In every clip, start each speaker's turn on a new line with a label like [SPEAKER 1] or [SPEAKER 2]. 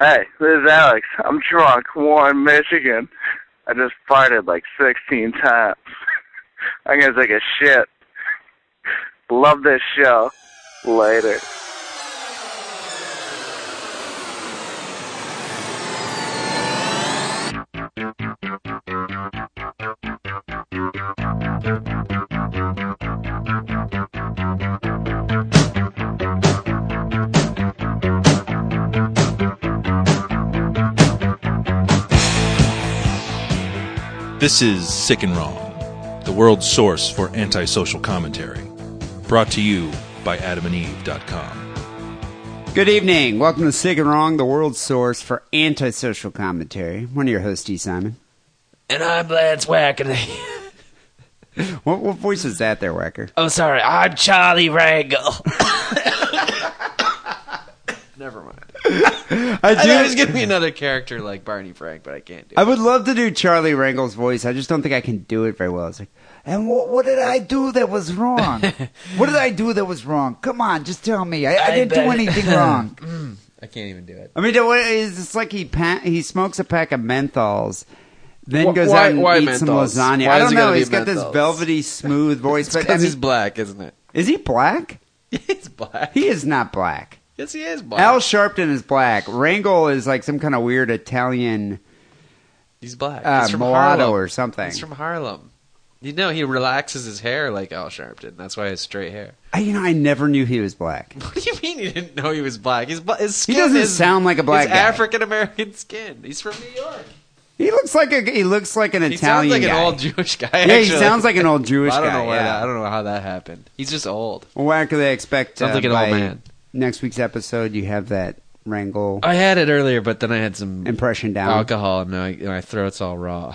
[SPEAKER 1] Hey, this is Alex. I'm drunk, Warren, Michigan. I just farted like 16 times. I'm gonna take a shit. Love this show. Later.
[SPEAKER 2] This is Sick and Wrong, the world's source for antisocial commentary. Brought to you by adamandeve.com.
[SPEAKER 3] Good evening. Welcome to Sick and Wrong, the world's source for antisocial commentary. One of your hosts, E. Simon.
[SPEAKER 4] And I'm Lance Wackney.
[SPEAKER 3] What, what voice is that there, Wacker?
[SPEAKER 4] Oh, sorry. I'm Charlie Wrangle. Never mind.
[SPEAKER 3] I
[SPEAKER 4] I
[SPEAKER 3] do.
[SPEAKER 4] thought
[SPEAKER 3] I,
[SPEAKER 4] it was going to be another character like Barney Frank, but I can't do it.
[SPEAKER 3] would love to do Charlie Wrangle's voice. I just don't think I can do it very well. It's like, and what, what did I do that was wrong? what did I do that was wrong? Come on, just tell me. I, I,
[SPEAKER 4] I
[SPEAKER 3] didn't do
[SPEAKER 4] bet-
[SPEAKER 3] anything wrong.
[SPEAKER 4] I can't even do it.
[SPEAKER 3] I mean, the way- it's just like he pa- he smokes a pack of menthols, then
[SPEAKER 4] Wh-
[SPEAKER 3] goes
[SPEAKER 4] why-
[SPEAKER 3] out and
[SPEAKER 4] why
[SPEAKER 3] eats some
[SPEAKER 4] menthols?
[SPEAKER 3] lasagna.
[SPEAKER 4] Why
[SPEAKER 3] I don't
[SPEAKER 4] does it gotta
[SPEAKER 3] know.
[SPEAKER 4] be
[SPEAKER 3] He's got this
[SPEAKER 4] menthols?
[SPEAKER 3] velvity, smooth voice, but I
[SPEAKER 4] Because
[SPEAKER 3] mean,
[SPEAKER 4] he's black, isn't it?
[SPEAKER 3] is he black?
[SPEAKER 4] He's black.
[SPEAKER 3] He is not black.
[SPEAKER 4] Yes, he is black.
[SPEAKER 3] Al Sharpton is black. Wrangle is like some kind of weird Italian
[SPEAKER 4] he's black.
[SPEAKER 3] uh,
[SPEAKER 4] he's from
[SPEAKER 3] mulatto
[SPEAKER 4] Harlem.
[SPEAKER 3] or something.
[SPEAKER 4] He's from Harlem. You know, he relaxes his hair like Al Sharpton. That's why he has straight hair.
[SPEAKER 3] I, you know, I never knew he was black.
[SPEAKER 4] What do you mean you didn't know he was black? He's bla- his
[SPEAKER 3] He
[SPEAKER 4] skin
[SPEAKER 3] doesn't
[SPEAKER 4] is,
[SPEAKER 3] sound like a black guy.
[SPEAKER 4] African American skin. He's from New York.
[SPEAKER 3] He looks like a he looks like an
[SPEAKER 4] He
[SPEAKER 3] Italian
[SPEAKER 4] sounds like
[SPEAKER 3] guy.
[SPEAKER 4] an old Jewish guy.
[SPEAKER 3] yeah, he sounds like an old Jewish
[SPEAKER 4] I don't
[SPEAKER 3] guy.
[SPEAKER 4] know why
[SPEAKER 3] yeah.
[SPEAKER 4] that, I don't know how that happened. He's just old.
[SPEAKER 3] Well, Whack, do they expect?
[SPEAKER 4] Sounds
[SPEAKER 3] uh,
[SPEAKER 4] like an old
[SPEAKER 3] by
[SPEAKER 4] man.
[SPEAKER 3] Next week's episode, you have that Wrangle
[SPEAKER 4] I had it earlier, but then I had some
[SPEAKER 3] impression down.
[SPEAKER 4] alcohol and my, my throat's all raw.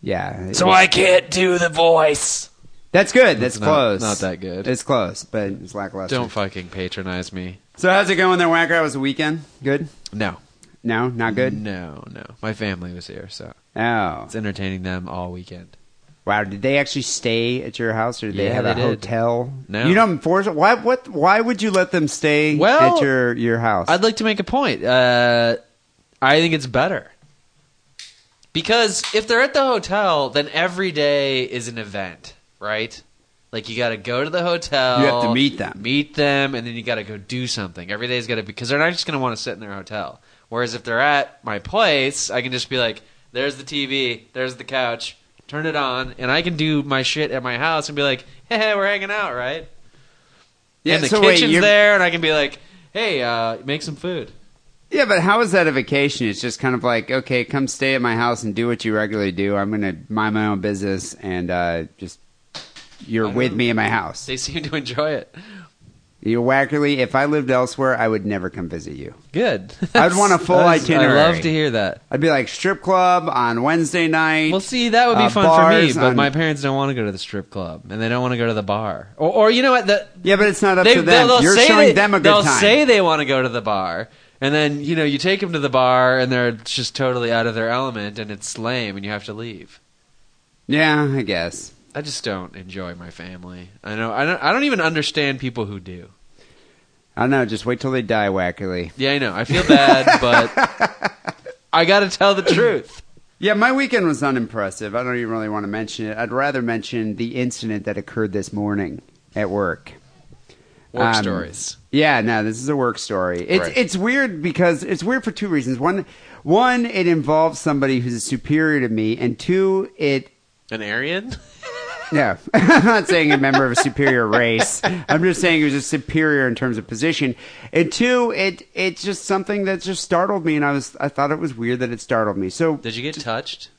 [SPEAKER 3] Yeah, it
[SPEAKER 4] So
[SPEAKER 3] was-
[SPEAKER 4] I can't do the voice.
[SPEAKER 3] that's good. That's
[SPEAKER 4] It's not-
[SPEAKER 3] close.
[SPEAKER 4] not that good.
[SPEAKER 3] It's close, but it's lackluster.
[SPEAKER 4] Don't fucking patronize me.
[SPEAKER 3] So how's it going there, Wacker? How was the weekend? Good?
[SPEAKER 4] No.
[SPEAKER 3] No, not good.
[SPEAKER 4] No, no. My family was here, so
[SPEAKER 3] Oh,
[SPEAKER 4] it's entertaining them all weekend.
[SPEAKER 3] Wow, did they actually stay at your house, or did they
[SPEAKER 4] Yeah,
[SPEAKER 3] have
[SPEAKER 4] they
[SPEAKER 3] a
[SPEAKER 4] did.
[SPEAKER 3] hotel?
[SPEAKER 4] No.
[SPEAKER 3] you don't force. Why? What? Why would you let them stay
[SPEAKER 4] Well,
[SPEAKER 3] at your your house?
[SPEAKER 4] I'd like to make a point. Uh, I think it's better. Because if they're at the hotel, then every day is an event, right? Like you got to go to the hotel.
[SPEAKER 3] You have to meet them.
[SPEAKER 4] Meet them, and then you got to go do something. Every day's got to because they're not just going to want to sit in their hotel. Whereas if they're at my place, I can just be like, "There's the TV, there's the couch, turn it on," and I can do my shit at my house and be like, "Hey, we're hanging out, right?"
[SPEAKER 3] yeah,
[SPEAKER 4] and the
[SPEAKER 3] so wait,
[SPEAKER 4] kitchen's
[SPEAKER 3] you're-
[SPEAKER 4] there, and I can be like, "Hey, uh, make some food."
[SPEAKER 3] Yeah, but how is that a vacation? It's just kind of like, okay, come stay at my house and do what you regularly do. I'm going to mind my own business and uh, just you're
[SPEAKER 4] I
[SPEAKER 3] with
[SPEAKER 4] don't-
[SPEAKER 3] me in my house.
[SPEAKER 4] They seem to enjoy it.
[SPEAKER 3] You're wackerly. If I lived elsewhere, I would never come visit you.
[SPEAKER 4] Good.
[SPEAKER 3] I'd want a full
[SPEAKER 4] That's-
[SPEAKER 3] itinerary.
[SPEAKER 4] I love to hear that.
[SPEAKER 3] I'd be like strip club on Wednesday night.
[SPEAKER 4] Well, see, that would be
[SPEAKER 3] Uh,
[SPEAKER 4] fun for me,
[SPEAKER 3] bars
[SPEAKER 4] but
[SPEAKER 3] on-
[SPEAKER 4] my parents don't want to go to the strip club, and they don't want to go to the bar. Or, or you know what? The,
[SPEAKER 3] yeah, but it's not up
[SPEAKER 4] they,
[SPEAKER 3] to them.
[SPEAKER 4] will
[SPEAKER 3] You're
[SPEAKER 4] say
[SPEAKER 3] showing
[SPEAKER 4] they,
[SPEAKER 3] them a good
[SPEAKER 4] they'll
[SPEAKER 3] time.
[SPEAKER 4] say they want to go to the bar, and then you know you take them to the bar, and they're just totally out of their element, and it's lame, and you have to leave.
[SPEAKER 3] yeah, I guess.
[SPEAKER 4] I just don't enjoy my family. I know. I don't. I don't even understand people who do.
[SPEAKER 3] I don't know. Just wait till they die, Wackerly.
[SPEAKER 4] Yeah, I know. I feel bad, but I got to tell the truth.
[SPEAKER 3] Yeah, my weekend was unimpressive. I don't even really want to mention it. I'd rather mention the incident that occurred this morning at work.
[SPEAKER 4] Work
[SPEAKER 3] Um,
[SPEAKER 4] stories.
[SPEAKER 3] Yeah, no, this is a work story. It's
[SPEAKER 4] Right.
[SPEAKER 3] it's weird because it's weird for two reasons. One, one, it involves somebody who's superior to me, and two, it
[SPEAKER 4] An Aryan.
[SPEAKER 3] no, I'm not saying a member of a superior race. I'm just saying it was a superior in terms of position. And two, it it's just something that just startled me, and I was I thought it was weird that it startled me. So
[SPEAKER 4] Did you get touched?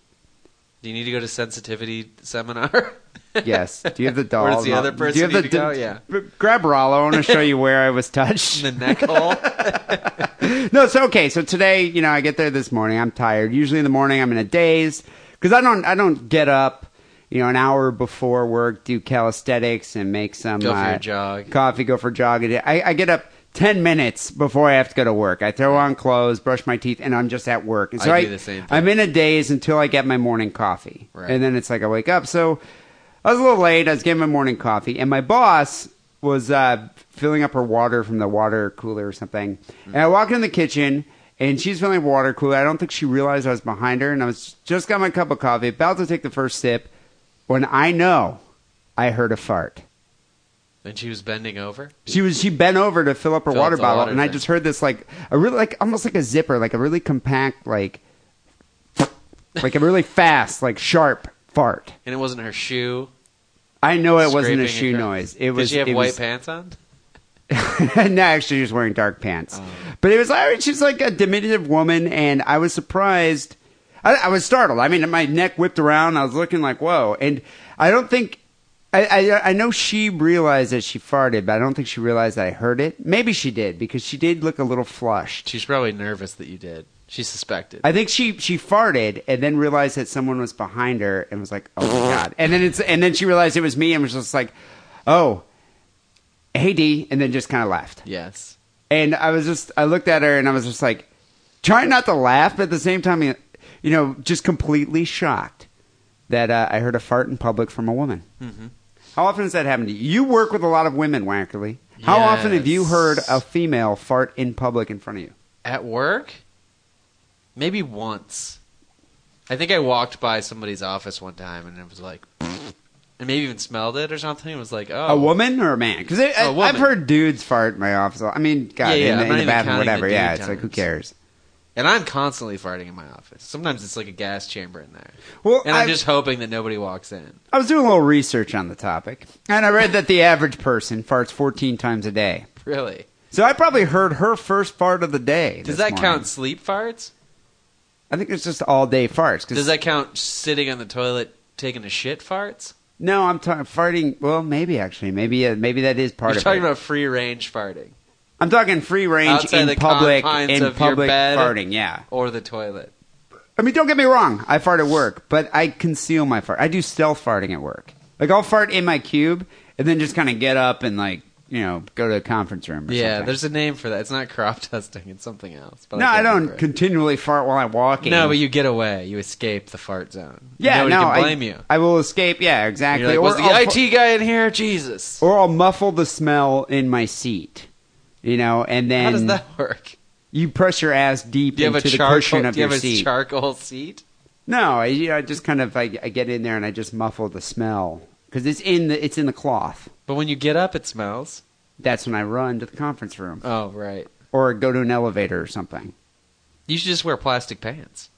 [SPEAKER 4] Do you need to go to sensitivity seminar?
[SPEAKER 3] Yes. Do you have the doll?
[SPEAKER 4] Or does the
[SPEAKER 3] No.
[SPEAKER 4] other person
[SPEAKER 3] Do you have
[SPEAKER 4] need
[SPEAKER 3] the
[SPEAKER 4] to go?
[SPEAKER 3] d-
[SPEAKER 4] Yeah.
[SPEAKER 3] b- Grab Rollo. I want to show you where I was touched.
[SPEAKER 4] The neck hole.
[SPEAKER 3] no, so okay. So today, you know, I get there this morning. I'm tired. Usually in the morning, I'm in a daze because I don't. I don't get up. You know, an hour before work, do calisthenics and make some
[SPEAKER 4] Go for
[SPEAKER 3] uh,
[SPEAKER 4] your jog.
[SPEAKER 3] coffee. Go for a jog. I, I get up ten minutes before I have to go to work. I throw on clothes, brush my teeth, and I'm just at work. And so
[SPEAKER 4] I
[SPEAKER 3] I
[SPEAKER 4] do the same
[SPEAKER 3] I'm in a daze until I get my morning coffee,
[SPEAKER 4] Right.
[SPEAKER 3] and then it's like I wake up. So I was a little late. I was getting my morning coffee, and my boss was uh, filling up her water from the water cooler or something. And I walk in the kitchen, and she's feeling like water cooler. I don't think she realized I was behind her, and I was just got my cup of coffee, about to take the first sip, when I know I heard a fart.
[SPEAKER 4] And she was bending over.
[SPEAKER 3] She was she bent over to fill up her
[SPEAKER 4] Fill up
[SPEAKER 3] water
[SPEAKER 4] the
[SPEAKER 3] bottle,
[SPEAKER 4] water
[SPEAKER 3] and I
[SPEAKER 4] thing.
[SPEAKER 3] just heard this like a really like almost like a zipper, like a really compact, like like a really fast, like sharp fart.
[SPEAKER 4] And it wasn't her shoe.
[SPEAKER 3] I know it wasn't a
[SPEAKER 4] Scraping
[SPEAKER 3] shoe
[SPEAKER 4] across.
[SPEAKER 3] noise. It
[SPEAKER 4] Did
[SPEAKER 3] was.
[SPEAKER 4] she have
[SPEAKER 3] it
[SPEAKER 4] white
[SPEAKER 3] was-
[SPEAKER 4] pants on?
[SPEAKER 3] no, actually, she was wearing dark pants. But it was like she's like a diminutive woman, and I was surprised. I, I was startled. I mean, my neck whipped around. I was looking like, "Whoa!" And I don't think I, I I know she realized that she farted, but I don't think she realized that I heard it. Maybe she did because she did look a little flushed.
[SPEAKER 4] She's probably nervous that you did. She suspected.
[SPEAKER 3] I think she she farted and then realized that someone was behind her and was like, "Oh my god!" And then it's and then she realized it was me and was just like, "Oh, hey D," and then just kind of laughed.
[SPEAKER 4] yes.
[SPEAKER 3] And I was just, I looked at her and I was just like, trying not to laugh, but at the same time, you know, just completely shocked that uh, I heard a fart in public from a woman.
[SPEAKER 4] Mm-hmm.
[SPEAKER 3] How often has that happened to you? You work with a lot of women, Wackerly. How often have you
[SPEAKER 4] Yes.
[SPEAKER 3] heard a female fart in public in front of you?
[SPEAKER 4] At work? Maybe once. I think I walked by somebody's office one time and it was like, and maybe even smelled it or something. It was like, oh.
[SPEAKER 3] A woman or a man? Because
[SPEAKER 4] A woman.
[SPEAKER 3] I've heard dudes fart in my office. I mean, God,
[SPEAKER 4] Yeah, yeah,
[SPEAKER 3] in
[SPEAKER 4] I'm
[SPEAKER 3] the, in the
[SPEAKER 4] not even
[SPEAKER 3] bathroom,
[SPEAKER 4] counting the
[SPEAKER 3] whatever.
[SPEAKER 4] dude
[SPEAKER 3] yeah, it's like, who
[SPEAKER 4] times.
[SPEAKER 3] cares?
[SPEAKER 4] And I'm constantly farting in my office. Sometimes it's like a gas chamber in there.
[SPEAKER 3] Well,
[SPEAKER 4] And I'm
[SPEAKER 3] I-
[SPEAKER 4] just hoping that nobody walks in.
[SPEAKER 3] I was doing a little research on the topic, and I read that the average person farts 14 times a day.
[SPEAKER 4] Really?
[SPEAKER 3] So I probably heard her first fart of the day. this
[SPEAKER 4] Does that
[SPEAKER 3] morning.
[SPEAKER 4] count sleep farts?
[SPEAKER 3] I think it's just all day farts. 'cause-
[SPEAKER 4] Does that count sitting on the toilet taking a shit farts?
[SPEAKER 3] No, I'm talking farting. Well, maybe actually, maybe uh, maybe that is part of
[SPEAKER 4] You're
[SPEAKER 3] it.
[SPEAKER 4] talking about free range farting
[SPEAKER 3] I'm talking free range
[SPEAKER 4] Outside
[SPEAKER 3] in
[SPEAKER 4] the
[SPEAKER 3] public
[SPEAKER 4] confines
[SPEAKER 3] in
[SPEAKER 4] of your
[SPEAKER 3] public
[SPEAKER 4] bed.
[SPEAKER 3] farting. Yeah,
[SPEAKER 4] or the toilet.
[SPEAKER 3] I mean, don't get me wrong. I fart at work, but I conceal my fart. I do stealth farting at work. Like I'll fart in my cube and then just kind of get up and like you know go to a conference room. Or
[SPEAKER 4] Yeah,
[SPEAKER 3] something.
[SPEAKER 4] there's a name for that. It's not crop dusting. It's something else. But
[SPEAKER 3] no. I
[SPEAKER 4] can't
[SPEAKER 3] don't
[SPEAKER 4] remember it.
[SPEAKER 3] continually fart while I'm walking.
[SPEAKER 4] No, but you get away. You escape the fart zone.
[SPEAKER 3] yeah,
[SPEAKER 4] Nobody
[SPEAKER 3] no,
[SPEAKER 4] can blame
[SPEAKER 3] I,
[SPEAKER 4] you.
[SPEAKER 3] I will escape. Yeah,
[SPEAKER 4] You're
[SPEAKER 3] exactly.
[SPEAKER 4] like,
[SPEAKER 3] Or
[SPEAKER 4] was the
[SPEAKER 3] I'll fa-
[SPEAKER 4] IT guy in here? Jesus.
[SPEAKER 3] or I'll muffle the smell in my seat. You know, and then
[SPEAKER 4] How does that work?
[SPEAKER 3] you press your ass deep
[SPEAKER 4] Do you have
[SPEAKER 3] into
[SPEAKER 4] a
[SPEAKER 3] the
[SPEAKER 4] charcoal?
[SPEAKER 3] cushion of
[SPEAKER 4] Do you
[SPEAKER 3] your
[SPEAKER 4] have a
[SPEAKER 3] seat.
[SPEAKER 4] charcoal seat?
[SPEAKER 3] no, I, you know, I just kind of I, I get in there and I just muffle the smell because it's in the it's in the cloth.
[SPEAKER 4] But when you get up, it smells.
[SPEAKER 3] That's when I run to the conference room
[SPEAKER 4] Oh right.
[SPEAKER 3] or go to an elevator or something.
[SPEAKER 4] You should just wear plastic pants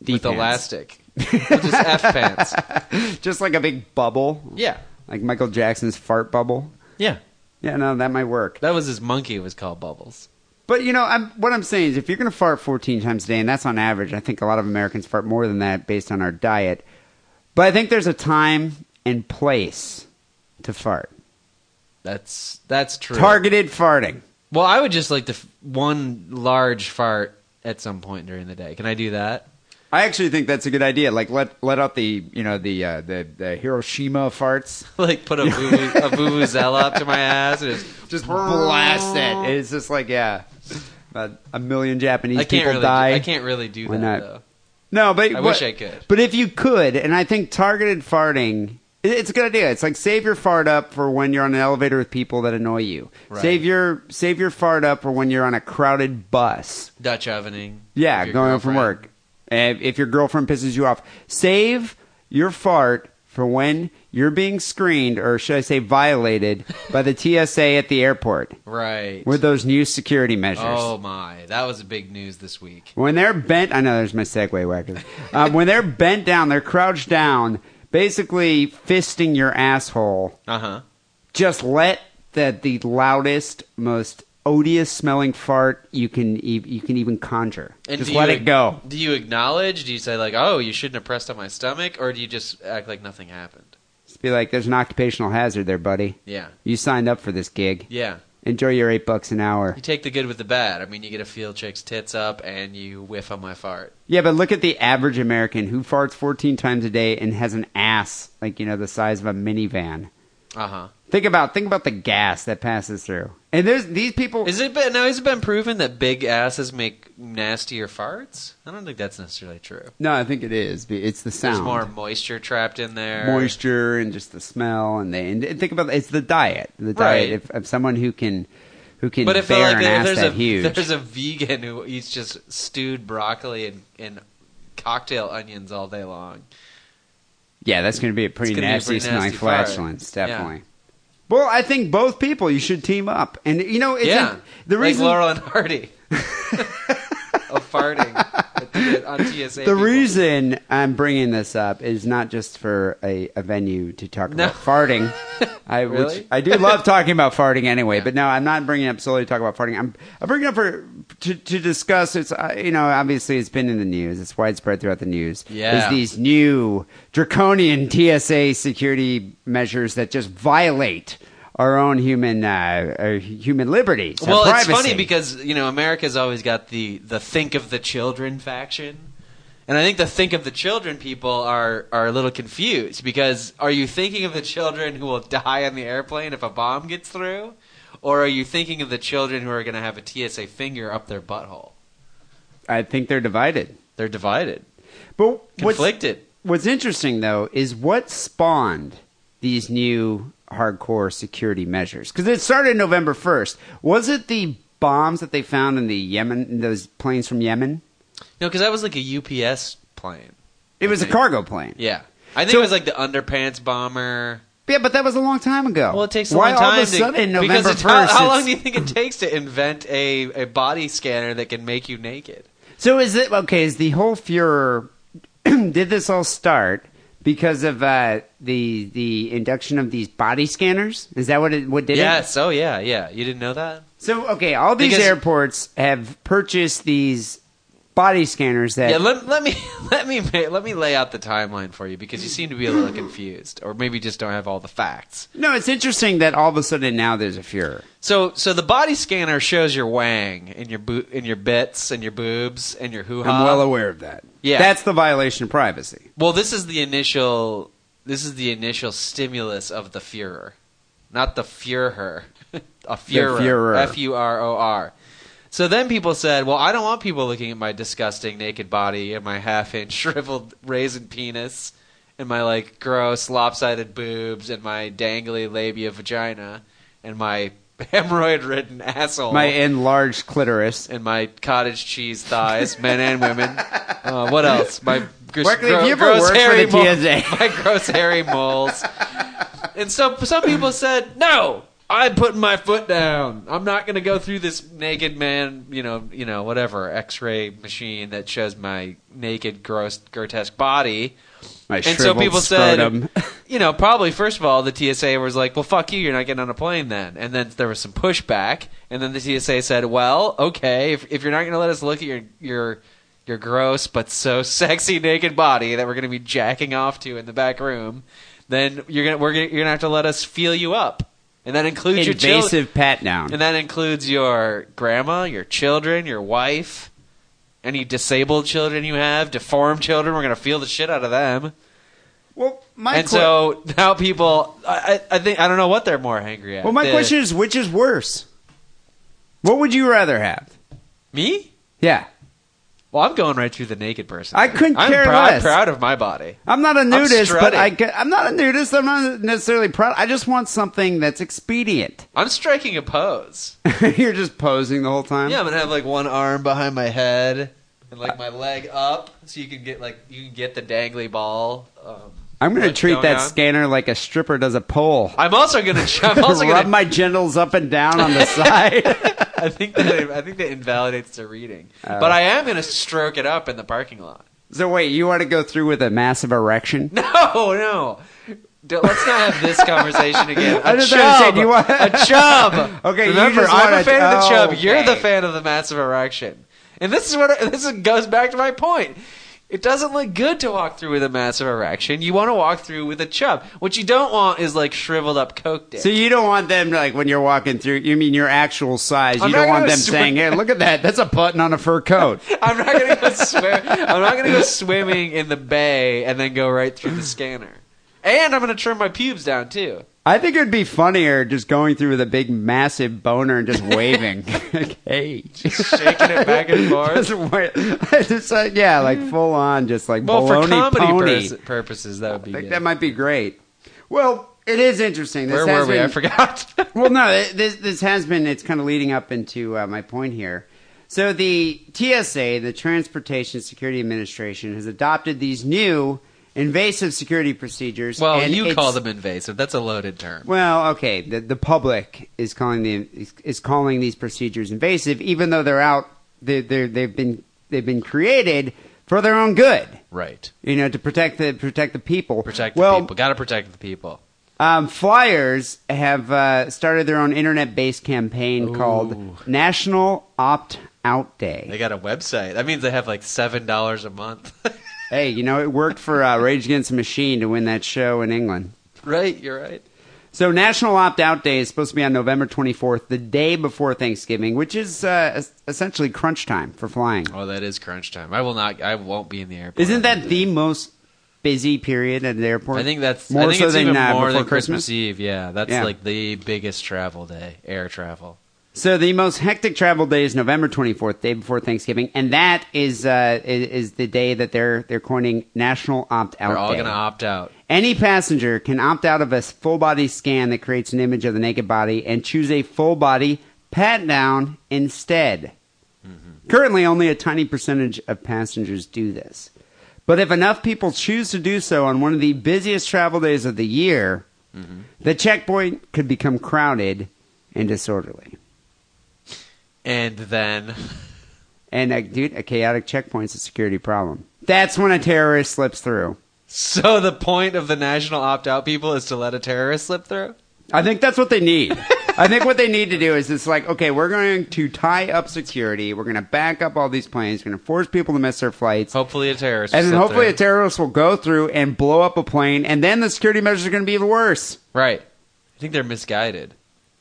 [SPEAKER 3] Deep
[SPEAKER 4] with
[SPEAKER 3] pants.
[SPEAKER 4] elastic. Well, just F pants.
[SPEAKER 3] just like a big bubble,
[SPEAKER 4] Yeah,
[SPEAKER 3] like Michael Jackson's fart bubble.
[SPEAKER 4] yeah.
[SPEAKER 3] Yeah, no, that might work.
[SPEAKER 4] That was his monkey. It was called Bubbles.
[SPEAKER 3] But you know, I'm, what I'm saying is, if you're going to fart 14 times a day, and that's on average, I think a lot of Americans fart more than that based on our diet. But I think there's a time and place to fart.
[SPEAKER 4] That's that's true.
[SPEAKER 3] Targeted farting.
[SPEAKER 4] Well, I would just like to f- one large fart at some point during the day. Can I do that?
[SPEAKER 3] I actually think that's a good idea. Like let let out the you know the uh, the the Hiroshima farts.
[SPEAKER 4] like put a boo a vuvuzela up to my ass and just
[SPEAKER 3] Just blast it. It's just like yeah, about a million Japanese
[SPEAKER 4] I can't
[SPEAKER 3] people
[SPEAKER 4] really
[SPEAKER 3] die.
[SPEAKER 4] I can't really do
[SPEAKER 3] Why
[SPEAKER 4] that
[SPEAKER 3] not?
[SPEAKER 4] though.
[SPEAKER 3] No, but
[SPEAKER 4] I
[SPEAKER 3] but-
[SPEAKER 4] wish I could.
[SPEAKER 3] But if you could, and I think targeted farting, it- it's a good idea. It's like save your fart up for when you're on an elevator with people that annoy you.
[SPEAKER 4] Right.
[SPEAKER 3] Save your save your fart up for when you're on a crowded bus.
[SPEAKER 4] Dutch ovening.
[SPEAKER 3] Yeah,
[SPEAKER 4] Your
[SPEAKER 3] going home from
[SPEAKER 4] girlfriend.
[SPEAKER 3] work. And if your girlfriend pisses you off, save your fart for when you're being screened, or should I say violated, by the TSA at the airport
[SPEAKER 4] Right.
[SPEAKER 3] with those new security measures.
[SPEAKER 4] oh my, that was big news this week.
[SPEAKER 3] When they're bent, I know there's my segue wacker. Um, when they're bent down, they're crouched down, basically fisting your asshole.
[SPEAKER 4] Uh huh.
[SPEAKER 3] Just let the the loudest, most odious smelling fart you can e- you can even conjure. just let it go.
[SPEAKER 4] Do you acknowledge? Do you say like, "Oh, you shouldn't have pressed on my stomach," or do you just act like nothing happened?
[SPEAKER 3] Just be like, "There's an occupational hazard there, buddy.
[SPEAKER 4] Yeah,
[SPEAKER 3] You signed up for this gig.
[SPEAKER 4] yeah.
[SPEAKER 3] Enjoy your eight bucks an hour."
[SPEAKER 4] You take the good with the bad. I mean, you get a field chick's tits up and you whiff on my fart.
[SPEAKER 3] Yeah, but look at the average American who farts 14 times a day and has an ass like you know the size of a minivan.
[SPEAKER 4] Uh huh.
[SPEAKER 3] Think about think about the gas that passes through. And there's these people.
[SPEAKER 4] Is it been, now? Has it been proven that big asses make nastier farts? I don't think that's necessarily true.
[SPEAKER 3] no, I think it is. but It's the sound,
[SPEAKER 4] There's more moisture trapped in there.
[SPEAKER 3] moisture, and just the smell. And they and think about it's the diet. The
[SPEAKER 4] Right.
[SPEAKER 3] diet of, of someone who can who can
[SPEAKER 4] But if
[SPEAKER 3] bear
[SPEAKER 4] like
[SPEAKER 3] an
[SPEAKER 4] if
[SPEAKER 3] ass
[SPEAKER 4] there's
[SPEAKER 3] that
[SPEAKER 4] a
[SPEAKER 3] huge.
[SPEAKER 4] there's a vegan who eats just stewed broccoli and, and cocktail onions all day long,
[SPEAKER 3] Yeah, that's going to be a pretty
[SPEAKER 4] It's gonna be a
[SPEAKER 3] nasty
[SPEAKER 4] pretty
[SPEAKER 3] smelling
[SPEAKER 4] nasty fart.
[SPEAKER 3] flatulence, definitely. Well, I think both people you should team up, and you know, it's
[SPEAKER 4] yeah,
[SPEAKER 3] the reason
[SPEAKER 4] like Laurel and Hardy of farting at the- on TSA.
[SPEAKER 3] the
[SPEAKER 4] people.
[SPEAKER 3] reason I'm bringing this up is not just for a, a venue to talk
[SPEAKER 4] No.
[SPEAKER 3] about farting. I which-
[SPEAKER 4] Really?
[SPEAKER 3] I do love talking about farting anyway, but no, I'm not bringing it up solely to talk about farting. I'm I'm bringing it up for to to discuss. It's uh, you know obviously it's been in the news. It's widespread throughout the news.
[SPEAKER 4] Yeah.
[SPEAKER 3] is these new draconian TSA security measures that just violate. Our own human uh, uh, human liberties. our
[SPEAKER 4] well, it's
[SPEAKER 3] privacy.
[SPEAKER 4] funny because you know America's always got the the think of the children faction, and I think the think of the children people are are a little confused because are you thinking of the children who will die on the airplane if a bomb gets through, or are you thinking of the children who are going to have a TSA finger up their butthole?
[SPEAKER 3] I think they're divided.
[SPEAKER 4] They're divided,
[SPEAKER 3] But what's,
[SPEAKER 4] conflicted.
[SPEAKER 3] What's interesting though is what spawned these new hardcore security measures because it started November first. Was it the bombs that they found in the Yemen, in those planes from Yemen?
[SPEAKER 4] No, because that was like a UPS plane.
[SPEAKER 3] It was a
[SPEAKER 4] Okay.
[SPEAKER 3] cargo plane.
[SPEAKER 4] Yeah, I think
[SPEAKER 3] So-
[SPEAKER 4] it was like the underpants bomber.
[SPEAKER 3] Yeah, but that was a long time ago.
[SPEAKER 4] Well, it takes a
[SPEAKER 3] Why
[SPEAKER 4] long time.
[SPEAKER 3] all of a sudden,
[SPEAKER 4] to,
[SPEAKER 3] November
[SPEAKER 4] because it's-
[SPEAKER 3] first?
[SPEAKER 4] How, how long do you think it takes to invent a, a body scanner that can make you naked?
[SPEAKER 3] So is it okay? Is the whole furor? did this all start because of uh, the the induction of these body scanners? Is that what it what did it?
[SPEAKER 4] yes. Oh, yeah. Yeah. You didn't know that?
[SPEAKER 3] So okay, all these
[SPEAKER 4] Because-
[SPEAKER 3] airports have purchased these body scanners that
[SPEAKER 4] Yeah. Let, let me let me ma- let me lay out the timeline for you because you seem to be a little confused, or maybe just don't have all the facts.
[SPEAKER 3] No, it's interesting that all of a sudden now there's a furor.
[SPEAKER 4] So so the body scanner shows your wang and your bo- and your bits and your boobs and your hoo ha.
[SPEAKER 3] I'm well aware of that.
[SPEAKER 4] Uh-huh. Yeah.
[SPEAKER 3] That's the violation of privacy.
[SPEAKER 4] Well, this is the initial. This is the initial stimulus of the Führer, not the Führer, a
[SPEAKER 3] Führer.
[SPEAKER 4] Führer, F U R O R. So then people said, "Well, I don't want people looking at my disgusting naked body and my half-inch shriveled raisin penis and my like gross lopsided boobs and my dangly labia vagina and my hemorrhoid-ridden asshole."
[SPEAKER 3] My enlarged clitoris.
[SPEAKER 4] and my cottage cheese thighs, men and women. Uh, what else? My gr-
[SPEAKER 3] Barkley, have
[SPEAKER 4] gro-
[SPEAKER 3] you ever
[SPEAKER 4] gross
[SPEAKER 3] worked for
[SPEAKER 4] hairy
[SPEAKER 3] the
[SPEAKER 4] mole-
[SPEAKER 3] TSA?
[SPEAKER 4] my gross hairy moles. And so some people said, "No, I'm putting my foot down. I'm not going to go through this naked man, you know, you know, whatever X-ray machine that shows my naked, gross, grotesque body."
[SPEAKER 3] My
[SPEAKER 4] and so
[SPEAKER 3] shriveled
[SPEAKER 4] people
[SPEAKER 3] scrotum.
[SPEAKER 4] said, you know, probably first of all, the TSA was like, well, fuck you, you're not getting on a plane then. And then there was some pushback, and then the TSA said, well, okay, if, if you're not going to let us look at your your your gross but so sexy naked body that we're going to be jacking off to in the back room, then you're gonna we're gonna, you're gonna have to let us feel you up, and that includes your children,
[SPEAKER 3] invasive pat down.
[SPEAKER 4] and that includes your grandma, your children, your wife. Any disabled children you have, deformed children, we're gonna feel the shit out of them
[SPEAKER 3] well, my
[SPEAKER 4] and
[SPEAKER 3] que-
[SPEAKER 4] so now people, I, I I think I don't know what they're more angry at.
[SPEAKER 3] well, my
[SPEAKER 4] The-
[SPEAKER 3] question is, which is worse? What would you rather have?
[SPEAKER 4] me?
[SPEAKER 3] Yeah,
[SPEAKER 4] Well, I'm going right through the naked person.
[SPEAKER 3] I couldn't
[SPEAKER 4] I'm
[SPEAKER 3] care
[SPEAKER 4] prou-
[SPEAKER 3] less.
[SPEAKER 4] I'm proud of my body.
[SPEAKER 3] I'm not a nudist, but
[SPEAKER 4] strutting.
[SPEAKER 3] I ca- I'm not a nudist. I'm not necessarily proud. I just want something that's expedient.
[SPEAKER 4] I'm striking a pose.
[SPEAKER 3] You're just posing the whole time.
[SPEAKER 4] Yeah, I'm gonna have like one arm behind my head and like my leg up, so you can get like you can get the dangly ball. Um,
[SPEAKER 3] I'm going to
[SPEAKER 4] what's
[SPEAKER 3] treat
[SPEAKER 4] going
[SPEAKER 3] that
[SPEAKER 4] on.
[SPEAKER 3] scanner like a stripper does a pole.
[SPEAKER 4] I'm also gonna. I'm also
[SPEAKER 3] rub
[SPEAKER 4] gonna.
[SPEAKER 3] my genitals up and down on the side.
[SPEAKER 4] I think that I think that invalidates the reading,
[SPEAKER 3] Oh.
[SPEAKER 4] but I am gonna stroke it up in the parking lot.
[SPEAKER 3] so wait, you want to go through with a massive erection?
[SPEAKER 4] No, Oh, no. Don't- let's not have this conversation again.
[SPEAKER 3] I
[SPEAKER 4] A
[SPEAKER 3] just
[SPEAKER 4] chub,
[SPEAKER 3] understand, you want-
[SPEAKER 4] a chub.
[SPEAKER 3] Okay, you
[SPEAKER 4] remember
[SPEAKER 3] just
[SPEAKER 4] I'm
[SPEAKER 3] wanna-
[SPEAKER 4] a fan of the chub. You're the
[SPEAKER 3] okay.
[SPEAKER 4] fan of the massive erection, and this is what I- this is- goes back to my point. It doesn't look good to walk through with a massive erection. You want to walk through with a chub. What you don't want is like shriveled up coke dick.
[SPEAKER 3] So you don't want them like when you're walking through. You mean your actual size?
[SPEAKER 4] I'm
[SPEAKER 3] you
[SPEAKER 4] not
[SPEAKER 3] don't want
[SPEAKER 4] gonna
[SPEAKER 3] them
[SPEAKER 4] sw-
[SPEAKER 3] saying, "Hey, look at that! That's a button on a fur coat."
[SPEAKER 4] I'm not gonna go swim. I'm not gonna go swimming in the bay and then go right through the scanner. And I'm gonna trim my pubes down too.
[SPEAKER 3] I think it'd be funnier just going through with a big, massive boner and just waving. like, hey,
[SPEAKER 4] Shaking it back and forth.
[SPEAKER 3] Just wa- I just, uh, yeah, like full on, just like
[SPEAKER 4] Well, for
[SPEAKER 3] baloney
[SPEAKER 4] comedy
[SPEAKER 3] pony.
[SPEAKER 4] purs- purposes, that would be
[SPEAKER 3] I think
[SPEAKER 4] good.
[SPEAKER 3] that might be great. Well, It is interesting. This
[SPEAKER 4] Where
[SPEAKER 3] has
[SPEAKER 4] were we?
[SPEAKER 3] Been,
[SPEAKER 4] I forgot.
[SPEAKER 3] Well, no, th- this this has been. It's kind of leading up into uh, my point here. So the TSA, the Transportation Security Administration, has adopted these new invasive security procedures.
[SPEAKER 4] well,
[SPEAKER 3] and
[SPEAKER 4] you
[SPEAKER 3] it's-
[SPEAKER 4] call them invasive. That's a loaded term.
[SPEAKER 3] Well, okay, the, the public is calling the is, is calling these procedures invasive, even though they're out. They they they've been they've been created for their own good.
[SPEAKER 4] Right.
[SPEAKER 3] You know, to protect the protect the people.
[SPEAKER 4] Protect
[SPEAKER 3] well,
[SPEAKER 4] the people. Got to protect the people.
[SPEAKER 3] Um, flyers have uh, started their own internet-based campaign called National Opt Out Day.
[SPEAKER 4] They got a website. That means they have like seven dollars a month.
[SPEAKER 3] Hey, you know it worked for uh, Rage Against the Machine to win that show in England.
[SPEAKER 4] right. You're right.
[SPEAKER 3] So National Opt Out Day is supposed to be on November 24th, the day before Thanksgiving, which is uh, es- essentially crunch time for flying.
[SPEAKER 4] Oh, that is crunch time. I will not. I won't be in the airport.
[SPEAKER 3] Isn't that
[SPEAKER 4] day.
[SPEAKER 3] the most busy period at the airport?
[SPEAKER 4] I think that's
[SPEAKER 3] more
[SPEAKER 4] I think
[SPEAKER 3] so
[SPEAKER 4] it's
[SPEAKER 3] than
[SPEAKER 4] even
[SPEAKER 3] uh,
[SPEAKER 4] more
[SPEAKER 3] before
[SPEAKER 4] than Christmas?
[SPEAKER 3] Christmas
[SPEAKER 4] Eve. Yeah, that's
[SPEAKER 3] Yeah.
[SPEAKER 4] like the biggest travel day, air travel.
[SPEAKER 3] So the most hectic travel day is November 24th, day before Thanksgiving, and that is uh, is, is the day that they're they're coining National Opt Out
[SPEAKER 4] They're all
[SPEAKER 3] Day.
[SPEAKER 4] going to opt out.
[SPEAKER 3] Any passenger can opt out of a full body scan that creates an image of the naked body and choose a full body pat down instead.
[SPEAKER 4] Mm-hmm.
[SPEAKER 3] Currently, only a tiny percentage of passengers do this. But if enough people choose to do so on one of the busiest travel days of the year,
[SPEAKER 4] Mm-hmm.
[SPEAKER 3] the checkpoint could become crowded and disorderly.
[SPEAKER 4] And then
[SPEAKER 3] And a, dude, a chaotic checkpoint's a security problem. That's when a terrorist slips through.
[SPEAKER 4] so the point of the national opt out people is to let a terrorist slip through?
[SPEAKER 3] I think that's what they need. I think what they need to do is it's like, okay, we're going to tie up security. We're going to back up all these planes. We're going to force people to miss their flights.
[SPEAKER 4] Hopefully a terrorist
[SPEAKER 3] and
[SPEAKER 4] will
[SPEAKER 3] then
[SPEAKER 4] slip
[SPEAKER 3] hopefully
[SPEAKER 4] through.
[SPEAKER 3] a terrorist will go through and blow up a plane. And then the security measures are going to be even worse.
[SPEAKER 4] Right. I think they're misguided.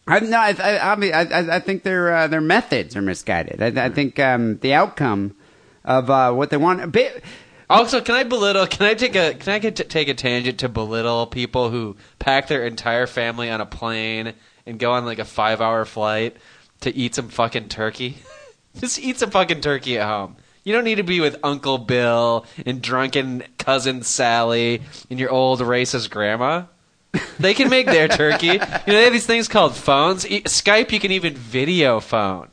[SPEAKER 3] I'm not, I, I, I, mean, I, I- I think their, uh, their methods are misguided. I, I think um, the outcome of uh, what they want. a bit-
[SPEAKER 4] Also, can I belittle? Can I take a can I get take a tangent to belittle people who pack their entire family on a plane and go on like a five hour flight to eat some fucking turkey? Just eat some fucking turkey at home. You don't need to be with Uncle Bill and drunken cousin Sally and your old racist grandma. They can make their turkey. You know they have these things called phones. E- Skype, you can even video phone.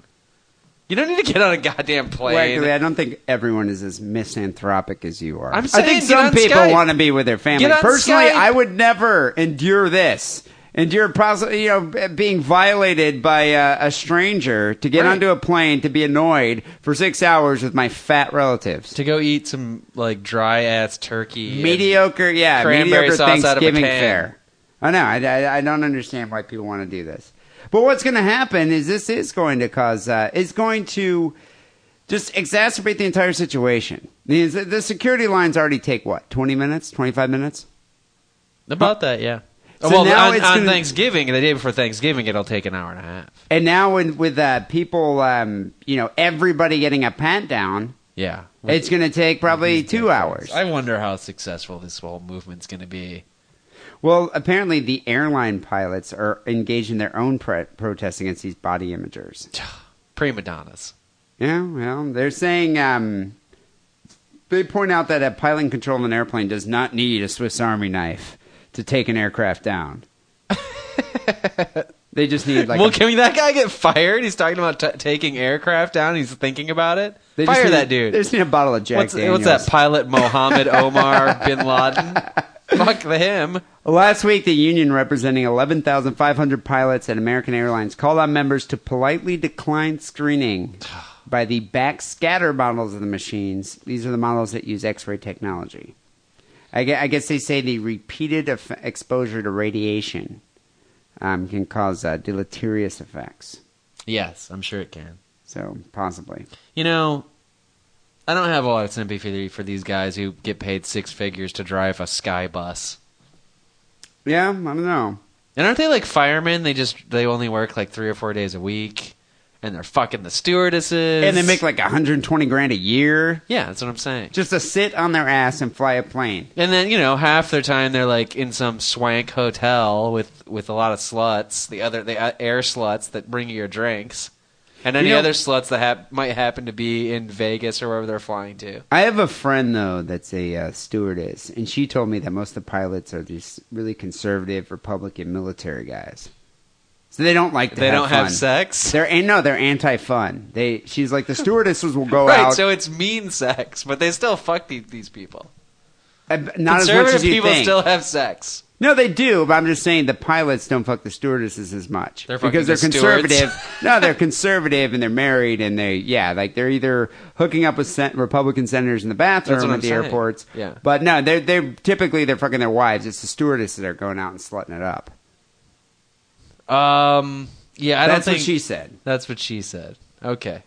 [SPEAKER 4] You don't need to get on a goddamn plane.
[SPEAKER 3] Well, actually, I don't think everyone is as misanthropic as you are.
[SPEAKER 4] I'm
[SPEAKER 3] I
[SPEAKER 4] saying
[SPEAKER 3] think
[SPEAKER 4] get
[SPEAKER 3] some
[SPEAKER 4] on
[SPEAKER 3] people
[SPEAKER 4] Skype.
[SPEAKER 3] want to be with their family.
[SPEAKER 4] Get on
[SPEAKER 3] Personally,
[SPEAKER 4] Skype.
[SPEAKER 3] I would never endure this. Endure, pos- you know, b- being violated by uh, a stranger to get
[SPEAKER 4] Right.
[SPEAKER 3] onto a plane to be annoyed for six hours with my fat relatives.
[SPEAKER 4] to go eat some like dry ass turkey. and-
[SPEAKER 3] Mediocre, yeah,
[SPEAKER 4] Cranberry
[SPEAKER 3] mediocre
[SPEAKER 4] sauce out of a
[SPEAKER 3] Thanksgiving
[SPEAKER 4] can.
[SPEAKER 3] fare. I know. I, I, I don't understand why people want to do this. But what's going to happen is this is going to cause, uh, it's going to just exacerbate the entire situation. The, the security lines already take what, 20 minutes, 25 minutes?
[SPEAKER 4] about that, yeah.
[SPEAKER 3] So
[SPEAKER 4] well,
[SPEAKER 3] now
[SPEAKER 4] on,
[SPEAKER 3] it's
[SPEAKER 4] on
[SPEAKER 3] gonna-
[SPEAKER 4] Thanksgiving, the day before Thanksgiving, it'll take an hour and a half.
[SPEAKER 3] And now with, with uh, people, um, you know, everybody getting a pat down,
[SPEAKER 4] Yeah,
[SPEAKER 3] it's going to take probably two hours.
[SPEAKER 4] I wonder how successful this whole movement's going to be.
[SPEAKER 3] Well, apparently the airline pilots are engaged in their own pre- protests against these body imagers.
[SPEAKER 4] Prima donnas.
[SPEAKER 3] Yeah, well, they're saying um, they point out that a pilot in control of an airplane does not need a Swiss Army knife to take an aircraft down. they just need like
[SPEAKER 4] well,
[SPEAKER 3] a-
[SPEAKER 4] can that guy get fired? He's talking about t- taking aircraft down. He's thinking about it.
[SPEAKER 3] they just
[SPEAKER 4] Fire
[SPEAKER 3] need-
[SPEAKER 4] that dude.
[SPEAKER 3] They just need a bottle of Jack
[SPEAKER 4] What's,
[SPEAKER 3] Daniels.
[SPEAKER 4] what's that pilot? Mohammed Omar bin Laden. Fuck the him.
[SPEAKER 3] Last week, the union representing 11,500 pilots at American Airlines called on members to politely decline screening by the backscatter models of the machines. These are the models that use X ray technology. I gue- I guess they say the repeated eff- exposure to radiation um, can cause uh, deleterious effects.
[SPEAKER 4] Yes, I'm sure it can.
[SPEAKER 3] So, possibly.
[SPEAKER 4] You know, I don't have a lot of sympathy for these guys who get paid six figures to drive a sky bus.
[SPEAKER 3] Yeah, I don't know.
[SPEAKER 4] And aren't they like firemen? They just they only work like three or four days a week, and they're fucking the stewardesses.
[SPEAKER 3] And they make like 120 grand a year
[SPEAKER 4] yeah, that's what I'm saying.
[SPEAKER 3] just to sit on their ass and fly a plane.
[SPEAKER 4] And then you know half their time they're like in some swank hotel with with a lot of sluts, the other the uh, air sluts that bring you your drinks. and any
[SPEAKER 3] You know-
[SPEAKER 4] other sluts that hap- might happen to be in Vegas or wherever they're flying to.
[SPEAKER 3] I have a friend though that's a uh, stewardess, and she told me that most of the pilots are these really conservative Republican military guys. So they don't like to
[SPEAKER 4] They don't
[SPEAKER 3] fun.
[SPEAKER 4] have sex.
[SPEAKER 3] They're and no, they're anti-fun. They she's like the stewardesses will go
[SPEAKER 4] right,
[SPEAKER 3] out
[SPEAKER 4] so it's mean sex, but they still fuck the- these people.
[SPEAKER 3] uh, not as
[SPEAKER 4] Conservative
[SPEAKER 3] much as you
[SPEAKER 4] people
[SPEAKER 3] think.
[SPEAKER 4] still have sex.
[SPEAKER 3] no, they do, but I'm just saying the pilots don't fuck the stewardesses as much
[SPEAKER 4] They're fucking
[SPEAKER 3] because they're
[SPEAKER 4] the stewards.
[SPEAKER 3] conservative. no, they're conservative and they're married and they yeah, like they're either hooking up with sen- Republican senators in the bathroom
[SPEAKER 4] That's
[SPEAKER 3] at
[SPEAKER 4] what I'm
[SPEAKER 3] the
[SPEAKER 4] saying.
[SPEAKER 3] airports.
[SPEAKER 4] Yeah.
[SPEAKER 3] but no, they're they're typically they're fucking their wives. It's the stewardesses that are going out and slutting it up.
[SPEAKER 4] Um, yeah, I
[SPEAKER 3] That's
[SPEAKER 4] don't
[SPEAKER 3] what
[SPEAKER 4] think
[SPEAKER 3] she said.
[SPEAKER 4] that's what she said. Okay,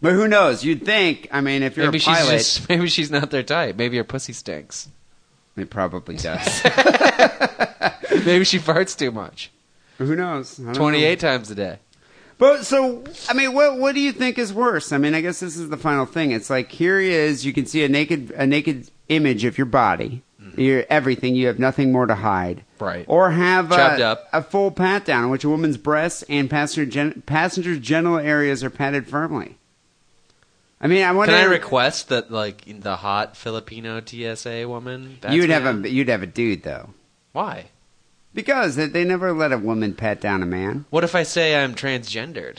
[SPEAKER 3] But who knows? You'd think. I mean, if you're
[SPEAKER 4] maybe
[SPEAKER 3] a
[SPEAKER 4] she's
[SPEAKER 3] pilot,
[SPEAKER 4] just maybe she's not their type. Maybe her pussy stinks.
[SPEAKER 3] it probably does.
[SPEAKER 4] maybe she farts too much.
[SPEAKER 3] who knows? I don't know.
[SPEAKER 4] Twenty-eight times a day.
[SPEAKER 3] But so, I mean, what what do you think is worse? I mean, I guess this is the final thing. It's like here he is. You can see a naked a naked image of your body, your everything. You have nothing more to hide.
[SPEAKER 4] Mm-hmm. Right.
[SPEAKER 3] Or have
[SPEAKER 4] Chopped
[SPEAKER 3] a,
[SPEAKER 4] up.
[SPEAKER 3] a full pat down in which a woman's breasts and passenger gen- passenger's genital areas are patted firmly. I mean, I wonder.
[SPEAKER 4] Can I request that like the hot Filipino TSA woman? bats
[SPEAKER 3] you'd
[SPEAKER 4] me
[SPEAKER 3] have
[SPEAKER 4] down?
[SPEAKER 3] a you'd have a dude though,
[SPEAKER 4] why?
[SPEAKER 3] because they, they never let a woman pat down a man.
[SPEAKER 4] What if I say I'm transgendered?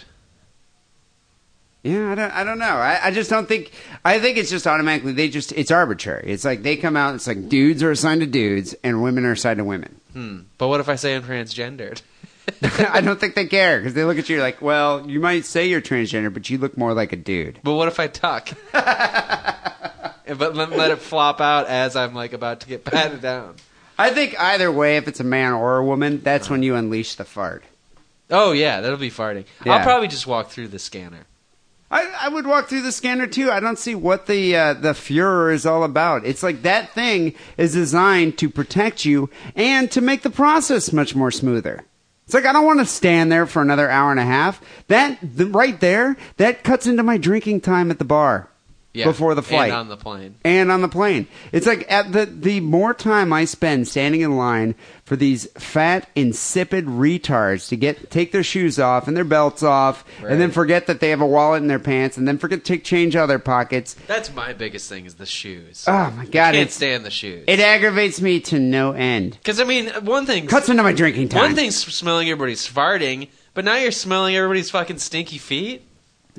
[SPEAKER 3] Yeah, I don't, I don't know. I, I just don't think. I think it's just automatically. They just. It's arbitrary. It's like they come out. It's like dudes are assigned to dudes and women are assigned to women.
[SPEAKER 4] Hmm. But what if I say I'm transgendered?
[SPEAKER 3] I don't think they care because they look at you like, well, you might say you're transgender, but you look more like a dude.
[SPEAKER 4] But what if I tuck? but let, let it flop out as I'm like about to get patted down.
[SPEAKER 3] I think either way, if it's a man or a woman, that's when you unleash the fart.
[SPEAKER 4] Oh yeah, that'll be farting.
[SPEAKER 3] Yeah.
[SPEAKER 4] I'll probably just walk through the scanner.
[SPEAKER 3] I, I would walk through the scanner too. I don't see what the uh, the furor is all about. It's like that thing is designed to protect you and to make the process much more smoother. It's like I don't want to stand there for another hour and a half. That the, right there, that cuts into my drinking time at the bar
[SPEAKER 4] Yeah.
[SPEAKER 3] before the
[SPEAKER 4] and
[SPEAKER 3] flight
[SPEAKER 4] on the plane.
[SPEAKER 3] and on the plane. It's like at the the more time I spend standing in line for these fat insipid retards to get take their shoes off and their belts off and then
[SPEAKER 4] Right.
[SPEAKER 3] forget that they have a wallet in their pants and then forget to take change out of their pockets.
[SPEAKER 4] That's my biggest thing is the shoes.
[SPEAKER 3] Oh my god,
[SPEAKER 4] Can't
[SPEAKER 3] it's,
[SPEAKER 4] stand the shoes.
[SPEAKER 3] it aggravates me to no end.
[SPEAKER 4] Because I mean, one thing,
[SPEAKER 3] Cuts into my drinking time.
[SPEAKER 4] one thing's smelling everybody's farting, but now you're smelling everybody's fucking stinky feet.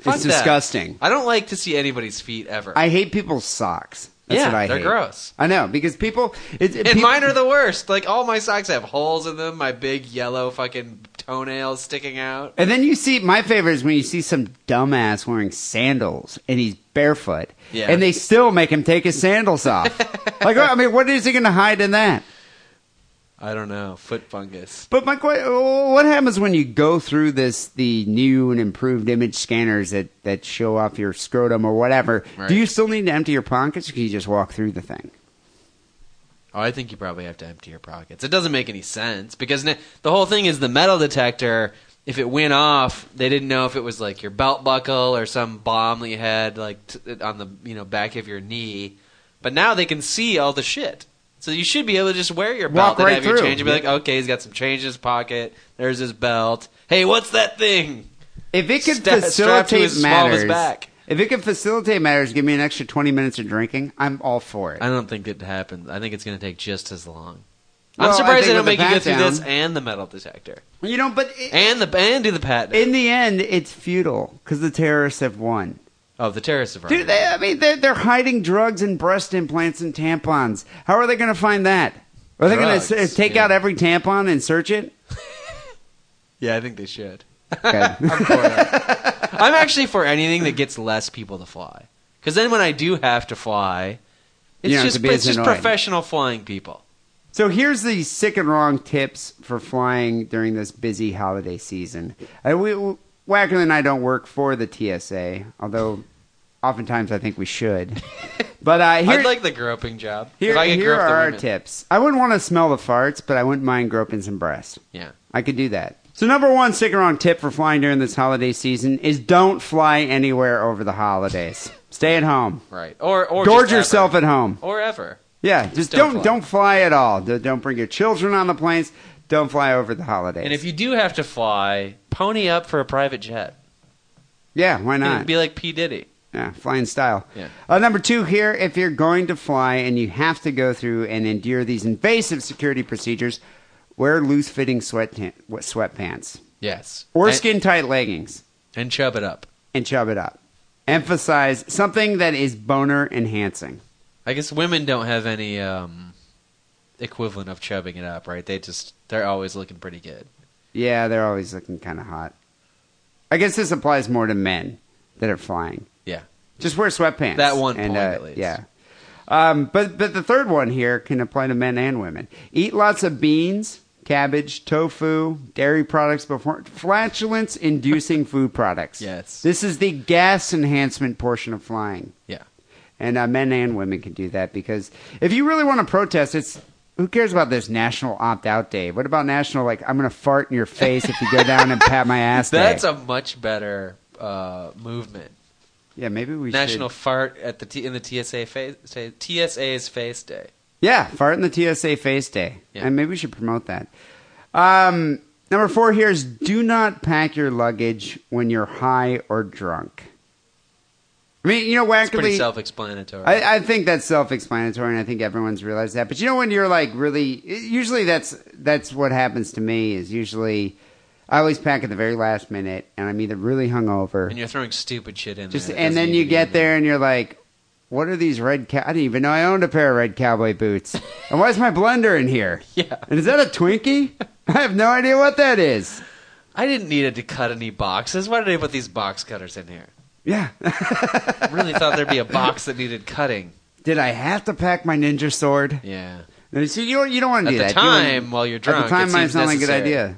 [SPEAKER 4] Fuck
[SPEAKER 3] it's
[SPEAKER 4] that.
[SPEAKER 3] disgusting.
[SPEAKER 4] I don't like to see anybody's feet ever.
[SPEAKER 3] I hate people's socks. That's
[SPEAKER 4] yeah,
[SPEAKER 3] what I
[SPEAKER 4] they're
[SPEAKER 3] hate.
[SPEAKER 4] gross.
[SPEAKER 3] I know because people it, it-
[SPEAKER 4] And
[SPEAKER 3] peop-
[SPEAKER 4] mine are the worst. Like all my socks have holes in them. My big yellow fucking toenails sticking out.
[SPEAKER 3] And then you see my favorite is when you see some dumbass wearing sandals and he's barefoot,
[SPEAKER 4] Yeah.
[SPEAKER 3] and they still make him take his sandals off. like, I mean, what is he going to hide in that?
[SPEAKER 4] I don't know. Foot fungus.
[SPEAKER 3] But my que- what happens when you go through this the new and improved image scanners that that show off your scrotum or whatever?
[SPEAKER 4] Right.
[SPEAKER 3] Do you still need to empty your pockets, or can you just walk through the thing?
[SPEAKER 4] Oh, I think you probably have to empty your pockets. It doesn't make any sense because n- the whole thing is the metal detector. If it went off, they didn't know if it was like your belt buckle or some bomb that you had like t- on the you know back of your knee. But now they can see all the shit, so you should be able to just wear your belt
[SPEAKER 3] Walk
[SPEAKER 4] and
[SPEAKER 3] right
[SPEAKER 4] have your
[SPEAKER 3] through.
[SPEAKER 4] change and be like, okay, he's got some change in his pocket. There's his belt. Hey, what's that thing?
[SPEAKER 3] If it could
[SPEAKER 4] Sta- strapped to
[SPEAKER 3] facilitate
[SPEAKER 4] his small of his
[SPEAKER 3] matters,
[SPEAKER 4] back.
[SPEAKER 3] if it could facilitate matters, give me an extra twenty minutes of drinking. I'm all for it.
[SPEAKER 4] I don't think it happens. I think it's going to take just as long.
[SPEAKER 3] Well,
[SPEAKER 4] I'm
[SPEAKER 3] I
[SPEAKER 4] surprised they
[SPEAKER 3] think
[SPEAKER 4] don't
[SPEAKER 3] with
[SPEAKER 4] make
[SPEAKER 3] the
[SPEAKER 4] you go through
[SPEAKER 3] pat-down-
[SPEAKER 4] this and the metal detector
[SPEAKER 3] you know, but it,
[SPEAKER 4] and the and do the pat.
[SPEAKER 3] in the end, it's futile because the terrorists have won.
[SPEAKER 4] Oh, the terrorists have
[SPEAKER 3] Dude, they, I mean, they're, they're hiding drugs and breast implants and tampons. How are they going to find that? Are they going
[SPEAKER 4] Drugs,
[SPEAKER 3] to take
[SPEAKER 4] yeah.
[SPEAKER 3] out every tampon and search it?
[SPEAKER 4] Yeah, I think they should.
[SPEAKER 3] Okay.
[SPEAKER 4] I'm for it. I'm actually for anything that gets less people to fly. Because then when I do have to fly, it's
[SPEAKER 3] You don't have
[SPEAKER 4] just
[SPEAKER 3] to be
[SPEAKER 4] it's
[SPEAKER 3] as
[SPEAKER 4] just
[SPEAKER 3] annoyed.
[SPEAKER 4] professional flying people.
[SPEAKER 3] so here's the sick and wrong tips for flying during this busy holiday season. Uh, we, we- Wackerly and I don't work for the TSA, although oftentimes I think we should. But uh, here,
[SPEAKER 4] I'd like the groping job.
[SPEAKER 3] here,
[SPEAKER 4] if I could
[SPEAKER 3] here
[SPEAKER 4] grope
[SPEAKER 3] are
[SPEAKER 4] the
[SPEAKER 3] our
[SPEAKER 4] women.
[SPEAKER 3] tips. I wouldn't want to smell the farts, but I wouldn't mind groping some breasts.
[SPEAKER 4] Yeah.
[SPEAKER 3] I could do that. So number one stick around tip for flying during this holiday season is don't fly anywhere over the holidays. Stay at home.
[SPEAKER 4] Right. Or or
[SPEAKER 3] Gorge
[SPEAKER 4] just
[SPEAKER 3] yourself
[SPEAKER 4] ever.
[SPEAKER 3] at home.
[SPEAKER 4] Or ever.
[SPEAKER 3] Yeah, just
[SPEAKER 4] don't
[SPEAKER 3] don't don't fly,
[SPEAKER 4] fly.
[SPEAKER 3] at all. D- Don't bring your children on the planes. Don't fly over the holidays.
[SPEAKER 4] And if you do have to fly, pony up for a private jet.
[SPEAKER 3] Yeah, why not?
[SPEAKER 4] It'd be like P Diddy.
[SPEAKER 3] Yeah, flying style.
[SPEAKER 4] Yeah.
[SPEAKER 3] Uh, number two here, if you're going to fly and you have to go through and endure these invasive security procedures, wear loose-fitting sweat tan- what- sweatpants
[SPEAKER 4] Yes.
[SPEAKER 3] or
[SPEAKER 4] and,
[SPEAKER 3] skin-tight leggings
[SPEAKER 4] and chub it up.
[SPEAKER 3] and chub it up. Emphasize something that is boner enhancing.
[SPEAKER 4] I guess women don't have any um, equivalent of chubbing it up, right? They just they're always looking pretty good.
[SPEAKER 3] Yeah, they're always looking kind of hot. I guess this applies more to men that are flying.
[SPEAKER 4] Yeah.
[SPEAKER 3] Just wear sweatpants.
[SPEAKER 4] That one
[SPEAKER 3] And, uh,
[SPEAKER 4] point, at least.
[SPEAKER 3] Yeah. Um, but but the third one here can apply to men and women. Eat lots of beans, cabbage, tofu, dairy products before flatulence inducing food products.
[SPEAKER 4] Yes.
[SPEAKER 3] This is the gas enhancement portion of flying.
[SPEAKER 4] Yeah.
[SPEAKER 3] And uh, men and women can do that because if you really want to protest, it's who cares about this national opt out day? What about national like I'm going to fart in your face if you go down and pat my ass?
[SPEAKER 4] That's
[SPEAKER 3] day?
[SPEAKER 4] a much better uh, movement.
[SPEAKER 3] yeah. Maybe we should.
[SPEAKER 4] National fart at the T- in the TSA face say, TSA's face day.
[SPEAKER 3] Yeah, fart in the TSA face day.
[SPEAKER 4] Yeah.
[SPEAKER 3] And maybe we should promote that. Um, number four here is do not pack your luggage when you're high or drunk. I mean, you know,
[SPEAKER 4] It's pretty
[SPEAKER 3] wackily,
[SPEAKER 4] self-explanatory.
[SPEAKER 3] I, I think that's self-explanatory, and I think everyone's realized that. But you know, when you're like really, usually that's that's what happens to me. Is usually I always pack at the very last minute, and I'm either really hungover,
[SPEAKER 4] and you're throwing stupid shit in
[SPEAKER 3] just
[SPEAKER 4] there. that
[SPEAKER 3] and
[SPEAKER 4] doesn't
[SPEAKER 3] then
[SPEAKER 4] need
[SPEAKER 3] you
[SPEAKER 4] to be
[SPEAKER 3] get
[SPEAKER 4] in
[SPEAKER 3] there and you're like, what are these red? Cow- I didn't even know I owned a pair of red cowboy boots. and why is my blender in here?
[SPEAKER 4] Yeah.
[SPEAKER 3] And is that a Twinkie? I have no idea what that is.
[SPEAKER 4] I didn't need it to cut any boxes. Why did I put these box cutters in here?
[SPEAKER 3] Yeah.
[SPEAKER 4] I really thought there'd be a box that needed cutting.
[SPEAKER 3] Did I have to pack my ninja sword?
[SPEAKER 4] Yeah.
[SPEAKER 3] No, See, you you don't want to
[SPEAKER 4] At
[SPEAKER 3] do
[SPEAKER 4] the
[SPEAKER 3] that. You wanna-
[SPEAKER 4] time, while you're
[SPEAKER 3] at the
[SPEAKER 4] drunk,
[SPEAKER 3] time
[SPEAKER 4] it
[SPEAKER 3] might
[SPEAKER 4] seems
[SPEAKER 3] sound like a good
[SPEAKER 4] necessary.
[SPEAKER 3] idea.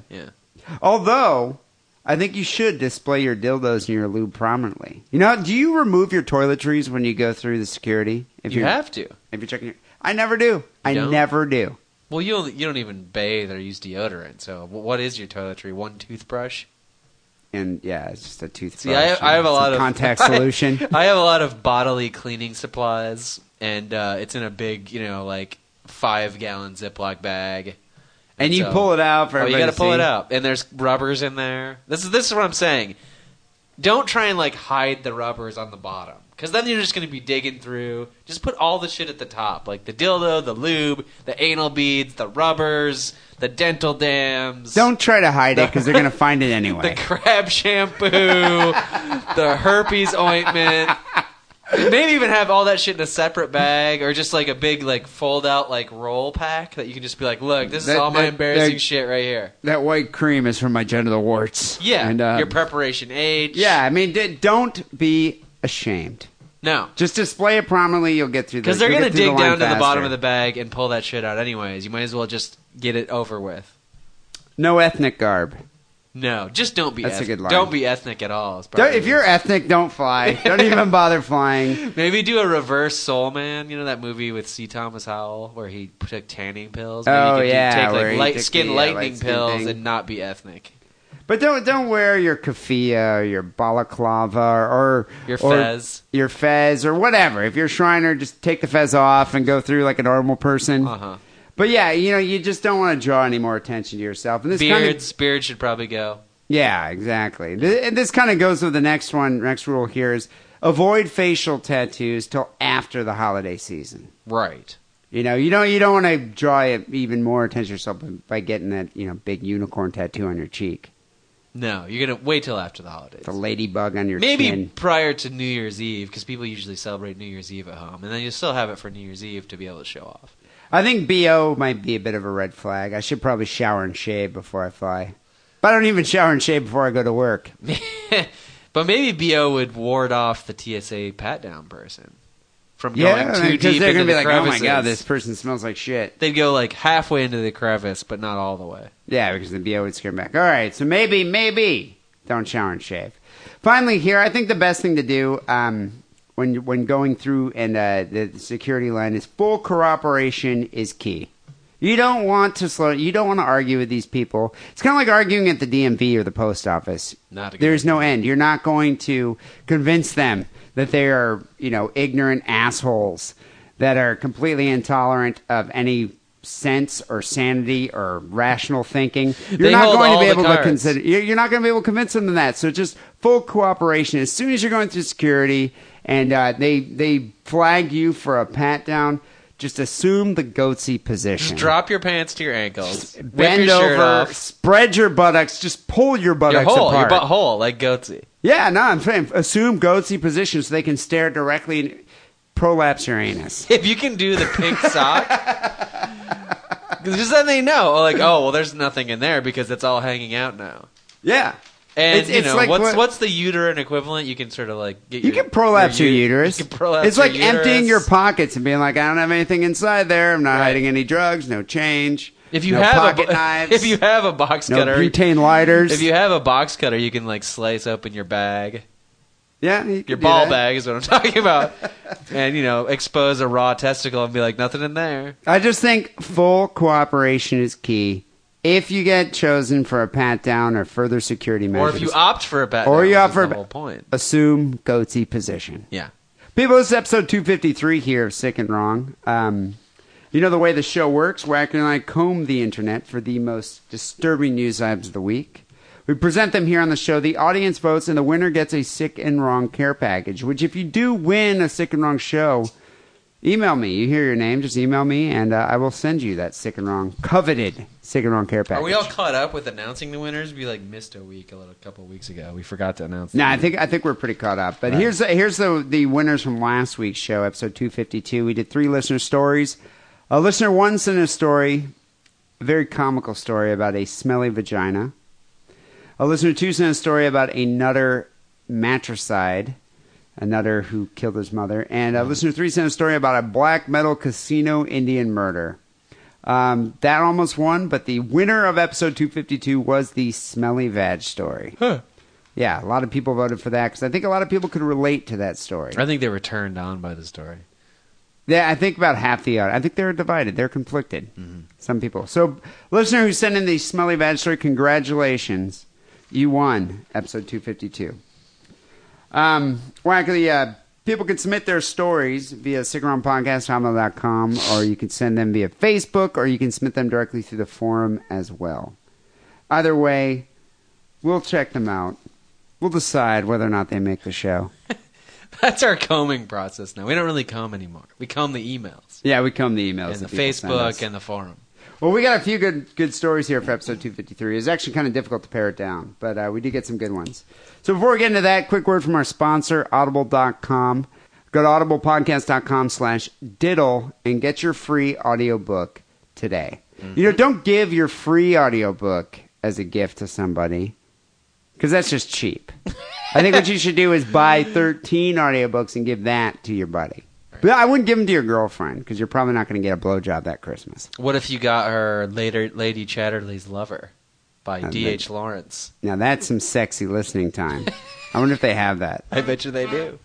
[SPEAKER 4] Yeah.
[SPEAKER 3] Although, I think you should display your dildos and your lube prominently. You know, do you remove your toiletries when you go through the security? If
[SPEAKER 4] you
[SPEAKER 3] are
[SPEAKER 4] have to.
[SPEAKER 3] if you're checking your, I never do. I
[SPEAKER 4] don't?
[SPEAKER 3] never do.
[SPEAKER 4] Well, you only, you don't even bathe or use deodorant. So, wh- what is your toiletry? One toothbrush?
[SPEAKER 3] and yeah, it's just a toothbrush.
[SPEAKER 4] See, I, I have a
[SPEAKER 3] and
[SPEAKER 4] lot
[SPEAKER 3] some
[SPEAKER 4] of
[SPEAKER 3] contact solution.
[SPEAKER 4] I, have a lot of bodily cleaning supplies, and uh, it's in a big, you know, like five gallon Ziploc bag.
[SPEAKER 3] and you
[SPEAKER 4] So-
[SPEAKER 3] pull it out for
[SPEAKER 4] Oh, you
[SPEAKER 3] everybody
[SPEAKER 4] got to
[SPEAKER 3] to
[SPEAKER 4] pull it
[SPEAKER 3] see.
[SPEAKER 4] out, and there's rubbers in there. This is this is what I'm saying. Don't try and like hide the rubbers on the bottom, because then you're just going to be digging through. Just put all the shit at the top, like the dildo, the lube, the anal beads, the rubbers, the dental dams.
[SPEAKER 3] Don't try to hide it because they're gonna find it
[SPEAKER 4] the
[SPEAKER 3] anyway.
[SPEAKER 4] crab shampoo, the herpes ointment. Maybe even have all that shit in a separate bag or just like a big like fold out like roll pack that you can just be like, look, this is
[SPEAKER 3] That-
[SPEAKER 4] all my
[SPEAKER 3] that-
[SPEAKER 4] embarrassing
[SPEAKER 3] that-
[SPEAKER 4] shit right here.
[SPEAKER 3] that white cream is from my genital warts.
[SPEAKER 4] Yeah,
[SPEAKER 3] and, uh,
[SPEAKER 4] your preparation age.
[SPEAKER 3] yeah. I mean, d- don't be ashamed.
[SPEAKER 4] no,
[SPEAKER 3] Just display it prominently. You'll get through. the-
[SPEAKER 4] because they're
[SPEAKER 3] you'll
[SPEAKER 4] gonna
[SPEAKER 3] get through
[SPEAKER 4] dig
[SPEAKER 3] line
[SPEAKER 4] down to the
[SPEAKER 3] faster.
[SPEAKER 4] bottom of the bag and pull that shit out anyways. You might as well just get it over with.
[SPEAKER 3] No ethnic garb.
[SPEAKER 4] No, just don't be.
[SPEAKER 3] That's a
[SPEAKER 4] eth-
[SPEAKER 3] good line.
[SPEAKER 4] Don't be ethnic at all. is
[SPEAKER 3] Don't,
[SPEAKER 4] probably-
[SPEAKER 3] if you're ethnic, don't fly. Don't even bother flying.
[SPEAKER 4] Maybe do a reverse Soul Man. You know that movie with C. Thomas Howell where he took tanning pills. Maybe
[SPEAKER 3] Oh,
[SPEAKER 4] you could do-
[SPEAKER 3] yeah,
[SPEAKER 4] take
[SPEAKER 3] where
[SPEAKER 4] like
[SPEAKER 3] he
[SPEAKER 4] light
[SPEAKER 3] took
[SPEAKER 4] skin
[SPEAKER 3] the, uh,
[SPEAKER 4] lightning
[SPEAKER 3] light skin
[SPEAKER 4] pills
[SPEAKER 3] thing.
[SPEAKER 4] and not be ethnic.
[SPEAKER 3] But don't don't wear your keffiyeh or your balaclava or
[SPEAKER 4] Your
[SPEAKER 3] or
[SPEAKER 4] fez.
[SPEAKER 3] your fez or whatever. If you're a Shriner, just take the fez off and go through like a normal person.
[SPEAKER 4] Uh huh.
[SPEAKER 3] But yeah, you know, you just don't want to draw any more attention to yourself. And this kind of
[SPEAKER 4] Beards. Beards should probably go.
[SPEAKER 3] yeah, exactly. Th- And this kind of goes with the next one. Next rule here is avoid facial tattoos till after the holiday season.
[SPEAKER 4] Right.
[SPEAKER 3] You know, you don't you don't want to draw it even more attention to yourself by getting that you know big unicorn tattoo on your cheek,
[SPEAKER 4] No, you're gonna wait till after the holidays.
[SPEAKER 3] the ladybug on your
[SPEAKER 4] Maybe
[SPEAKER 3] chin.
[SPEAKER 4] prior to New Year's Eve, because people usually celebrate New Year's Eve at home, and then you still have it for New Year's Eve to be able to show off.
[SPEAKER 3] I think bo might be a bit of a red flag. I should probably shower and shave before I fly. But I don't even shower and shave before I go to work.
[SPEAKER 4] but maybe Bo would ward off the TSA pat down person from going
[SPEAKER 3] Yeah,
[SPEAKER 4] too
[SPEAKER 3] because
[SPEAKER 4] deep
[SPEAKER 3] they're
[SPEAKER 4] into
[SPEAKER 3] gonna
[SPEAKER 4] the
[SPEAKER 3] be like, "Oh my
[SPEAKER 4] crevices."
[SPEAKER 3] god, this person smells like shit."
[SPEAKER 4] They'd go like halfway into the crevice, but not all the way.
[SPEAKER 3] Yeah, because the BO would scare 'em back. All right, so maybe, maybe don't shower and shave. Finally, here, I think the best thing to do um, when when going through and uh, the, the security line is full cooperation is key. You don't want to slow. You don't want to argue with these people. It's kind of like arguing at the DMV or the post office.
[SPEAKER 4] Not a good
[SPEAKER 3] There's no end. You're not going to convince them that they are, you know, ignorant assholes that are completely intolerant of any sense or sanity or rational thinking. You're
[SPEAKER 4] They
[SPEAKER 3] not
[SPEAKER 4] hold
[SPEAKER 3] going to
[SPEAKER 4] all
[SPEAKER 3] be
[SPEAKER 4] the
[SPEAKER 3] able to
[SPEAKER 4] cards.
[SPEAKER 3] consider. You're you're not going to be able to convince them of that. So just full cooperation. As soon as you're going through security and uh, they they flag you for a pat down, just assume the goatsy position.
[SPEAKER 4] Drop your pants to your ankles. Whip
[SPEAKER 3] Bend
[SPEAKER 4] your shirt
[SPEAKER 3] over,
[SPEAKER 4] off.
[SPEAKER 3] spread your buttocks, just pull your
[SPEAKER 4] Your
[SPEAKER 3] buttocks
[SPEAKER 4] hole,
[SPEAKER 3] apart.
[SPEAKER 4] your butthole, like goatsy.
[SPEAKER 3] Yeah, no, I'm saying assume goatsy position so they can stare directly and prolapse your anus.
[SPEAKER 4] If you can do the pink sock, 'cause just then they know. Like, oh well, there's nothing in there because it's all hanging out now.
[SPEAKER 3] Yeah.
[SPEAKER 4] And
[SPEAKER 3] It's-
[SPEAKER 4] you
[SPEAKER 3] it's
[SPEAKER 4] know
[SPEAKER 3] like
[SPEAKER 4] what's
[SPEAKER 3] what-
[SPEAKER 4] what's the uterine equivalent? You can sort of like get
[SPEAKER 3] You
[SPEAKER 4] your,
[SPEAKER 3] can prolapse your,
[SPEAKER 4] ut-
[SPEAKER 3] uterus.
[SPEAKER 4] You can prolapse
[SPEAKER 3] it's like
[SPEAKER 4] your uterus.
[SPEAKER 3] emptying your pockets and being like, I don't have anything inside there. I'm not hiding any drugs, no change.
[SPEAKER 4] if you
[SPEAKER 3] no
[SPEAKER 4] have
[SPEAKER 3] pocket
[SPEAKER 4] a bo-
[SPEAKER 3] knives,
[SPEAKER 4] if you have a box
[SPEAKER 3] no
[SPEAKER 4] cutter,
[SPEAKER 3] butane lighters.
[SPEAKER 4] if you have a box cutter, you can like slice open your bag,
[SPEAKER 3] yeah, you
[SPEAKER 4] your
[SPEAKER 3] could do
[SPEAKER 4] ball
[SPEAKER 3] that.
[SPEAKER 4] bag is what I'm talking about, and you know expose a raw testicle and be like nothing in there.
[SPEAKER 3] I just think full cooperation is key. If you get chosen for a pat down or further security
[SPEAKER 4] Or
[SPEAKER 3] measures,
[SPEAKER 4] if you opt for a bet,
[SPEAKER 3] Or
[SPEAKER 4] no,
[SPEAKER 3] you
[SPEAKER 4] which
[SPEAKER 3] opt
[SPEAKER 4] is
[SPEAKER 3] for a
[SPEAKER 4] the
[SPEAKER 3] bet-
[SPEAKER 4] whole point.
[SPEAKER 3] assume goatee position.
[SPEAKER 4] Yeah.
[SPEAKER 3] People, this is episode 253 here of Sick and Wrong. Um, you know the way the show works. Wacker and I comb the internet for the most disturbing news items of the week. We present them here on the show. The audience votes, and the winner gets a Sick and Wrong care package, which if you do win a Sick and Wrong show, email me. You hear your name, just email me, and uh, I will send you that Sick and Wrong, coveted Sick and Wrong care package.
[SPEAKER 4] Are we all caught up with announcing the winners? We like missed a week, a little couple weeks ago. We forgot to announce.
[SPEAKER 3] No,
[SPEAKER 4] the
[SPEAKER 3] I
[SPEAKER 4] winners.
[SPEAKER 3] think I think we're pretty caught up. But here's the, here's the the winners from last week's show, episode 252. We did three listener stories. A listener one sent a story, a very comical story about a smelly vagina. A listener two sent a story about another matricide, another who killed his mother, and uh, a listener three sent a story about a black metal casino Indian murder. Um, that almost won, but the winner of episode 252 was the smelly vag story. Yeah, a lot of people voted for that because I think a lot of people could relate to that story.
[SPEAKER 4] I think they were turned on by the story.
[SPEAKER 3] Yeah, I think about half the audience. I think they're divided. They're conflicted. Some people. So, listener who sent in the smelly bad story, congratulations, you won episode two fifty two. Um, well, actually, uh, people can submit their stories via sigaroundpodcast.com, or you can send them via Facebook, or you can submit them directly through the forum as well. Either way, we'll check them out. We'll decide whether or not they make the show.
[SPEAKER 4] That's our combing process now. We don't really comb anymore. We comb the emails
[SPEAKER 3] Yeah, we comb the emails.
[SPEAKER 4] and the
[SPEAKER 3] that people send us.
[SPEAKER 4] Facebook and the forum.
[SPEAKER 3] Well, we got a few good good stories here for episode 253. It's actually kind of difficult to pare it down, but uh, we did get some good ones. So before we get into that, quick word from our sponsor, Audible.com. Go to audiblepodcast.com slash diddle and get your free audiobook today. You know, don't give your free audiobook as a gift to somebody because that's just cheap. I think what you should do is buy 13 audiobooks and give that to your buddy. But I wouldn't give them to your girlfriend because you're probably not going to get a blowjob that Christmas.
[SPEAKER 4] What if you got her later, Lady Chatterley's Lover by
[SPEAKER 3] I
[SPEAKER 4] D.H. Lawrence?
[SPEAKER 3] Now that's some sexy listening time. I wonder if they have that.
[SPEAKER 4] I bet you they do.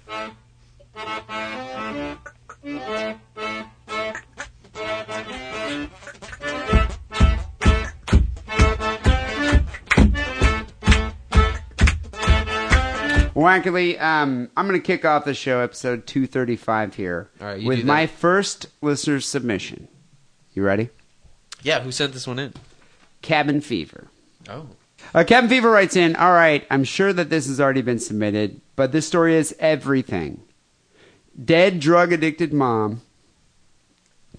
[SPEAKER 3] Wackily, um, I'm going to kick off the show, episode 235 here,
[SPEAKER 4] All right, you
[SPEAKER 3] with
[SPEAKER 4] do
[SPEAKER 3] my
[SPEAKER 4] that.
[SPEAKER 3] first listener submission. You ready?
[SPEAKER 4] Yeah, who sent this one in?
[SPEAKER 3] Cabin Fever.
[SPEAKER 4] Oh.
[SPEAKER 3] Uh, Captain Fever writes in, all right, I'm sure that this has already been submitted, but this story is everything. Dead drug addicted mom,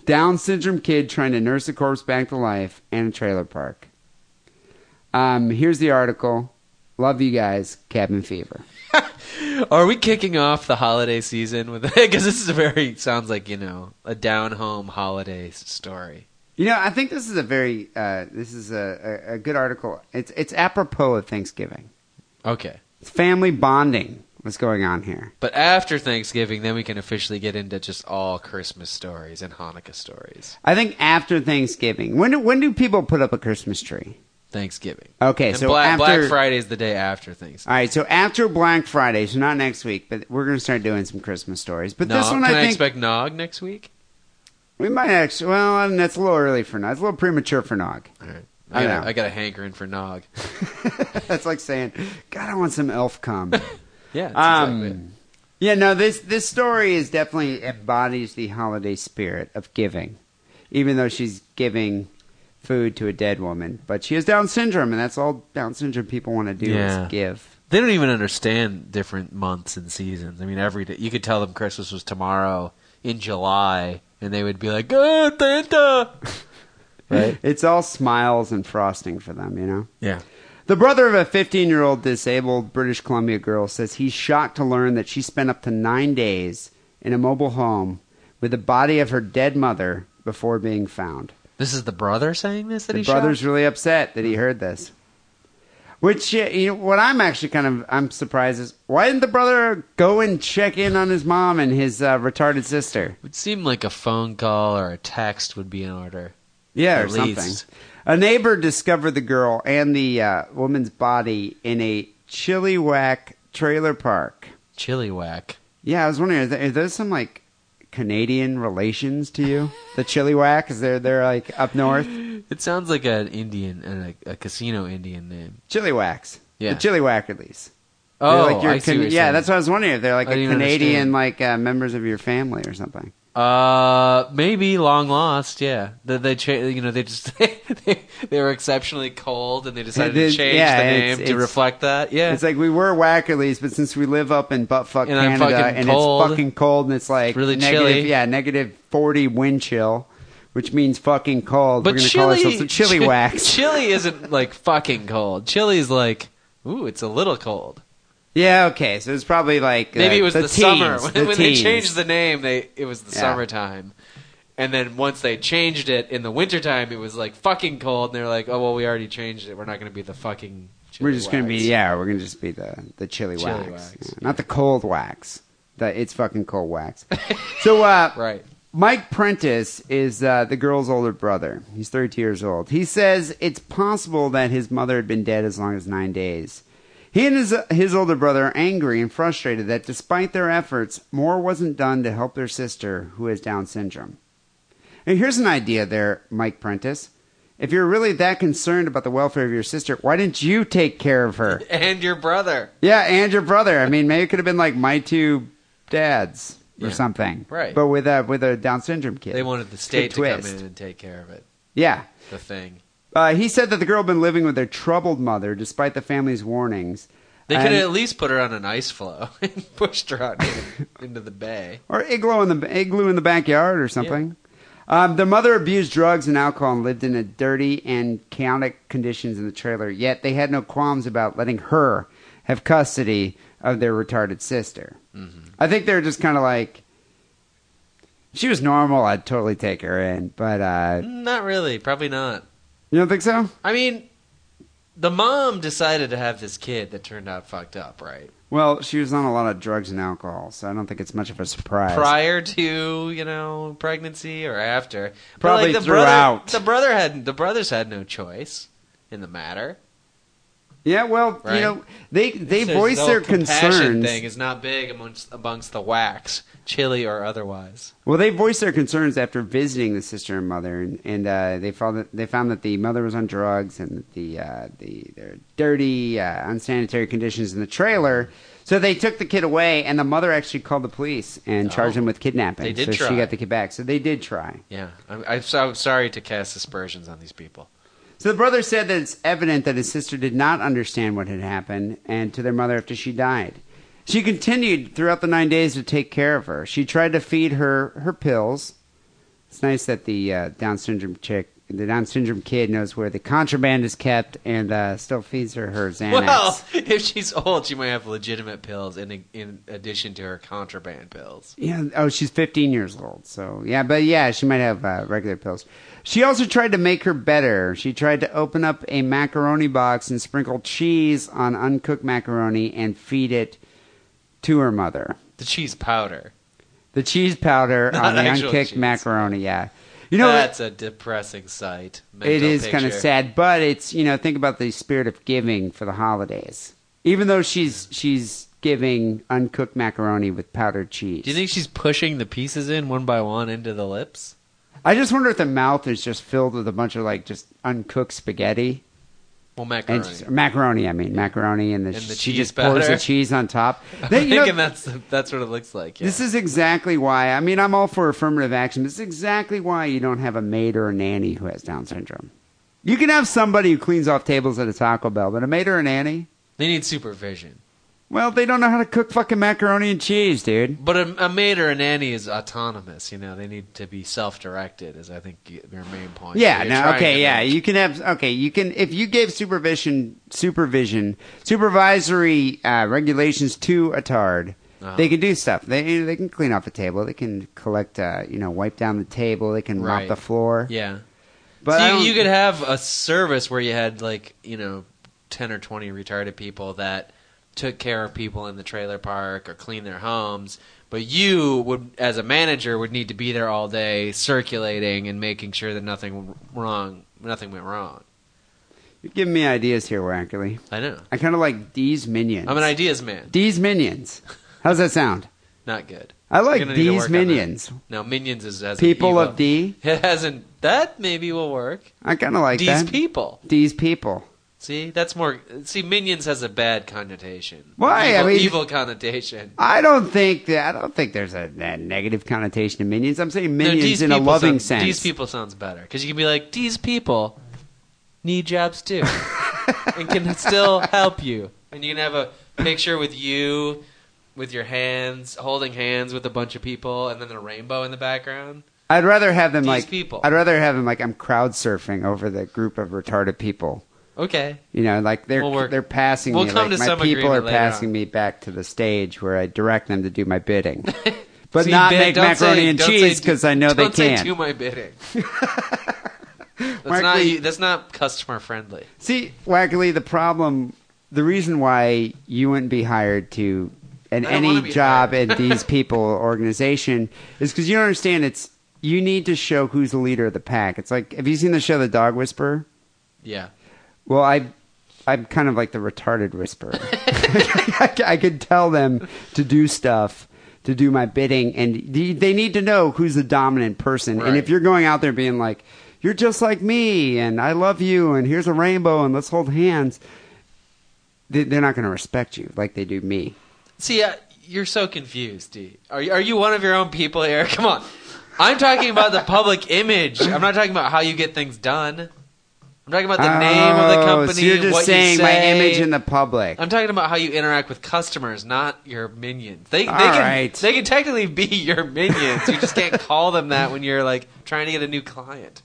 [SPEAKER 3] Down syndrome kid trying to nurse a corpse back to life, and a trailer park. Um, here's the article. Love you guys, Cabin Fever.
[SPEAKER 4] Are we kicking off the holiday season with because this is a very sounds like, you know, a down home holiday s- story.
[SPEAKER 3] You know, I think this is a very uh, this is a, a, a good article. It's it's apropos of Thanksgiving.
[SPEAKER 4] Okay.
[SPEAKER 3] It's family bonding. What's going on here?
[SPEAKER 4] But after Thanksgiving, then we can officially get into just all Christmas stories and Hanukkah stories.
[SPEAKER 3] I think after Thanksgiving. When do, when do people put up a Christmas tree?
[SPEAKER 4] Thanksgiving.
[SPEAKER 3] Okay,
[SPEAKER 4] and
[SPEAKER 3] so
[SPEAKER 4] Black,
[SPEAKER 3] after
[SPEAKER 4] Black Friday is the day after Thanksgiving.
[SPEAKER 3] all right, so after Black Friday, so not next week, but we're gonna start doing some Christmas stories. But
[SPEAKER 4] Nog,
[SPEAKER 3] this one,
[SPEAKER 4] can
[SPEAKER 3] I think
[SPEAKER 4] expect Nog next week?
[SPEAKER 3] we might actually. Well, I mean, that's a little early for Nog. It's a little premature for Nog.
[SPEAKER 4] All right.
[SPEAKER 3] I
[SPEAKER 4] I
[SPEAKER 3] don't
[SPEAKER 4] got,
[SPEAKER 3] know.
[SPEAKER 4] I got a hankering for Nog.
[SPEAKER 3] that's like saying, God, I want some elf cum.
[SPEAKER 4] Yeah. that's
[SPEAKER 3] um,
[SPEAKER 4] exactly it.
[SPEAKER 3] yeah, no, this this story is definitely embodies the holiday spirit of giving. even though she's giving food to a dead woman. But she has Down syndrome, and that's all Down syndrome people want to do
[SPEAKER 4] Yeah.
[SPEAKER 3] is give.
[SPEAKER 4] They don't even understand different months and seasons. I mean, every day you could tell them Christmas was tomorrow in July, and they would be like, "Good Santa." Right?
[SPEAKER 3] It's all smiles and frosting for them, you know?
[SPEAKER 4] Yeah.
[SPEAKER 3] The brother of a 15 year old disabled British Columbia girl says he's shocked to learn that she spent up to nine days in a mobile home with the body of her dead mother before being found.
[SPEAKER 4] This is the brother saying this that
[SPEAKER 3] the
[SPEAKER 4] he
[SPEAKER 3] brother's
[SPEAKER 4] shot.
[SPEAKER 3] really upset that he heard this. Which uh, you know, what I'm actually kind of I'm surprised is why didn't the brother go and check in on his mom and his uh, retarded sister?
[SPEAKER 4] It would seem like a phone call or a text would be in order.
[SPEAKER 3] Yeah, or
[SPEAKER 4] At least.
[SPEAKER 3] something. A neighbor discovered the girl and the uh, woman's body in a Chilliwack trailer park.
[SPEAKER 4] Chili whack.
[SPEAKER 3] Yeah, I was wondering, are there, are those some like Canadian relations to you? the Chilliwack? Is there, they're like up north?
[SPEAKER 4] It sounds like an Indian, and a, a casino Indian name.
[SPEAKER 3] Chilliwacks.
[SPEAKER 4] Yeah.
[SPEAKER 3] The Chilliwack, at least. They're
[SPEAKER 4] Oh,
[SPEAKER 3] like your
[SPEAKER 4] I see
[SPEAKER 3] Can-
[SPEAKER 4] what you're
[SPEAKER 3] Yeah,
[SPEAKER 4] saying.
[SPEAKER 3] that's what I was wondering. If they're like
[SPEAKER 4] I
[SPEAKER 3] a
[SPEAKER 4] didn't
[SPEAKER 3] Canadian,
[SPEAKER 4] understand.
[SPEAKER 3] like uh, members of your family or something.
[SPEAKER 4] Uh, maybe long lost. Yeah, they, they cha- you know they just they, they were exceptionally cold and they decided
[SPEAKER 3] It is-
[SPEAKER 4] to change
[SPEAKER 3] yeah,
[SPEAKER 4] the
[SPEAKER 3] it's-
[SPEAKER 4] name to
[SPEAKER 3] it's-
[SPEAKER 4] reflect that. Yeah,
[SPEAKER 3] It's like we were Wackerlies, but since we live up in buttfuck
[SPEAKER 4] And I'm
[SPEAKER 3] Canada
[SPEAKER 4] fucking
[SPEAKER 3] and
[SPEAKER 4] cold.
[SPEAKER 3] it's fucking cold and it's like
[SPEAKER 4] It's really
[SPEAKER 3] negative,
[SPEAKER 4] chilly.
[SPEAKER 3] yeah, negative forty wind chill, which means fucking cold.
[SPEAKER 4] but
[SPEAKER 3] we're gonna
[SPEAKER 4] chili,
[SPEAKER 3] call ourselves the chili
[SPEAKER 4] chi-
[SPEAKER 3] wax.
[SPEAKER 4] Chili isn't like fucking cold. Chili's like, ooh, it's a little cold.
[SPEAKER 3] yeah, okay. So it's probably like uh,
[SPEAKER 4] Maybe it was the,
[SPEAKER 3] teens,
[SPEAKER 4] summer when,
[SPEAKER 3] the
[SPEAKER 4] when they
[SPEAKER 3] teens.
[SPEAKER 4] changed the name. They it was the
[SPEAKER 3] Yeah.
[SPEAKER 4] summertime, and then once they changed it in the wintertime, it was like fucking cold. And they're like, oh well, we already changed it. We're not going to be the fucking. Chili
[SPEAKER 3] We're just gonna be
[SPEAKER 4] Wax.
[SPEAKER 3] yeah, we're gonna just be the the chili,
[SPEAKER 4] Chili
[SPEAKER 3] wax,
[SPEAKER 4] wax,
[SPEAKER 3] Yeah, not the cold wax. The it's fucking cold wax. so uh,
[SPEAKER 4] Right.
[SPEAKER 3] Mike Prentice is uh, the girl's older brother. He's 32 years old. He says it's possible that his mother had been dead as long as nine days. He and his, his older brother are angry and frustrated that despite their efforts, more wasn't done to help their sister who has Down syndrome. And here's an idea there, Mike Prentice. If you're really that concerned about the welfare of your sister, why didn't you take care of her?
[SPEAKER 4] And your brother.
[SPEAKER 3] Yeah, and your brother. I mean, maybe it could have been like my two dads or something,
[SPEAKER 4] Right.
[SPEAKER 3] But with a with a Down syndrome kid.
[SPEAKER 4] They wanted the state to come
[SPEAKER 3] twist.
[SPEAKER 4] in and take care of it.
[SPEAKER 3] Yeah.
[SPEAKER 4] The thing.
[SPEAKER 3] Uh, he said that the girl had been living with their troubled mother despite the family's warnings.
[SPEAKER 4] They could
[SPEAKER 3] And-
[SPEAKER 4] at least put her on an ice floe and pushed her out into, into the bay.
[SPEAKER 3] or igloo in the igloo in the backyard or something. Um, their mother abused drugs and alcohol and lived in a dirty and chaotic conditions in the trailer. Yet they had no qualms about letting her have custody of their retarded sister. I think they were just kind of like, she was normal. I'd totally take her in, but uh,
[SPEAKER 4] Not really. Probably not.
[SPEAKER 3] you don't think so?
[SPEAKER 4] I mean, the mom decided to have this kid that turned out fucked up, right?
[SPEAKER 3] Well, she was on a lot of drugs and alcohol, so I don't think it's much of a surprise.
[SPEAKER 4] Prior to you know pregnancy or after. But,
[SPEAKER 3] Probably
[SPEAKER 4] the
[SPEAKER 3] throughout.
[SPEAKER 4] Brother, the brother had the brothers had no choice in the matter.
[SPEAKER 3] yeah, well, you
[SPEAKER 4] Right.
[SPEAKER 3] know, they they
[SPEAKER 4] This
[SPEAKER 3] voiced
[SPEAKER 4] whole
[SPEAKER 3] their
[SPEAKER 4] compassion
[SPEAKER 3] concerns.
[SPEAKER 4] Thing is not big amongst amongst the wax, chili or otherwise.
[SPEAKER 3] Well, they voiced their concerns after visiting the sister and mother, and, and uh, they found that they found that the mother was on drugs and that the uh, the their dirty, uh, unsanitary conditions in the trailer. So they took the kid away, and the mother actually called the police and charged
[SPEAKER 4] Oh.
[SPEAKER 3] him with kidnapping.
[SPEAKER 4] They did
[SPEAKER 3] so
[SPEAKER 4] try.
[SPEAKER 3] she got the kid back. So they did try.
[SPEAKER 4] Yeah, I'm, I'm, so, I'm sorry to cast aspersions on these people.
[SPEAKER 3] So the brother said that it's evident that his sister did not understand what had happened and to their mother after she died. She continued throughout the nine days to take care of her. She tried to feed her her pills. It's nice that the uh, Down syndrome chick, the Down syndrome kid, knows where the contraband is kept and uh, still feeds her her Xanax.
[SPEAKER 4] Well, if she's old, she might have legitimate pills in in addition to her contraband pills.
[SPEAKER 3] Yeah. Oh, she's 15 years old. So yeah, but yeah, she might have uh, regular pills. She also tried to make her better. She tried to open up a macaroni box and sprinkle cheese on uncooked macaroni and feed it to her mother.
[SPEAKER 4] The cheese powder.
[SPEAKER 3] The cheese powder
[SPEAKER 4] Not
[SPEAKER 3] on the
[SPEAKER 4] actual
[SPEAKER 3] uncooked
[SPEAKER 4] cheese.
[SPEAKER 3] macaroni. Yeah. You know
[SPEAKER 4] that's a depressing sight. mental
[SPEAKER 3] it is kind of
[SPEAKER 4] picture.
[SPEAKER 3] sad, but it's you know think about the spirit of giving for the holidays. Even though she's she's giving uncooked macaroni with powdered cheese.
[SPEAKER 4] Do you think she's pushing the pieces in one by one into the lips?
[SPEAKER 3] I just wonder if the mouth is just filled with a bunch of like just uncooked spaghetti.
[SPEAKER 4] Well, macaroni.
[SPEAKER 3] And she's- macaroni, I mean macaroni, and, the,
[SPEAKER 4] And the
[SPEAKER 3] she
[SPEAKER 4] cheese
[SPEAKER 3] just pours the
[SPEAKER 4] powder.
[SPEAKER 3] cheese on top.
[SPEAKER 4] I'm
[SPEAKER 3] They- you know,
[SPEAKER 4] thinking that's the, that's what it looks like. Yeah.
[SPEAKER 3] This is exactly why. I mean, I'm all for affirmative action. This is exactly why you don't have a maid or a nanny who has Down syndrome. You can have somebody who cleans off tables at a Taco Bell, but a maid or a nanny,
[SPEAKER 4] they need supervision.
[SPEAKER 3] well, they don't know how to cook fucking macaroni and cheese, dude.
[SPEAKER 4] But a, a maid or a nanny is autonomous. You know, they need to be self-directed. Is I think y- your main point.
[SPEAKER 3] Yeah,
[SPEAKER 4] You're
[SPEAKER 3] no,
[SPEAKER 4] trying
[SPEAKER 3] okay,
[SPEAKER 4] to
[SPEAKER 3] yeah,
[SPEAKER 4] make-
[SPEAKER 3] you can have okay, you can if you gave supervision, supervision, supervisory uh, regulations to a tard,
[SPEAKER 4] Uh-huh.
[SPEAKER 3] they can do stuff. They they can clean off the table, they can collect, uh, you know, wipe down the table, they can mop
[SPEAKER 4] Right.
[SPEAKER 3] the floor.
[SPEAKER 4] yeah.
[SPEAKER 3] But I
[SPEAKER 4] so
[SPEAKER 3] don't-
[SPEAKER 4] you, you could have a service where you had like you know ten or twenty retarded people that took care of people in the trailer park or cleaned their homes, but you would, as a manager, would need to be there all day circulating and making sure that nothing w- wrong, nothing went wrong.
[SPEAKER 3] You're giving me ideas here, Wackerly.
[SPEAKER 4] I know.
[SPEAKER 3] I kind of like these minions.
[SPEAKER 4] I'm an ideas man.
[SPEAKER 3] These minions. How's that sound?
[SPEAKER 4] Not good.
[SPEAKER 3] I
[SPEAKER 4] We're
[SPEAKER 3] like
[SPEAKER 4] gonna need to work
[SPEAKER 3] these
[SPEAKER 4] on that.
[SPEAKER 3] minions.
[SPEAKER 4] No, minions is as an
[SPEAKER 3] People
[SPEAKER 4] evil-
[SPEAKER 3] of D.
[SPEAKER 4] It hasn't. That maybe will work.
[SPEAKER 3] I kind of like
[SPEAKER 4] These
[SPEAKER 3] that.
[SPEAKER 4] people.
[SPEAKER 3] These people.
[SPEAKER 4] See, that's more. See, minions has a bad connotation.
[SPEAKER 3] Why?
[SPEAKER 4] Evil,
[SPEAKER 3] I mean-
[SPEAKER 4] evil connotation.
[SPEAKER 3] I don't think that. I don't think there's a, a negative connotation to minions. I'm saying
[SPEAKER 4] No,
[SPEAKER 3] minions
[SPEAKER 4] these
[SPEAKER 3] in a
[SPEAKER 4] people
[SPEAKER 3] loving
[SPEAKER 4] sound-
[SPEAKER 3] sense.
[SPEAKER 4] These people sounds better because you can be like, these people need jobs too, and can still help you. And you can have a picture with you, with your hands holding hands with a bunch of people, and then a rainbow in the background.
[SPEAKER 3] I'd rather have them
[SPEAKER 4] These
[SPEAKER 3] like.
[SPEAKER 4] people.
[SPEAKER 3] I'd rather have them like I'm crowd surfing over the group of retarded people.
[SPEAKER 4] Okay,
[SPEAKER 3] You know, like they're
[SPEAKER 4] We'll work-
[SPEAKER 3] they're passing
[SPEAKER 4] we'll
[SPEAKER 3] me.
[SPEAKER 4] come
[SPEAKER 3] like
[SPEAKER 4] to
[SPEAKER 3] my
[SPEAKER 4] some
[SPEAKER 3] people are
[SPEAKER 4] agreement later
[SPEAKER 3] passing
[SPEAKER 4] on.
[SPEAKER 3] me back to the stage where I direct them to do my bidding, but
[SPEAKER 4] See,
[SPEAKER 3] not
[SPEAKER 4] Ben,
[SPEAKER 3] make
[SPEAKER 4] don't
[SPEAKER 3] macaroni
[SPEAKER 4] say-
[SPEAKER 3] and
[SPEAKER 4] don't say
[SPEAKER 3] cheese
[SPEAKER 4] do-
[SPEAKER 3] because I know they
[SPEAKER 4] don't say
[SPEAKER 3] can't.
[SPEAKER 4] do my bidding. that's not
[SPEAKER 3] Markley-
[SPEAKER 4] you- that's not customer friendly.
[SPEAKER 3] See, Wackerly, the problem, the reason why you wouldn't be hired to in
[SPEAKER 4] I don't wanna
[SPEAKER 3] any
[SPEAKER 4] be
[SPEAKER 3] job
[SPEAKER 4] hired.
[SPEAKER 3] at these people organization is because you don't understand. It's you need to show who's the leader of the pack. It's like have you seen the show The Dog Whisperer?
[SPEAKER 4] Yeah.
[SPEAKER 3] Well, I. I'm kind of like the retarded whisperer. I, I could tell them to do stuff, to do my bidding, and the- they need to know who's the dominant person. And if
[SPEAKER 4] Right.
[SPEAKER 3] you're going out there being like, "You're just like me," and "I love you," and "Here's a rainbow," and "Let's hold hands," they, they're not going to respect you like they do me.
[SPEAKER 4] See, uh, you're so confused, D. Are you, are you one of your own people here? Come on. I'm talking about the public image. I'm not talking about how you get things done. I'm talking about the name of the
[SPEAKER 3] Oh,
[SPEAKER 4] company.
[SPEAKER 3] So you're just
[SPEAKER 4] what
[SPEAKER 3] saying
[SPEAKER 4] you
[SPEAKER 3] my
[SPEAKER 4] say. Um,
[SPEAKER 3] image in the public.
[SPEAKER 4] I'm talking about how you interact with customers, not your minions. They, they
[SPEAKER 3] All
[SPEAKER 4] can
[SPEAKER 3] right.
[SPEAKER 4] they can technically be your minions. You just can't call them that when you're like trying to get a new client.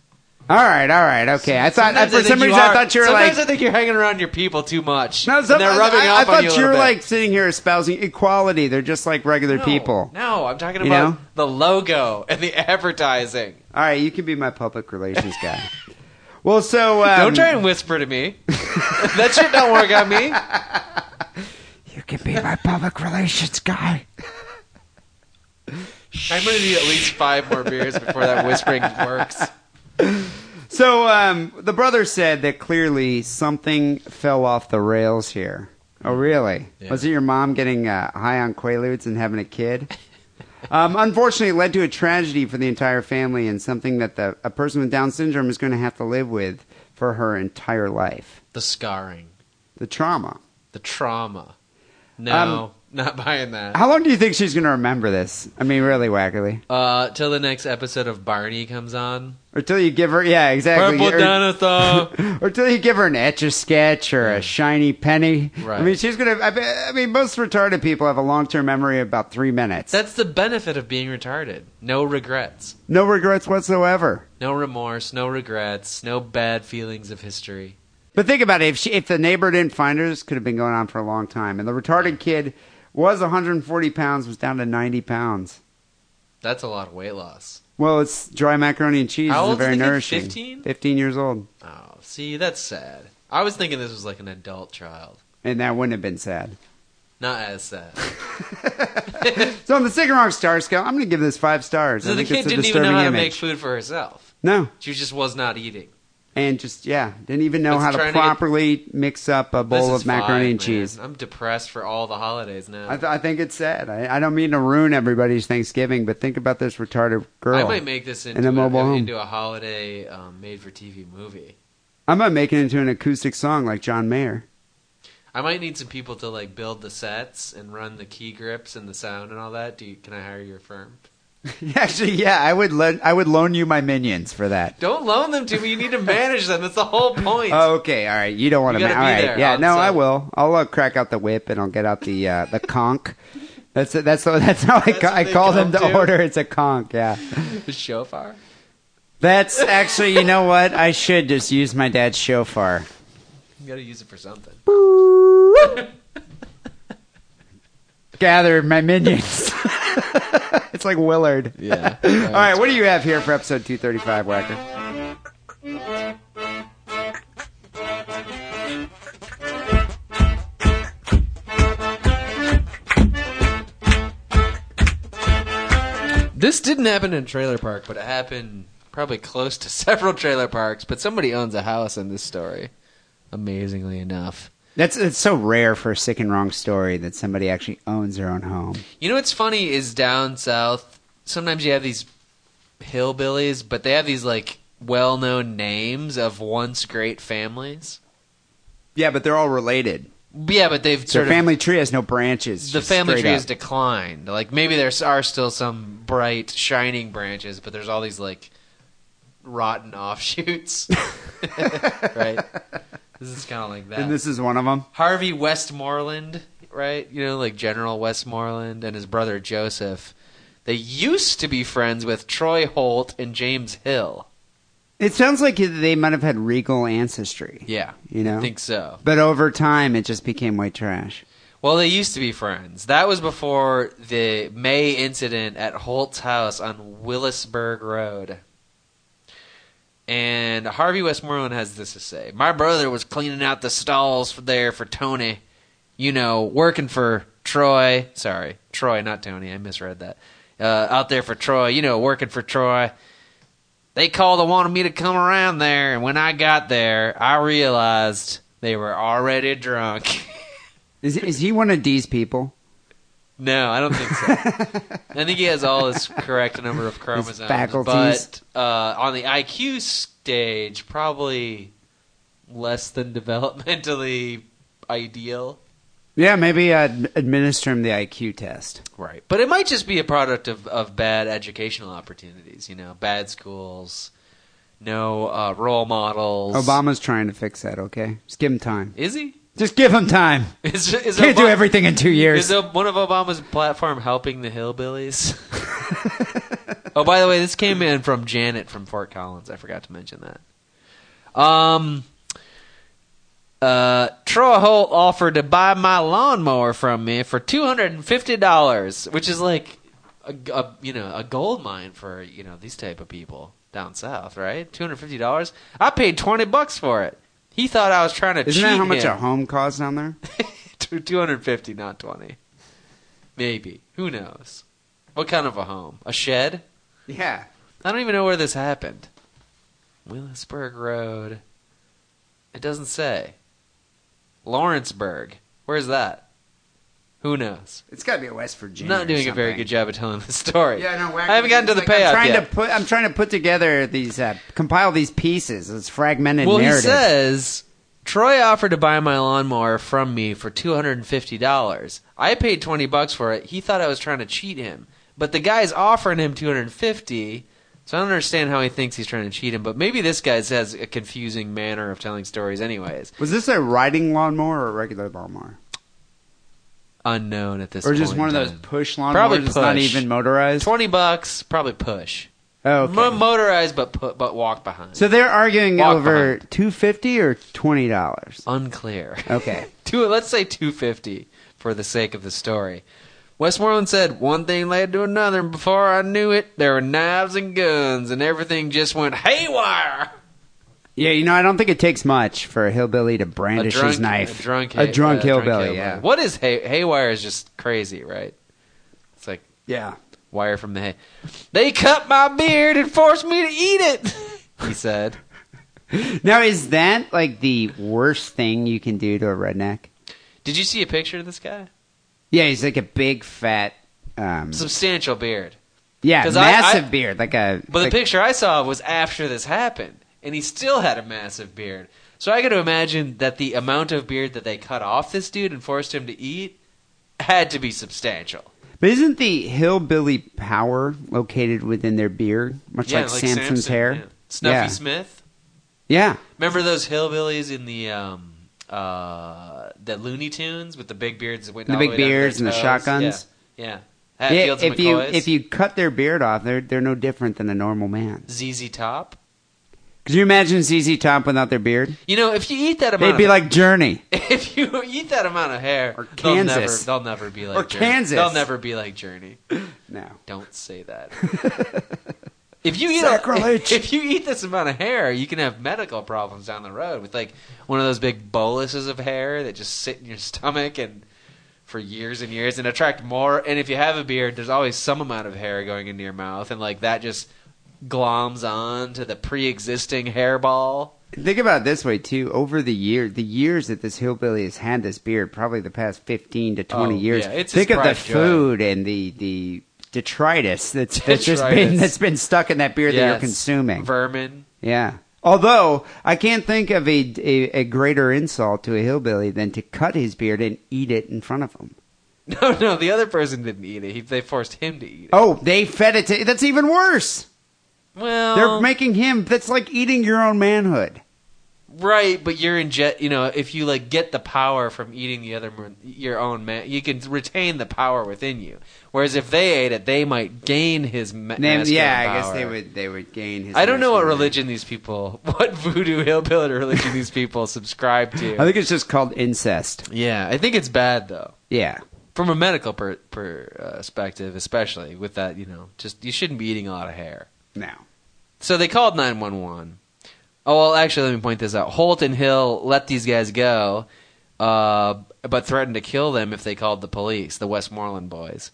[SPEAKER 3] all right, all right, okay. I thought I,
[SPEAKER 4] Sometimes
[SPEAKER 3] for
[SPEAKER 4] think
[SPEAKER 3] some
[SPEAKER 4] you
[SPEAKER 3] reason
[SPEAKER 4] are-
[SPEAKER 3] I thought you were
[SPEAKER 4] sometimes
[SPEAKER 3] like
[SPEAKER 4] I think you're hanging around your people too much.
[SPEAKER 3] No,
[SPEAKER 4] and
[SPEAKER 3] some,
[SPEAKER 4] they're rubbing
[SPEAKER 3] I,
[SPEAKER 4] off
[SPEAKER 3] I
[SPEAKER 4] on
[SPEAKER 3] thought
[SPEAKER 4] you a
[SPEAKER 3] you
[SPEAKER 4] little
[SPEAKER 3] were
[SPEAKER 4] bit.
[SPEAKER 3] like sitting here espousing equality. They're just like regular
[SPEAKER 4] No,
[SPEAKER 3] people.
[SPEAKER 4] No, I'm talking
[SPEAKER 3] You
[SPEAKER 4] about
[SPEAKER 3] know?
[SPEAKER 4] the logo and the advertising.
[SPEAKER 3] All right, you can be my public relations guy. well, so um,
[SPEAKER 4] don't try and whisper to me. that shit don't work on me.
[SPEAKER 3] You can be my public relations guy.
[SPEAKER 4] I'm gonna need at least five more beers before that whispering works.
[SPEAKER 3] So um, the brother said that clearly something fell off the rails here. Oh, really?
[SPEAKER 4] Yeah.
[SPEAKER 3] Was it your mom getting uh, high on Quaaludes and having a kid? um, unfortunately, it led to a tragedy for the entire family and something that the, a person with Down syndrome is going to have to live with for her entire life.
[SPEAKER 4] The scarring,
[SPEAKER 3] The trauma.
[SPEAKER 4] the trauma. No,
[SPEAKER 3] Um,
[SPEAKER 4] not buying that.
[SPEAKER 3] How long do you think she's going to remember this? I mean, really, Wackerly.
[SPEAKER 4] Uh, till the next episode of Barney comes on.
[SPEAKER 3] Or till you give her, yeah, exactly.
[SPEAKER 4] Purple
[SPEAKER 3] or,
[SPEAKER 4] dinosaur.
[SPEAKER 3] or till you give her an etch a sketch or a shiny penny.
[SPEAKER 4] Right.
[SPEAKER 3] I mean, she's gonna. I, be- I mean, most retarded people have a long term memory of about three minutes.
[SPEAKER 4] That's the benefit of being retarded. No regrets.
[SPEAKER 3] no regrets whatsoever.
[SPEAKER 4] No remorse, no regrets, no bad feelings of history.
[SPEAKER 3] But think about it. If she, if the neighbor didn't find her, this could have been going on for a long time. And the retarded kid was 140 pounds, was down to 90 pounds.
[SPEAKER 4] That's a lot of weight loss.
[SPEAKER 3] Well, it's dry macaroni and cheese.
[SPEAKER 4] How
[SPEAKER 3] is
[SPEAKER 4] old is
[SPEAKER 3] very
[SPEAKER 4] the kid?
[SPEAKER 3] nourishing.
[SPEAKER 4] 15?
[SPEAKER 3] 15 years old,
[SPEAKER 4] Oh, see, that's sad. I was thinking this was like an adult child.
[SPEAKER 3] and that wouldn't have been sad.
[SPEAKER 4] Not as sad.
[SPEAKER 3] So on the sick and wrong star scale, I'm going to give this five stars.
[SPEAKER 4] So
[SPEAKER 3] I
[SPEAKER 4] the
[SPEAKER 3] think
[SPEAKER 4] kid
[SPEAKER 3] it's a
[SPEAKER 4] didn't even
[SPEAKER 3] disturbing
[SPEAKER 4] know how to
[SPEAKER 3] image.
[SPEAKER 4] make food for herself.
[SPEAKER 3] No,
[SPEAKER 4] She just was not eating.
[SPEAKER 3] and just yeah, didn't even know
[SPEAKER 4] It's
[SPEAKER 3] how to
[SPEAKER 4] trying to get-
[SPEAKER 3] properly mix up a
[SPEAKER 4] This
[SPEAKER 3] bowl
[SPEAKER 4] is
[SPEAKER 3] of macaroni
[SPEAKER 4] fine,
[SPEAKER 3] and
[SPEAKER 4] man.
[SPEAKER 3] cheese.
[SPEAKER 4] I'm depressed for all the holidays now.
[SPEAKER 3] I, th- I think it's sad. I, I don't mean to ruin everybody's Thanksgiving, but think about this retarded girl.
[SPEAKER 4] I might make this
[SPEAKER 3] in
[SPEAKER 4] into
[SPEAKER 3] a mobile
[SPEAKER 4] a,
[SPEAKER 3] home.
[SPEAKER 4] into a holiday um, made for TV movie.
[SPEAKER 3] I'm gonna make it into an acoustic song like John Mayer.
[SPEAKER 4] I might need some people to like build the sets and run the key grips and the sound and all that. Do you, can I hire your firm?
[SPEAKER 3] Actually, yeah, I would loan I would loan you my minions for that.
[SPEAKER 4] Don't loan them to me. You need to manage them. That's the whole point.
[SPEAKER 3] Oh, Okay, all right. You don't want to.
[SPEAKER 4] You
[SPEAKER 3] Ma- all
[SPEAKER 4] gotta be
[SPEAKER 3] right,
[SPEAKER 4] there Oh,
[SPEAKER 3] yeah.
[SPEAKER 4] on
[SPEAKER 3] No,
[SPEAKER 4] set.
[SPEAKER 3] I will. I'll uh, crack out the whip and I'll get out the uh, the conch. That's it. That's the, that's how I,
[SPEAKER 4] That's
[SPEAKER 3] ca-
[SPEAKER 4] what
[SPEAKER 3] I
[SPEAKER 4] they
[SPEAKER 3] call
[SPEAKER 4] call
[SPEAKER 3] them to
[SPEAKER 4] them, too?
[SPEAKER 3] order. It's a conch. Yeah.
[SPEAKER 4] The shofar.
[SPEAKER 3] That's actually, you know what? I should just use my dad's shofar.
[SPEAKER 4] You got to use it for something.
[SPEAKER 3] Gather my minions. it's like Willard.
[SPEAKER 5] Yeah.
[SPEAKER 3] All right, what do you have here for episode 235, Whacker?
[SPEAKER 4] This didn't happen in a trailer park, but it happened probably close to several trailer parks. But somebody owns a house in this story. Amazingly enough.
[SPEAKER 3] That's it's so rare for a sick and wrong story that somebody actually owns their own home.
[SPEAKER 4] You know what's funny is down south, sometimes you have these hillbillies, but they have these like well known names of once great families.
[SPEAKER 3] Yeah, but they're all related.
[SPEAKER 4] Yeah, but they've
[SPEAKER 3] Their
[SPEAKER 4] sort of
[SPEAKER 3] family tree has no branches.
[SPEAKER 4] the
[SPEAKER 3] just
[SPEAKER 4] family
[SPEAKER 3] straight
[SPEAKER 4] tree
[SPEAKER 3] up.
[SPEAKER 4] has declined. Like maybe there are still some bright shining branches, but there's all these like rotten offshoots. right? This is kind of like that.
[SPEAKER 3] And this is one of them.
[SPEAKER 4] Harvey Westmoreland, right? You know, like General Westmoreland and his brother Joseph. They used to be friends with Troy Holt and James Hill.
[SPEAKER 3] It sounds like they might have had regal ancestry,
[SPEAKER 4] Yeah,
[SPEAKER 3] you know?
[SPEAKER 4] I think so.
[SPEAKER 3] but over time, it just became white trash.
[SPEAKER 4] Well, they used to be friends. That was before the May incident at Holt's house on Willisburg Road. And Harvey Westmoreland has this to say My brother was cleaning out the stalls for there for Tony, you know, working for Troy. Sorry, Troy, not Tony. I misread that. Uh, out there for Troy, you know, working for Troy. They called and wanted me to come around there, and when I got there, I realized they were already drunk.
[SPEAKER 3] Is, is he one of these people?
[SPEAKER 4] No, I don't think so. I think he has all his correct number of chromosomes.
[SPEAKER 3] faculties.
[SPEAKER 4] But uh, on the IQ stage, probably less than developmentally ideal.
[SPEAKER 3] Yeah, maybe i administer him the IQ test.
[SPEAKER 4] Right. But it might just be a product of, of bad educational opportunities, you know, bad schools, no uh, role models.
[SPEAKER 3] Obama's trying to fix that, okay? Just give him time.
[SPEAKER 4] Is he?
[SPEAKER 3] Just give him time.
[SPEAKER 4] Is, is
[SPEAKER 3] Can't do
[SPEAKER 4] Obama-
[SPEAKER 3] everything in two
[SPEAKER 4] Is
[SPEAKER 3] years.
[SPEAKER 4] uh, one of Obama's platform helping the hillbillies? oh, by the way, this came in from Janet from Fort Collins. I forgot to mention that. Um, uh, Troy Holt offered to buy my lawnmower from me for two hundred and fifty dollars, which is like a, a you know a gold mine for you know these type of people down south, right? Two hundred fifty dollars. I paid twenty bucks for it. He thought I was trying to.
[SPEAKER 3] Isn't that
[SPEAKER 4] cheat
[SPEAKER 3] how much
[SPEAKER 4] him.
[SPEAKER 3] a home costs down there?
[SPEAKER 4] Two hundred fifty, not twenty. Maybe. Who knows? What kind of a home? A shed?
[SPEAKER 3] Yeah.
[SPEAKER 4] I don't even know where this happened. Willisburg Road. It doesn't say. Lawrenceburg. Where's that? Who knows?
[SPEAKER 3] It's got to be a West Virginia.
[SPEAKER 4] not doing
[SPEAKER 3] or
[SPEAKER 4] a very
[SPEAKER 3] something.
[SPEAKER 4] good job of telling the story.
[SPEAKER 3] Yeah, no,
[SPEAKER 4] I haven't gotten to the
[SPEAKER 3] like,
[SPEAKER 4] payoff
[SPEAKER 3] I'm trying
[SPEAKER 4] yet.
[SPEAKER 3] To put, I'm trying to put together these, uh, compile these pieces. It's fragmented
[SPEAKER 4] well,
[SPEAKER 3] narrative.
[SPEAKER 4] he says Troy offered to buy my lawnmower from me for two hundred and fifty dollars. I paid twenty bucks for it. He thought I was trying to cheat him, but the guy's offering him two hundred and fifty. So I don't understand how he thinks he's trying to cheat him. But maybe this guy has a confusing manner of telling stories, anyways.
[SPEAKER 3] Was this a riding lawnmower or a regular lawnmower?
[SPEAKER 4] Unknown at this.
[SPEAKER 3] Or just
[SPEAKER 4] point
[SPEAKER 3] one of
[SPEAKER 4] in
[SPEAKER 3] those
[SPEAKER 4] time.
[SPEAKER 3] push lawnmowers
[SPEAKER 4] Probably
[SPEAKER 3] that's not
[SPEAKER 4] push.
[SPEAKER 3] even motorized?
[SPEAKER 4] twenty bucks, probably push.
[SPEAKER 3] Oh, okay.
[SPEAKER 4] Mo- motorized, but put, but walk behind.
[SPEAKER 3] so they're arguing
[SPEAKER 4] Walk
[SPEAKER 3] over two fifty or twenty dollars.
[SPEAKER 4] Unclear.
[SPEAKER 3] Okay.
[SPEAKER 4] two let's say 250 for the sake of the story westmoreland said one thing led to another and before i knew it there were knives and guns and everything just went haywire
[SPEAKER 3] Yeah, you know, I don't think it takes much for a hillbilly to brandish his knife.
[SPEAKER 4] a drunk,
[SPEAKER 3] a
[SPEAKER 4] hay-
[SPEAKER 3] drunk
[SPEAKER 4] yeah,
[SPEAKER 3] hillbilly, yeah.
[SPEAKER 4] what is hay- haywire is just crazy right it's like
[SPEAKER 3] Yeah.
[SPEAKER 4] wire from the hay they cut my beard and forced me to eat it he said
[SPEAKER 3] Now, is that like the worst thing you can do to a redneck?
[SPEAKER 4] did you see a picture of this guy
[SPEAKER 3] Yeah, he's like a big fat, um,
[SPEAKER 4] substantial beard
[SPEAKER 3] yeah,
[SPEAKER 4] 'cause I-
[SPEAKER 3] massive
[SPEAKER 4] I-
[SPEAKER 3] beard, like a.
[SPEAKER 4] But
[SPEAKER 3] like-
[SPEAKER 4] the picture I saw was after this happened. and he still had a massive beard. So I got to imagine that the amount of beard that they cut off this dude and forced him to eat had to be substantial.
[SPEAKER 3] But isn't the hillbilly power located within their beard, much
[SPEAKER 4] yeah,
[SPEAKER 3] like, Samson's
[SPEAKER 4] Samson,
[SPEAKER 3] hair?
[SPEAKER 4] yeah. Snuffy
[SPEAKER 3] Yeah.
[SPEAKER 4] Smith.
[SPEAKER 3] Yeah.
[SPEAKER 4] Remember those hillbillies in the um uh the Looney Tunes with the big beards that went
[SPEAKER 3] The
[SPEAKER 4] all
[SPEAKER 3] big
[SPEAKER 4] way down to their
[SPEAKER 3] beards and the
[SPEAKER 4] toes?
[SPEAKER 3] shotguns?
[SPEAKER 4] Yeah. yeah.
[SPEAKER 3] Yeah,
[SPEAKER 4] Hatfields and
[SPEAKER 3] if you
[SPEAKER 4] McCoys.
[SPEAKER 3] if you cut their beard off, they're they're no different than a normal man.
[SPEAKER 4] ZZ Top.
[SPEAKER 3] Could you imagine ZZ Top without their beard?
[SPEAKER 4] You know, if you eat that amount
[SPEAKER 3] They'd be
[SPEAKER 4] of
[SPEAKER 3] like Journey.
[SPEAKER 4] if you eat that amount of hair,
[SPEAKER 3] Or Kansas.
[SPEAKER 4] they'll never, they'll never be like
[SPEAKER 3] Or
[SPEAKER 4] Journey.
[SPEAKER 3] Kansas.
[SPEAKER 4] They'll never be like Journey.
[SPEAKER 3] No.
[SPEAKER 4] Don't say that. if you eat a-
[SPEAKER 3] Sacrilege.
[SPEAKER 4] if you eat this amount of hair, you can have medical problems down the road with like one of those big boluses of hair that just sit in your stomach and for years and years and attract more. And if you have a beard, there's always some amount of hair going into your mouth, and like that just gloms on to the pre-existing hairball.
[SPEAKER 3] Think about it this way too. Over the year, the years that this hillbilly has had this beard, probably the past fifteen to twenty
[SPEAKER 4] Oh,
[SPEAKER 3] years.
[SPEAKER 4] yeah, it's his
[SPEAKER 3] think of the
[SPEAKER 4] pride joy.
[SPEAKER 3] food and the the detritus that's that's just been
[SPEAKER 4] Detritus.
[SPEAKER 3] that's been stuck in that beard that you're
[SPEAKER 4] Yes.
[SPEAKER 3] consuming.
[SPEAKER 4] vermin.
[SPEAKER 3] yeah. Although I can't think of a, a a greater insult to a hillbilly than to cut his beard and eat it in front of him.
[SPEAKER 4] No, no, the other person didn't eat it. He, they forced him to eat it.
[SPEAKER 3] Oh, they fed it to. That's even worse.
[SPEAKER 4] Well,
[SPEAKER 3] They're making him. That's like eating your own manhood.
[SPEAKER 4] Right, but you're in jet. You know, if you like get the power from eating the other mon- your own man, you can retain the power within you. Whereas if they ate it, they might gain his ma-
[SPEAKER 3] Then-
[SPEAKER 4] masculine
[SPEAKER 3] yeah, I guess
[SPEAKER 4] power.
[SPEAKER 3] they would. They would gain his.
[SPEAKER 4] I don't know what
[SPEAKER 3] masculine-
[SPEAKER 4] religion these people, what voodoo hillbilly religion these people subscribe to.
[SPEAKER 3] I think it's just called incest.
[SPEAKER 4] yeah, I think it's bad though,
[SPEAKER 3] Yeah.
[SPEAKER 4] from a medical per- per- uh, perspective, especially with that. You know, just you shouldn't be eating a lot of hair.
[SPEAKER 3] No.
[SPEAKER 4] So they called 911. Oh, well, actually, let me point this out. Holt and Hill let these guys go, uh, but threatened to kill them if they called the police, the Westmoreland boys.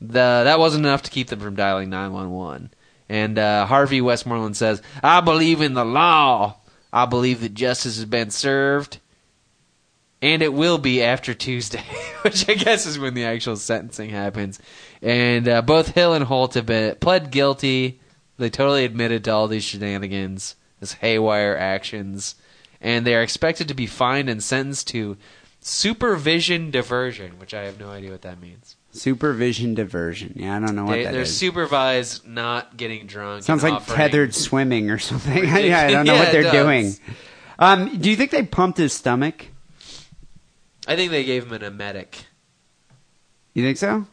[SPEAKER 4] The, that wasn't enough to keep them from dialing 911. And uh, Harvey Westmoreland says, I believe in the law. I believe that justice has been served. And it will be after Tuesday, which I guess is when the actual sentencing happens. And uh, both Hill and Holt have been pled guilty they totally admitted to all these shenanigans, this haywire actions, and they are expected to be fined and sentenced to supervision diversion, which I have no idea what that means.
[SPEAKER 3] Supervision diversion. Yeah, I don't know what
[SPEAKER 4] They,
[SPEAKER 3] that
[SPEAKER 4] they're
[SPEAKER 3] is.
[SPEAKER 4] supervised not getting drunk.
[SPEAKER 3] Sounds
[SPEAKER 4] and
[SPEAKER 3] like
[SPEAKER 4] offering-
[SPEAKER 3] tethered swimming or something. yeah, I don't know
[SPEAKER 4] Yeah,
[SPEAKER 3] what
[SPEAKER 4] it
[SPEAKER 3] they're
[SPEAKER 4] does.
[SPEAKER 3] doing. Um, do you think they pumped his stomach?
[SPEAKER 4] I think they gave him an emetic.
[SPEAKER 3] You think so?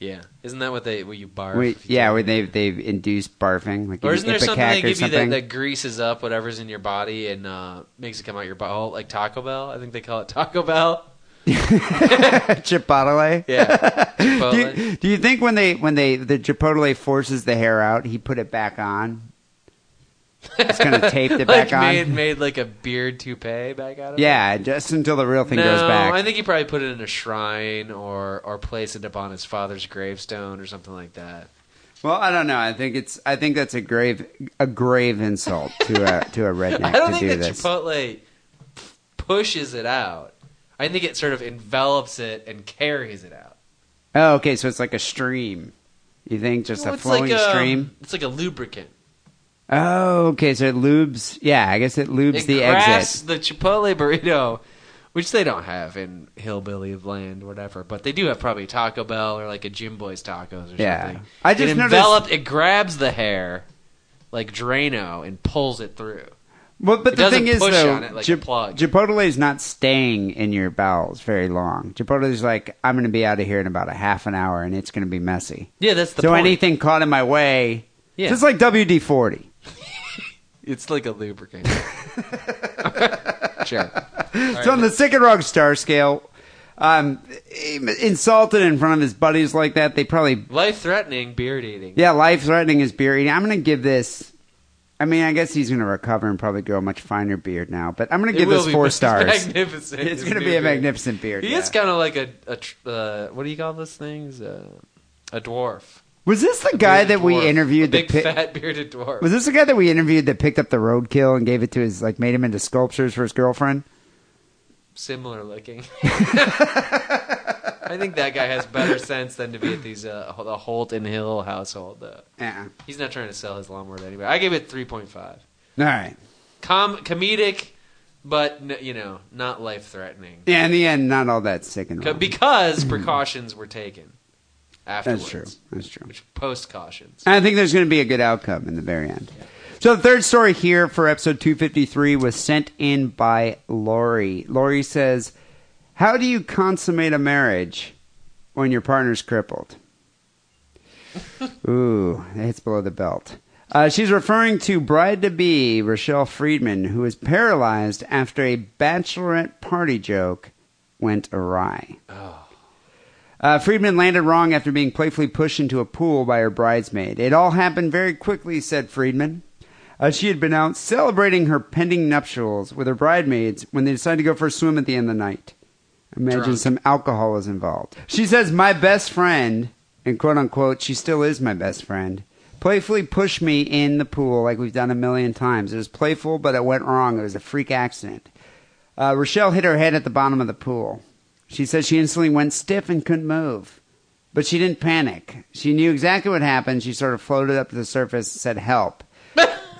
[SPEAKER 4] Yeah, isn't that what they what you barf?
[SPEAKER 3] Wait,
[SPEAKER 4] if you
[SPEAKER 3] yeah,
[SPEAKER 4] do-
[SPEAKER 3] where they've they've induced barfing, like
[SPEAKER 4] Or
[SPEAKER 3] an
[SPEAKER 4] isn't there something
[SPEAKER 3] ipecac
[SPEAKER 4] they
[SPEAKER 3] or
[SPEAKER 4] give you that,
[SPEAKER 3] something?
[SPEAKER 4] that greases up whatever's in your body and uh, makes it come out your butthole, like Taco Bell? I think they call it Taco Bell.
[SPEAKER 3] Chipotle.
[SPEAKER 4] Yeah,
[SPEAKER 3] Do
[SPEAKER 4] Chipotle.
[SPEAKER 3] you, do you think when they when they the Chipotle forces the hair out, he put it back on? It's gonna tape it
[SPEAKER 4] like
[SPEAKER 3] back on.
[SPEAKER 4] Made, made like a beard toupee back out of it.
[SPEAKER 3] yeah, just until the real thing
[SPEAKER 4] no,
[SPEAKER 3] goes back.
[SPEAKER 4] I think he probably put it in a shrine or or placed it upon his father's gravestone or something like that.
[SPEAKER 3] Well, I don't know. I think it's. I think that's a grave, a grave insult to a to a redneck
[SPEAKER 4] I don't
[SPEAKER 3] to
[SPEAKER 4] think
[SPEAKER 3] do
[SPEAKER 4] that
[SPEAKER 3] this.
[SPEAKER 4] Chipotle pushes it out. I think it sort of envelops it and carries it out.
[SPEAKER 3] oh, okay. So it's like a stream. You think just
[SPEAKER 4] Well,
[SPEAKER 3] a flowing
[SPEAKER 4] like
[SPEAKER 3] stream?
[SPEAKER 4] It's like a lubricant.
[SPEAKER 3] Oh, okay. So it lubes. Yeah, I guess it lubes
[SPEAKER 4] it
[SPEAKER 3] the exit.
[SPEAKER 4] grasps the Chipotle burrito, which they don't have in hillbilly land, whatever. But they do have probably Taco Bell or like a Jim Boy's Tacos or
[SPEAKER 3] Yeah.
[SPEAKER 4] something.
[SPEAKER 3] I just
[SPEAKER 4] it
[SPEAKER 3] noticed-
[SPEAKER 4] enveloped. It grabs the hair like Drano and pulls it through.
[SPEAKER 3] Well, but
[SPEAKER 4] it
[SPEAKER 3] the
[SPEAKER 4] doesn't
[SPEAKER 3] thing is,
[SPEAKER 4] push
[SPEAKER 3] though,
[SPEAKER 4] on it like a
[SPEAKER 3] Chip-
[SPEAKER 4] plug.
[SPEAKER 3] Chipotle is not staying in your bowels very long. Chipotle is like, I'm going to be out of here in about a half an hour, and it's going to be messy.
[SPEAKER 4] Yeah, that's the
[SPEAKER 3] so
[SPEAKER 4] point.
[SPEAKER 3] anything caught in my way,
[SPEAKER 4] Yeah.
[SPEAKER 3] just like WD forty.
[SPEAKER 4] It's like a lubricant. sure.
[SPEAKER 3] So on the sick and wrong star scale, um, insulted in front of his buddies like that, they probably
[SPEAKER 4] Life threatening beard eating.
[SPEAKER 3] yeah, life threatening his beard. eating. I'm gonna give this. I mean, I guess he's gonna recover and probably grow a much finer beard now. But I'm gonna
[SPEAKER 4] It
[SPEAKER 3] give
[SPEAKER 4] will
[SPEAKER 3] this
[SPEAKER 4] be
[SPEAKER 3] four
[SPEAKER 4] mag-
[SPEAKER 3] stars.
[SPEAKER 4] Magnificent.
[SPEAKER 3] It's
[SPEAKER 4] his
[SPEAKER 3] gonna
[SPEAKER 4] new
[SPEAKER 3] be a
[SPEAKER 4] beard.
[SPEAKER 3] magnificent beard.
[SPEAKER 4] He
[SPEAKER 3] yeah.
[SPEAKER 4] is kind of like a, a tr- uh, what do you call those things? Uh, a dwarf.
[SPEAKER 3] was this the
[SPEAKER 4] A
[SPEAKER 3] guy
[SPEAKER 4] bearded
[SPEAKER 3] that we
[SPEAKER 4] dwarf.
[SPEAKER 3] interviewed?
[SPEAKER 4] A big
[SPEAKER 3] that pi-
[SPEAKER 4] fat bearded dwarf.
[SPEAKER 3] was this the guy that we interviewed that picked up the roadkill and gave it to his like made him into sculptures for his girlfriend?
[SPEAKER 4] similar looking. I think that guy has better sense than to be at these uh, the Holt and Hill household. Though
[SPEAKER 3] Yeah.
[SPEAKER 4] he's not trying to sell his lawnmower to anybody. I gave it three point five.
[SPEAKER 3] All right.
[SPEAKER 4] com- comedic, but n- you know, not life threatening.
[SPEAKER 3] Yeah, in the end, not all that sick and wrong.
[SPEAKER 4] Because precautions were taken afterwards.
[SPEAKER 3] Mm-hmm. That's true. That's true.
[SPEAKER 4] Post cautions.
[SPEAKER 3] And I think there's going to be a good outcome in the very end. So the third story here for episode 253 was sent in by Lori. Lori says, "How do you consummate a marriage when your partner's crippled?" Ooh, it's below the belt. Uh, she's referring to bride to be Rochelle Friedman, who was paralyzed after a bachelorette party joke went awry. Uh, Friedman landed wrong after being playfully pushed into a pool by her bridesmaid. It all happened very quickly, said Friedman. Uh, she had been out celebrating her pending nuptials with her bridesmaids when they decided to go for a swim at the end of the night. Imagine
[SPEAKER 4] Drunk.
[SPEAKER 3] some alcohol was involved. She says, My best friend, and quote unquote, she still is my best friend, playfully pushed me in the pool like we've done a million times. It was playful, but it went wrong. It was a freak accident. Uh, Rochelle hit her head at the bottom of the pool. She says she instantly went stiff and couldn't move. But she didn't panic. She knew exactly what happened. She sort of floated up to the surface and said, Help.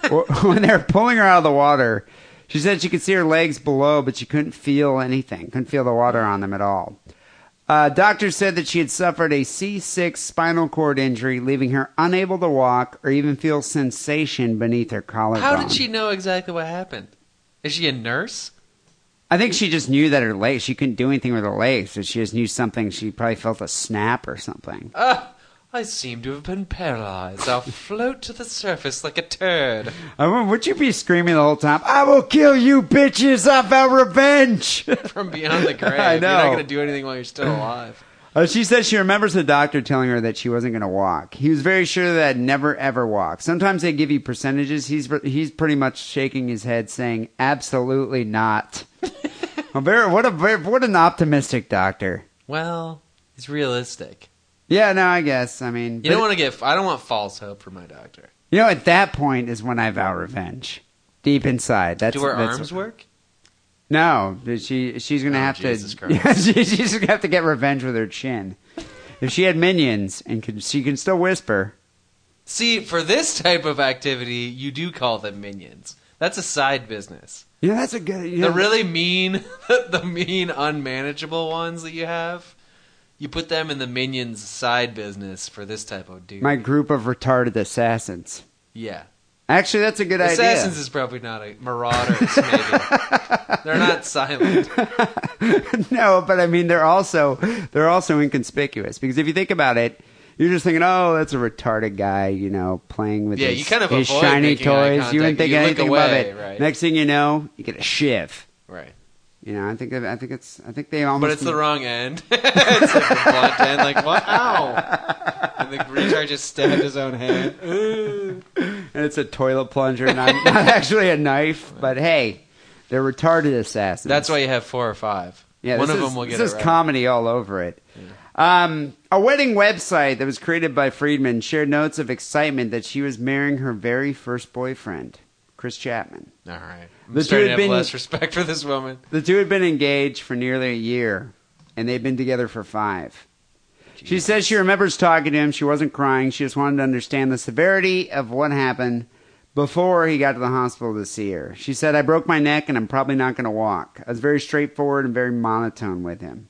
[SPEAKER 3] when they were pulling her out of the water, she said she could see her legs below, but she couldn't feel anything, couldn't feel the water on them at all. Uh, doctors said that she had suffered a C6 spinal cord injury, leaving her unable to walk or even feel sensation beneath her collarbone.
[SPEAKER 4] How did she know exactly what happened? Is she a nurse?
[SPEAKER 3] I think she just knew that her legs, she couldn't do anything with her legs. So she just knew something. She probably felt a snap or something.
[SPEAKER 4] Ah, I seem to have been paralyzed. I'll float to the surface like a turd.
[SPEAKER 3] I mean, would you be screaming the whole time, I will kill you bitches, I found revenge?
[SPEAKER 4] from beyond the grave.
[SPEAKER 3] I
[SPEAKER 4] You're not
[SPEAKER 3] know.
[SPEAKER 4] going to do anything while you're still alive.
[SPEAKER 3] Uh, she says she remembers the doctor telling her that she wasn't going to walk. He was very sure that I'd never ever walk. Sometimes they give you percentages. He's he's pretty much shaking his head, saying, "Absolutely not." a very, what a very, what an optimistic doctor.
[SPEAKER 4] Well, it's realistic.
[SPEAKER 3] Yeah, no, I guess. I mean,
[SPEAKER 4] You
[SPEAKER 3] but-
[SPEAKER 4] don't want to get. I don't want false hope from my doctor.
[SPEAKER 3] You know, at that point is when I vow revenge. Deep inside. That's
[SPEAKER 4] Do her
[SPEAKER 3] that's-
[SPEAKER 4] arms work?
[SPEAKER 3] No, she she's gonna
[SPEAKER 4] Oh,
[SPEAKER 3] have
[SPEAKER 4] Jesus
[SPEAKER 3] to.
[SPEAKER 4] Christ.
[SPEAKER 3] Yeah, she, she's gonna have to get revenge with her chin. If she had minions and could, she can still whisper.
[SPEAKER 4] See, for this type of activity, you do call them minions. That's a side business.
[SPEAKER 3] You know, that's a good. You
[SPEAKER 4] The
[SPEAKER 3] know,
[SPEAKER 4] really mean, the mean, unmanageable ones that you have, you put them in the minions side business for this type of dude.
[SPEAKER 3] my group of retarded assassins.
[SPEAKER 4] yeah,
[SPEAKER 3] Actually, that's a good
[SPEAKER 4] assassins
[SPEAKER 3] idea.
[SPEAKER 4] is probably not a marauders. Maybe they're not silent.
[SPEAKER 3] no, but I mean, they're also they're also inconspicuous because if you think about it. You're just thinking, oh, that's a retarded guy, you know, playing with
[SPEAKER 4] Yeah,
[SPEAKER 3] his,
[SPEAKER 4] you kind of
[SPEAKER 3] his
[SPEAKER 4] avoid
[SPEAKER 3] shiny
[SPEAKER 4] making eye
[SPEAKER 3] toys. You wouldn't
[SPEAKER 4] contact.
[SPEAKER 3] think
[SPEAKER 4] You look
[SPEAKER 3] anything of
[SPEAKER 4] away,
[SPEAKER 3] it.
[SPEAKER 4] right.
[SPEAKER 3] Next thing you know, you get a shiv.
[SPEAKER 4] Right.
[SPEAKER 3] You know, I think I think it's I think they almost.
[SPEAKER 4] But it's the wrong end. it's like the blunt end, like what? Ow! And the retard just stabbed his own hand. Ooh.
[SPEAKER 3] And it's a toilet plunger, not, not actually a knife. But hey, they're retarded assassins.
[SPEAKER 4] That's why you have four or five.
[SPEAKER 3] Yeah,
[SPEAKER 4] one
[SPEAKER 3] this
[SPEAKER 4] of
[SPEAKER 3] is-
[SPEAKER 4] them will get
[SPEAKER 3] This
[SPEAKER 4] it
[SPEAKER 3] is
[SPEAKER 4] right.
[SPEAKER 3] comedy all over it. Um, a wedding website that was created by Friedman shared notes of excitement that she was marrying her very first boyfriend, Chris Chapman.
[SPEAKER 4] All right, I'm
[SPEAKER 3] The two
[SPEAKER 4] starting
[SPEAKER 3] had
[SPEAKER 4] to have
[SPEAKER 3] been-
[SPEAKER 4] less respect for this woman.
[SPEAKER 3] The two had been engaged for nearly a year, and they'd been together for five. She says she remembers talking to him. She wasn't crying. She just wanted to understand the severity of what happened before he got to the hospital to see her. She said, I broke my neck and I'm probably not going to walk. I was very straightforward and very monotone with him.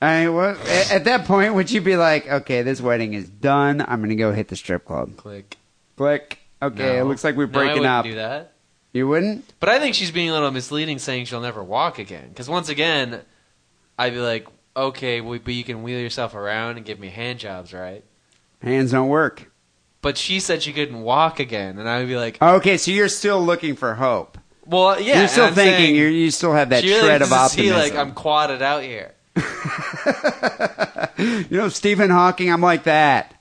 [SPEAKER 3] I, well, a- at that point, would you be like, okay, this wedding is done. I'm going to go hit the strip club?
[SPEAKER 4] Click.
[SPEAKER 3] Click. Okay,
[SPEAKER 4] No.
[SPEAKER 3] it looks like we're
[SPEAKER 4] No, I
[SPEAKER 3] breaking
[SPEAKER 4] wouldn't
[SPEAKER 3] up.
[SPEAKER 4] Do that.
[SPEAKER 3] You wouldn't?
[SPEAKER 4] But I think she's being a little misleading, saying she'll never walk again. Because once again, I'd be like, okay, well, but you can wheel yourself around and give me hand jobs, right?
[SPEAKER 3] Hands don't work.
[SPEAKER 4] But she said she couldn't walk again, and I would be like,
[SPEAKER 3] Okay, so you're still looking for hope.
[SPEAKER 4] well, yeah.
[SPEAKER 3] you're still
[SPEAKER 4] and I'm
[SPEAKER 3] thinking.
[SPEAKER 4] saying-
[SPEAKER 3] You're, you still have that
[SPEAKER 4] she really
[SPEAKER 3] shred
[SPEAKER 4] needs
[SPEAKER 3] of
[SPEAKER 4] to see,
[SPEAKER 3] optimism.
[SPEAKER 4] like I'm quadded out here.
[SPEAKER 3] you know, Stephen Hawking. I'm like that,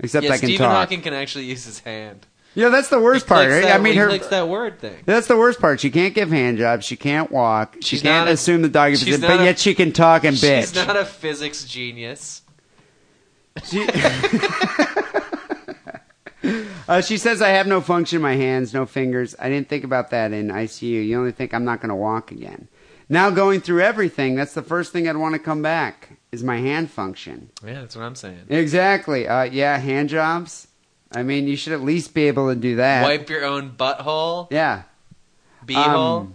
[SPEAKER 3] except
[SPEAKER 4] yeah,
[SPEAKER 3] I can
[SPEAKER 4] Stephen
[SPEAKER 3] talk.
[SPEAKER 4] Hawking can actually use his hand.
[SPEAKER 3] Yeah, that's the worst
[SPEAKER 4] He
[SPEAKER 3] part.
[SPEAKER 4] clicks
[SPEAKER 3] right?
[SPEAKER 4] that-
[SPEAKER 3] I mean,
[SPEAKER 4] he
[SPEAKER 3] her.
[SPEAKER 4] clicks that word thing.
[SPEAKER 3] That's the worst part. She can't give hand jobs. She can't walk. She
[SPEAKER 4] She's
[SPEAKER 3] can't
[SPEAKER 4] not a-
[SPEAKER 3] assume the doggy
[SPEAKER 4] she's
[SPEAKER 3] position,
[SPEAKER 4] not
[SPEAKER 3] but
[SPEAKER 4] a-
[SPEAKER 3] yet she can talk and
[SPEAKER 4] She's
[SPEAKER 3] bitch.
[SPEAKER 4] not a physics genius.
[SPEAKER 3] She, uh, she says, I have no function in my hands, no fingers. I didn't think about that in ICU. You only think I'm not going to walk again. Now, going through everything, that's the first thing I'd want to come back is my hand function.
[SPEAKER 4] Yeah, that's what I'm saying.
[SPEAKER 3] Exactly. Uh, yeah, hand jobs. I mean, you should at least be able to do that.
[SPEAKER 4] Wipe your own butthole,
[SPEAKER 3] Yeah.
[SPEAKER 4] beehole.
[SPEAKER 3] Um,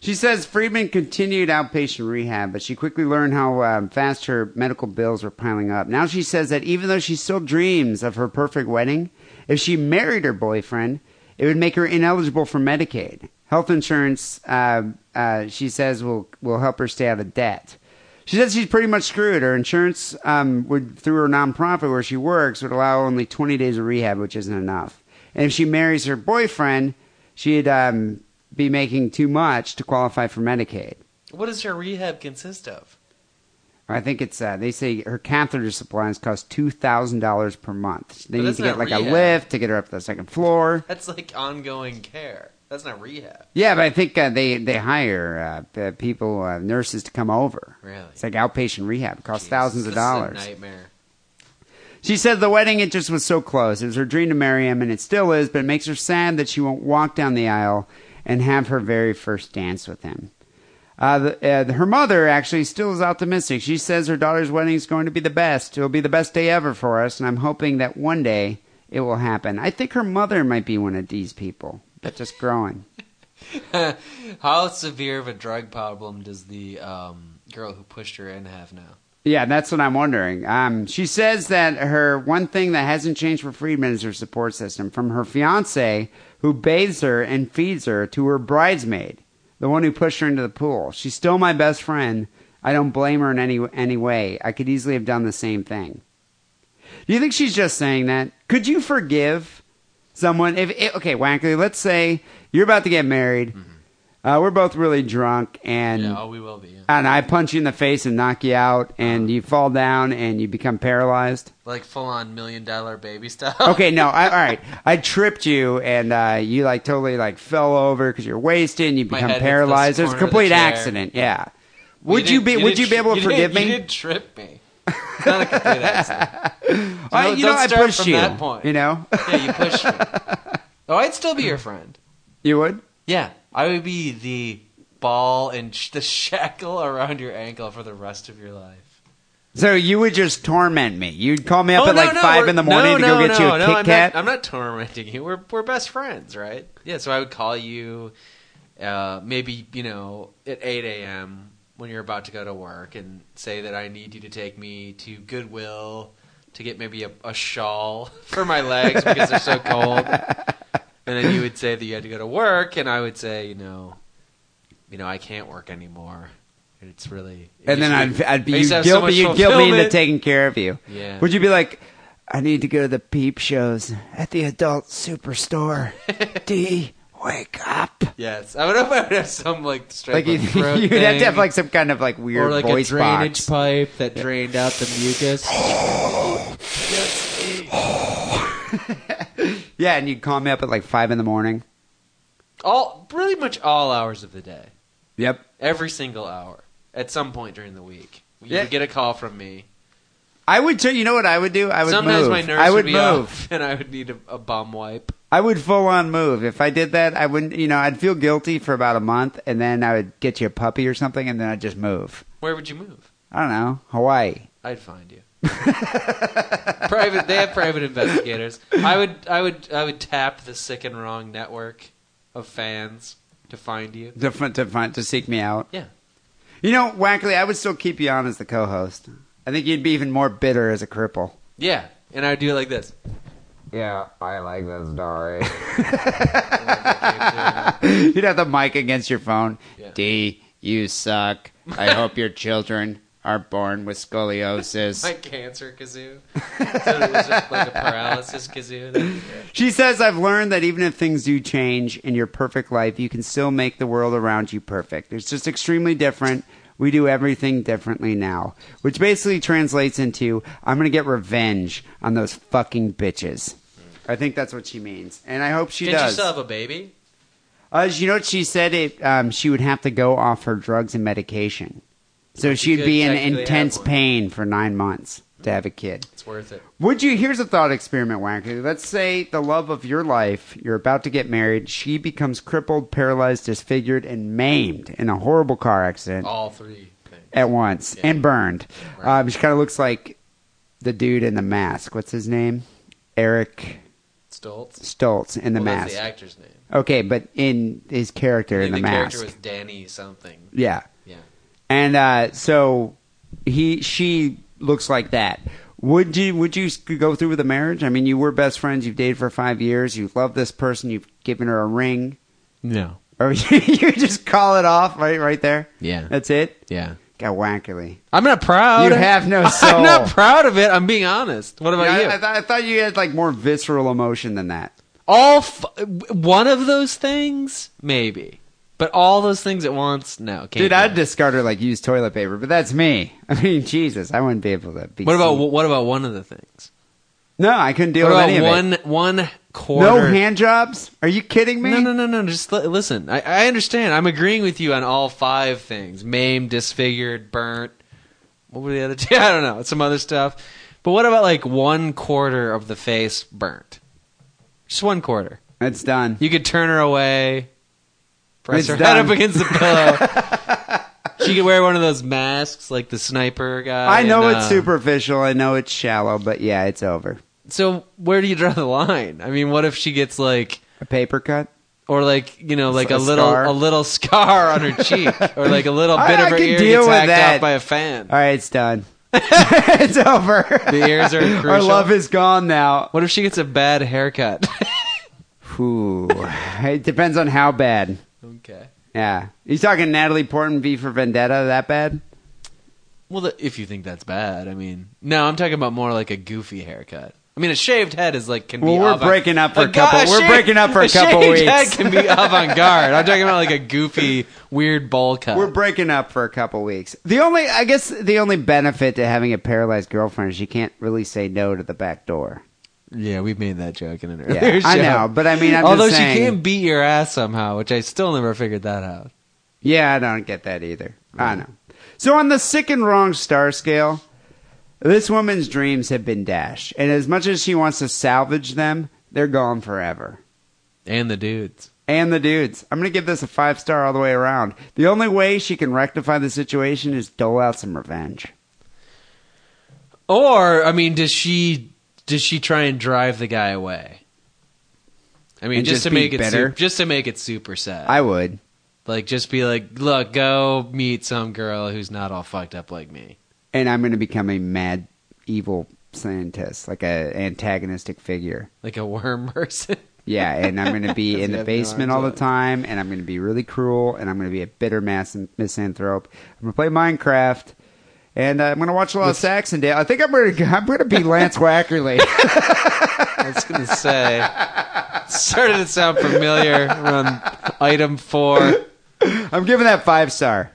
[SPEAKER 3] she says Friedman continued outpatient rehab, but she quickly learned how um, fast her medical bills were piling up. Now she says that even though she still dreams of her perfect wedding, if she married her boyfriend, it would make her ineligible for Medicaid. Health insurance, uh, uh, she says, will will help her stay out of debt. She says she's pretty much screwed. Her insurance, um, would, through her nonprofit where she works, would allow only 20 days of rehab, which isn't enough. And if she marries her boyfriend, she'd um, be making too much to qualify for Medicaid.
[SPEAKER 4] what does your rehab consist of?
[SPEAKER 3] I think it's uh, they say her catheter supplies cost two thousand dollars per month. They
[SPEAKER 4] But
[SPEAKER 3] need
[SPEAKER 4] that's
[SPEAKER 3] to get
[SPEAKER 4] not
[SPEAKER 3] like a
[SPEAKER 4] rehab.
[SPEAKER 3] lift to get her up to the second floor.
[SPEAKER 4] That's like ongoing care. That's not rehab,
[SPEAKER 3] Yeah, but I think uh, they they hire uh, uh, people uh, nurses to come over.
[SPEAKER 4] really.
[SPEAKER 3] It's like outpatient rehab. It costs
[SPEAKER 4] Jesus,
[SPEAKER 3] thousands of
[SPEAKER 4] this is a
[SPEAKER 3] dollars.
[SPEAKER 4] nightmare.
[SPEAKER 3] She said the wedding it just was so close. It was her dream to marry him, and it still is, but it makes her sad that she won't walk down the aisle and have her very first dance with him. Uh, the, uh, her mother actually still is optimistic. She says her daughter's wedding is going to be the best. It'll be the best day ever for us, and I'm hoping that one day it will happen. I think her mother might be one of these people, but just growing.
[SPEAKER 4] How severe of a drug problem does the um, girl who pushed her in have now?
[SPEAKER 3] Yeah, that's what I'm wondering. Um, she says that her one thing that hasn't changed for Friedman is her support system from her fiance, who bathes her and feeds her, to her bridesmaid, the one who pushed her into the pool. She's still my best friend. I don't blame her in any, any way. I could easily have done the same thing. Do you think she's just saying that? Could you forgive someone if, i okay, Wackley, let's say you're about to get married. Uh, we're both really drunk and
[SPEAKER 4] Yeah, oh, we will be. Yeah.
[SPEAKER 3] and I punch you in the face and knock you out, and you fall down and you become paralyzed.
[SPEAKER 4] Like full on million dollar baby style.
[SPEAKER 3] Okay, no, I, all right. I tripped you, and uh, you like totally like fell over because you're wasted, and you
[SPEAKER 4] My
[SPEAKER 3] become
[SPEAKER 4] head hit the
[SPEAKER 3] paralyzed. It was a
[SPEAKER 4] corner of the
[SPEAKER 3] complete
[SPEAKER 4] chair.
[SPEAKER 3] accident. Yeah. Would you,
[SPEAKER 4] didn't-
[SPEAKER 3] be Would
[SPEAKER 4] didn't
[SPEAKER 3] you be
[SPEAKER 4] tri-
[SPEAKER 3] able to forgive
[SPEAKER 4] didn't-
[SPEAKER 3] me?
[SPEAKER 4] You didn't trip me. It's not a complete accident.
[SPEAKER 3] I,
[SPEAKER 4] don't-
[SPEAKER 3] you know,
[SPEAKER 4] don't
[SPEAKER 3] I
[SPEAKER 4] start
[SPEAKER 3] pushed
[SPEAKER 4] from
[SPEAKER 3] you.
[SPEAKER 4] that point.
[SPEAKER 3] You know,
[SPEAKER 4] Yeah, you pushed me. Oh, I'd still be your friend.
[SPEAKER 3] you would.
[SPEAKER 4] Yeah, I would be the ball and sh- the shackle around your ankle for the rest of your life.
[SPEAKER 3] So you would just torment me. You'd call me up
[SPEAKER 4] oh,
[SPEAKER 3] at
[SPEAKER 4] no,
[SPEAKER 3] like
[SPEAKER 4] no,
[SPEAKER 3] five
[SPEAKER 4] we're-
[SPEAKER 3] in the morning
[SPEAKER 4] no,
[SPEAKER 3] to go
[SPEAKER 4] no,
[SPEAKER 3] get
[SPEAKER 4] no,
[SPEAKER 3] you a
[SPEAKER 4] no,
[SPEAKER 3] Kit
[SPEAKER 4] I'm
[SPEAKER 3] Kat.
[SPEAKER 4] Not, I'm not tormenting you. We're we're best friends, right? Yeah, so I would call you, uh, maybe you know, at eight a.m. when you're about to go to work, and say that I need you to take me to Goodwill to get maybe a, a shawl for my legs because they're so cold. And then you would say that you had to go to work, and I would say, you know, you know, I can't work anymore. It's really.
[SPEAKER 3] and then I'd, I'd be
[SPEAKER 4] I
[SPEAKER 3] you
[SPEAKER 4] used to have so
[SPEAKER 3] guilt,
[SPEAKER 4] much
[SPEAKER 3] you guilt me into
[SPEAKER 4] fulfillment.
[SPEAKER 3] taking care of you.
[SPEAKER 4] Yeah.
[SPEAKER 3] Would you be like, I need to go to the peep shows at the adult superstore? D, wake up!
[SPEAKER 4] Yes, I would hope I would have some like
[SPEAKER 3] Like
[SPEAKER 4] straight
[SPEAKER 3] you,
[SPEAKER 4] like
[SPEAKER 3] you'd
[SPEAKER 4] throat
[SPEAKER 3] have to have
[SPEAKER 4] thing,
[SPEAKER 3] like some kind of like weird
[SPEAKER 4] or like a
[SPEAKER 3] voice
[SPEAKER 4] drainage
[SPEAKER 3] box.
[SPEAKER 4] pipe that drained out the mucus.
[SPEAKER 3] Yeah, and you'd call me up at like five in the morning.
[SPEAKER 4] all pretty much all hours of the day,
[SPEAKER 3] Yep.
[SPEAKER 4] every single hour, at some point during the week, you
[SPEAKER 3] Yeah.
[SPEAKER 4] would get a call from me.
[SPEAKER 3] I would. T- you know what I would do? I would
[SPEAKER 4] Sometimes
[SPEAKER 3] move.
[SPEAKER 4] my nerves
[SPEAKER 3] I would
[SPEAKER 4] be
[SPEAKER 3] move.
[SPEAKER 4] off, and I would need a, a bum wipe.
[SPEAKER 3] I would full on move. If I did that, I wouldn't. You know, I'd feel guilty for about a month, and then I would get you a puppy or something, and then I'd just move.
[SPEAKER 4] Where would you move?
[SPEAKER 3] I don't know, Hawaii.
[SPEAKER 4] I'd find you. private. They have private investigators. I would. I would. I would tap the sick and wrong network of fans to find you.
[SPEAKER 3] to find, to find to seek me out.
[SPEAKER 4] Yeah.
[SPEAKER 3] You know, Wackley, I would still keep you on as the co-host. I think you'd be even more bitter as a cripple.
[SPEAKER 4] Yeah, and I would do it like this.
[SPEAKER 3] Yeah, I like that story.
[SPEAKER 4] Yeah.
[SPEAKER 3] you'd have the mic against your phone.
[SPEAKER 4] Yeah.
[SPEAKER 3] D, you suck. I hope your children are born with scoliosis.
[SPEAKER 4] like cancer kazoo. So it was just like a paralysis kazoo. That'd be great.
[SPEAKER 3] She says, I've learned that even if things do change in your perfect life, you can still make the world around you perfect. It's just extremely different. We do everything differently now, which basically translates into I'm going to get revenge on those fucking bitches. I think that's what she means. And I hope she
[SPEAKER 4] Did you
[SPEAKER 3] does.
[SPEAKER 4] still have a baby?
[SPEAKER 3] Uh, you know what she said? It um, she would have to go off her drugs and medication, so
[SPEAKER 4] she
[SPEAKER 3] she'd
[SPEAKER 4] could
[SPEAKER 3] be in
[SPEAKER 4] technically have
[SPEAKER 3] intense
[SPEAKER 4] one.
[SPEAKER 3] pain for nine months to have a kid.
[SPEAKER 4] It's worth it.
[SPEAKER 3] Would you? Here's a thought experiment, Wacky. Let's say the love of your life, you're about to get married. She becomes crippled, paralyzed, disfigured, and maimed in a horrible car accident
[SPEAKER 6] Oh.
[SPEAKER 4] All three things.
[SPEAKER 3] at once and burned. Um, she kind of looks like the dude in the mask. What's his name? Eric
[SPEAKER 6] Stoltz.
[SPEAKER 3] Stoltz in the
[SPEAKER 6] well,
[SPEAKER 3] mask.
[SPEAKER 6] That's the actor's name.
[SPEAKER 3] okay, but in his character
[SPEAKER 6] I
[SPEAKER 3] in
[SPEAKER 6] think
[SPEAKER 3] the,
[SPEAKER 6] the
[SPEAKER 3] mask.
[SPEAKER 6] character was Danny something.
[SPEAKER 3] yeah.
[SPEAKER 6] Yeah.
[SPEAKER 3] And uh, so he she looks like that. Would you would you go through with a marriage? I mean, you were best friends. You've dated for five years. You love this person. You've given her a ring,
[SPEAKER 4] No.
[SPEAKER 3] or you just call it off right right there.
[SPEAKER 4] Yeah. Oh,
[SPEAKER 3] that's it.
[SPEAKER 4] Yeah.
[SPEAKER 3] Got wackily.
[SPEAKER 4] I'm not proud.
[SPEAKER 3] You have no soul.
[SPEAKER 4] I'm not proud of it. I'm being honest. What about
[SPEAKER 3] Yeah, I-
[SPEAKER 4] you?
[SPEAKER 3] I, thought- I thought you had like more visceral emotion than that.
[SPEAKER 4] all f- one of those things, maybe, but all those things at once, no. Can't
[SPEAKER 3] Dude,
[SPEAKER 4] do
[SPEAKER 3] I'd
[SPEAKER 4] it.
[SPEAKER 3] discard her like used toilet paper, but that's me. I mean, Jesus, I wouldn't be able to be.
[SPEAKER 4] What about
[SPEAKER 3] seen.
[SPEAKER 4] what about one of the things?
[SPEAKER 3] no? I couldn't deal
[SPEAKER 4] What
[SPEAKER 3] with any
[SPEAKER 4] about
[SPEAKER 3] of it.
[SPEAKER 4] one one quarter?
[SPEAKER 3] No hand jobs? Are you kidding me?
[SPEAKER 4] No, no, no, no. Just li- listen. I, I understand. I'm agreeing with you on all five things: maimed, disfigured, burnt. What were the other two? I don't know. Some other stuff. But what about like one quarter of the face burnt? Just one quarter.
[SPEAKER 3] It's done.
[SPEAKER 4] You could turn her away, press
[SPEAKER 3] It's
[SPEAKER 4] her head
[SPEAKER 3] done.
[SPEAKER 4] up against the pillow. she could wear one of those masks, like the sniper guy.
[SPEAKER 3] I know
[SPEAKER 4] and,
[SPEAKER 3] it's
[SPEAKER 4] uh,
[SPEAKER 3] superficial. I know it's shallow, but yeah, it's over.
[SPEAKER 4] So where do you draw the line? I mean, what if she gets like,
[SPEAKER 3] A paper cut?
[SPEAKER 4] or like you know, like
[SPEAKER 3] A
[SPEAKER 4] a, little
[SPEAKER 3] scar?
[SPEAKER 4] a little scar on her cheek, or like a little
[SPEAKER 3] I-
[SPEAKER 4] bit
[SPEAKER 3] I
[SPEAKER 4] of her
[SPEAKER 3] can
[SPEAKER 4] ear
[SPEAKER 3] deal
[SPEAKER 4] gets
[SPEAKER 3] with
[SPEAKER 4] hacked
[SPEAKER 3] that.
[SPEAKER 4] off by a fan.
[SPEAKER 3] All right, it's done. it's over.
[SPEAKER 4] The ears are
[SPEAKER 3] Our
[SPEAKER 4] crucial.
[SPEAKER 3] love is gone now.
[SPEAKER 4] What if she gets a bad haircut?
[SPEAKER 3] Ooh, it depends on how bad.
[SPEAKER 4] okay.
[SPEAKER 3] Yeah, you talking Natalie Portman V for Vendetta that bad?
[SPEAKER 4] Well, the, if you think that's bad, I mean, no, I'm talking about more like a goofy haircut. I mean, a shaved head is like can
[SPEAKER 3] Well,
[SPEAKER 4] be.
[SPEAKER 3] we're
[SPEAKER 4] avant-
[SPEAKER 3] breaking up for a
[SPEAKER 4] gu-
[SPEAKER 3] couple- we're
[SPEAKER 4] shaved-
[SPEAKER 3] breaking up for a couple
[SPEAKER 4] shaved
[SPEAKER 3] weeks.
[SPEAKER 4] head can be avant-garde. I'm talking about like a goofy, weird bowl cut.
[SPEAKER 3] We're breaking up for a couple weeks. The only, I guess, the only benefit to having a paralyzed girlfriend is you can't really say no to the back door.
[SPEAKER 4] yeah, we've made that joke in an earlier
[SPEAKER 3] Yeah, I
[SPEAKER 4] show.
[SPEAKER 3] know, but I mean, I'm
[SPEAKER 4] Although
[SPEAKER 3] just saying,
[SPEAKER 4] she can beat your ass somehow, which I still never figured that out.
[SPEAKER 3] Yeah, I don't get that either. I know. So on the sick and wrong star scale, this woman's dreams have been dashed, and as much as she wants to salvage them, they're gone forever.
[SPEAKER 4] And the dudes.
[SPEAKER 3] And the dudes. I'm going to give this a five star all the way around. The only way she can rectify the situation is dole out some revenge.
[SPEAKER 4] Or I mean, does she does she try and drive the guy away? I mean,
[SPEAKER 3] And just
[SPEAKER 4] just, to
[SPEAKER 3] be
[SPEAKER 4] make it
[SPEAKER 3] bitter?
[SPEAKER 4] su- just to make it super sad.
[SPEAKER 3] I would.
[SPEAKER 4] Like, just be like, look, go meet some girl who's not all fucked up like me.
[SPEAKER 3] And I'm going to become a mad, evil scientist, like a antagonistic figure.
[SPEAKER 4] Like a worm person.
[SPEAKER 3] Yeah, and I'm going to be in
[SPEAKER 4] You
[SPEAKER 3] the
[SPEAKER 4] have no
[SPEAKER 3] basement all the
[SPEAKER 4] idea.
[SPEAKER 3] time, and I'm going to be really cruel, and I'm going to be a bitter mass- misanthrope. I'm going to play Minecraft, and uh, I'm going to watch a lot of Saxondale. I think I'm going to I'm going to be Lance Wackerly.
[SPEAKER 4] I was going to say. Started to sound familiar around item four.
[SPEAKER 3] I'm giving that five star.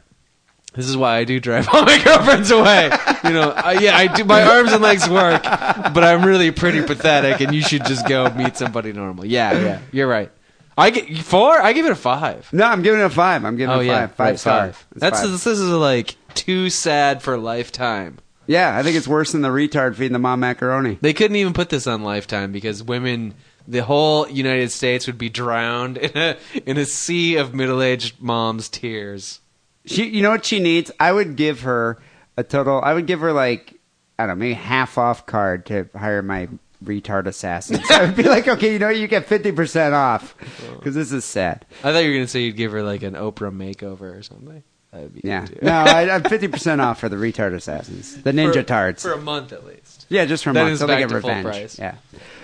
[SPEAKER 4] This is why I do drive all my girlfriends away. You know, I, yeah, I do. My arms and legs work, but I'm really pretty pathetic, and you should just go meet somebody normal. Yeah, yeah, you're right. I get four. I give it a five.
[SPEAKER 3] No, I'm giving it a five. I'm giving
[SPEAKER 4] Oh
[SPEAKER 3] it a
[SPEAKER 4] yeah,
[SPEAKER 3] five. Five
[SPEAKER 4] right,
[SPEAKER 3] star. It's
[SPEAKER 4] That's
[SPEAKER 3] five.
[SPEAKER 4] this is like too sad for lifetime.
[SPEAKER 3] yeah. I think it's worse than the retard feeding the mom macaroni.
[SPEAKER 4] They couldn't even put this on Lifetime because women, the whole United States would be drowned in a, in a sea of middle aged moms' tears.
[SPEAKER 3] She, you know what she needs? I would give her a total. I would give her like I don't know, maybe half off card to hire my retard assassins. I would be like, okay, you know, what? you get fifty percent off
[SPEAKER 4] Oh.
[SPEAKER 3] because this is sad.
[SPEAKER 4] I thought you were going to say you'd give her like an Oprah makeover or something. That would be
[SPEAKER 3] Yeah,
[SPEAKER 4] good, too.
[SPEAKER 3] no, I, I'm fifty percent off for the retard assassins, the ninja
[SPEAKER 4] For-
[SPEAKER 3] tards.
[SPEAKER 4] For a month at least.
[SPEAKER 3] yeah, just for a
[SPEAKER 4] That
[SPEAKER 3] month,
[SPEAKER 4] is
[SPEAKER 3] so they
[SPEAKER 4] back
[SPEAKER 3] get
[SPEAKER 4] to full
[SPEAKER 3] revenge.
[SPEAKER 4] price.
[SPEAKER 3] Yeah.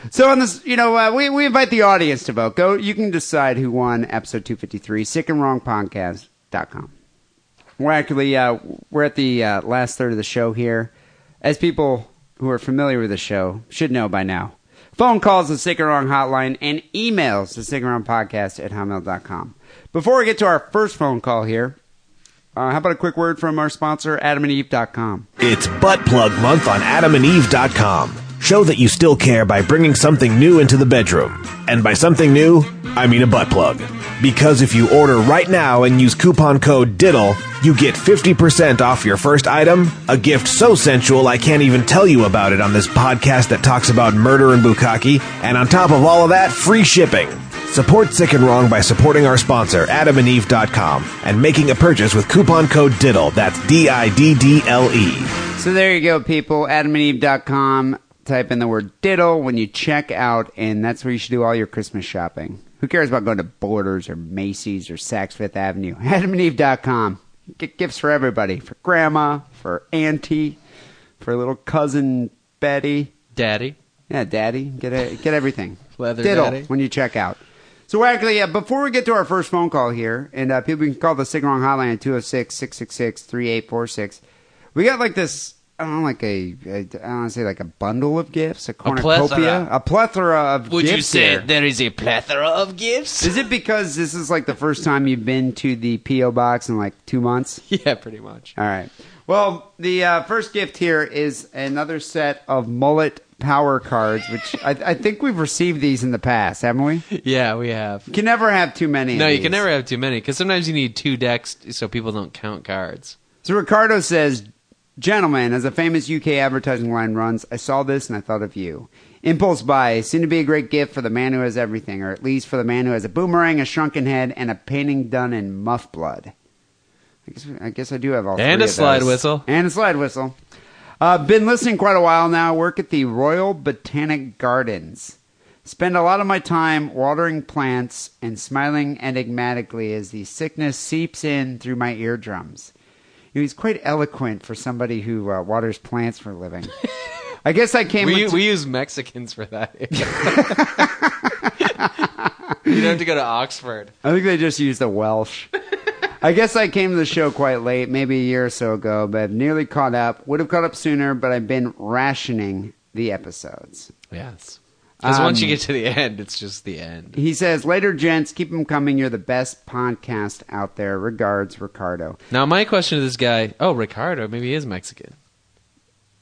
[SPEAKER 3] So on this, you know, uh, we we invite the audience to vote. Go, you can decide who won episode two fifty three. Sick and wrong podcast dot com. We're actually uh, we're at the uh, last third of the show here. As people who are familiar with the show should know by now, phone calls the Sick and Wrong hotline and emails to Sick and Wrong podcast at hotmail.com. Before we get to our first phone call here, uh, how about a quick word from our sponsor, adamandeve.com.
[SPEAKER 7] It's Butt Plug Month on AdamAndEve.com. Show that you still care by bringing something new into the bedroom. And by something new, I mean a butt plug. Because if you order right now and use coupon code DIDDLE, you get 50% off your first item, a gift so sensual I can't even tell you about it on this podcast that talks about murder and bukkake, and on top of all of that, free shipping. Support Sick and Wrong by supporting our sponsor, adamandeve.com, and making a purchase with coupon code DIDDLE. That's D I D D L E.
[SPEAKER 3] So there you go, people. AdamandEve.com. type in the word diddle when you check out, and that's where you should do all your Christmas shopping. Who cares about going to Borders or Macy's or Saks Fifth Avenue? AdamandEve.com. Get gifts for everybody for grandma, for auntie, for little cousin Betty.
[SPEAKER 4] Daddy.
[SPEAKER 3] Yeah, daddy, get a, get everything.
[SPEAKER 4] Leather
[SPEAKER 3] diddle
[SPEAKER 4] daddy.
[SPEAKER 3] when you check out. So we're actually, yeah, before we get to our first phone call here, and uh, people can call the Sing Wrong Hotline at 206-666-3846. We got like this, I don't know, like a, a I don't want to say like a bundle of gifts, a cornucopia,
[SPEAKER 4] plethora.
[SPEAKER 3] a plethora, of
[SPEAKER 4] Would
[SPEAKER 3] gifts
[SPEAKER 4] you say
[SPEAKER 3] here.
[SPEAKER 4] there is a plethora of gifts?
[SPEAKER 3] Is it because this is like the first time you've been to the P.O. box in like two months?
[SPEAKER 4] yeah, pretty much.
[SPEAKER 3] All right. Well, the uh, first gift here is another set of mullet power cards, which I, I think we've received these in the past, haven't we? You
[SPEAKER 4] Yeah, we have.
[SPEAKER 3] can never have too many.
[SPEAKER 4] No,
[SPEAKER 3] of
[SPEAKER 4] you
[SPEAKER 3] these.
[SPEAKER 4] can never have too many because sometimes you need two decks so people don't count cards.
[SPEAKER 3] So Ricardo says, Gentlemen, as a famous UK advertising line runs, I saw this and I thought of you. Impulse buy seemed to be a great gift for the man who has everything, or at least for the man who has a boomerang, a shrunken head, and a painting done in muff blood. I guess, I guess I do have all
[SPEAKER 4] And
[SPEAKER 3] three
[SPEAKER 4] a
[SPEAKER 3] of
[SPEAKER 4] slide
[SPEAKER 3] those.
[SPEAKER 4] whistle.
[SPEAKER 3] And a slide whistle. Uh, been listening quite a while now. Work at the Royal Botanic Gardens. Spend a lot of my time watering plants and smiling enigmatically as the sickness seeps in through my eardrums. You know, he's quite eloquent for somebody who uh, waters plants for a living. I guess I came.
[SPEAKER 4] We,
[SPEAKER 3] with
[SPEAKER 4] we use Mexicans for that. You'd have to go to Oxford.
[SPEAKER 3] I think they just used the Welsh. I guess I came to the show quite late, maybe a year or so ago, but I've nearly caught up. Would have caught up sooner, but I've been rationing the episodes.
[SPEAKER 4] Yes. Because once you
[SPEAKER 3] Um,
[SPEAKER 4] get to the end, it's just the end.
[SPEAKER 3] He says, Later, gents, keep them coming. You're the best podcast out there. Regards, Ricardo.
[SPEAKER 4] Now, my question to this guy oh, Ricardo, maybe he is Mexican.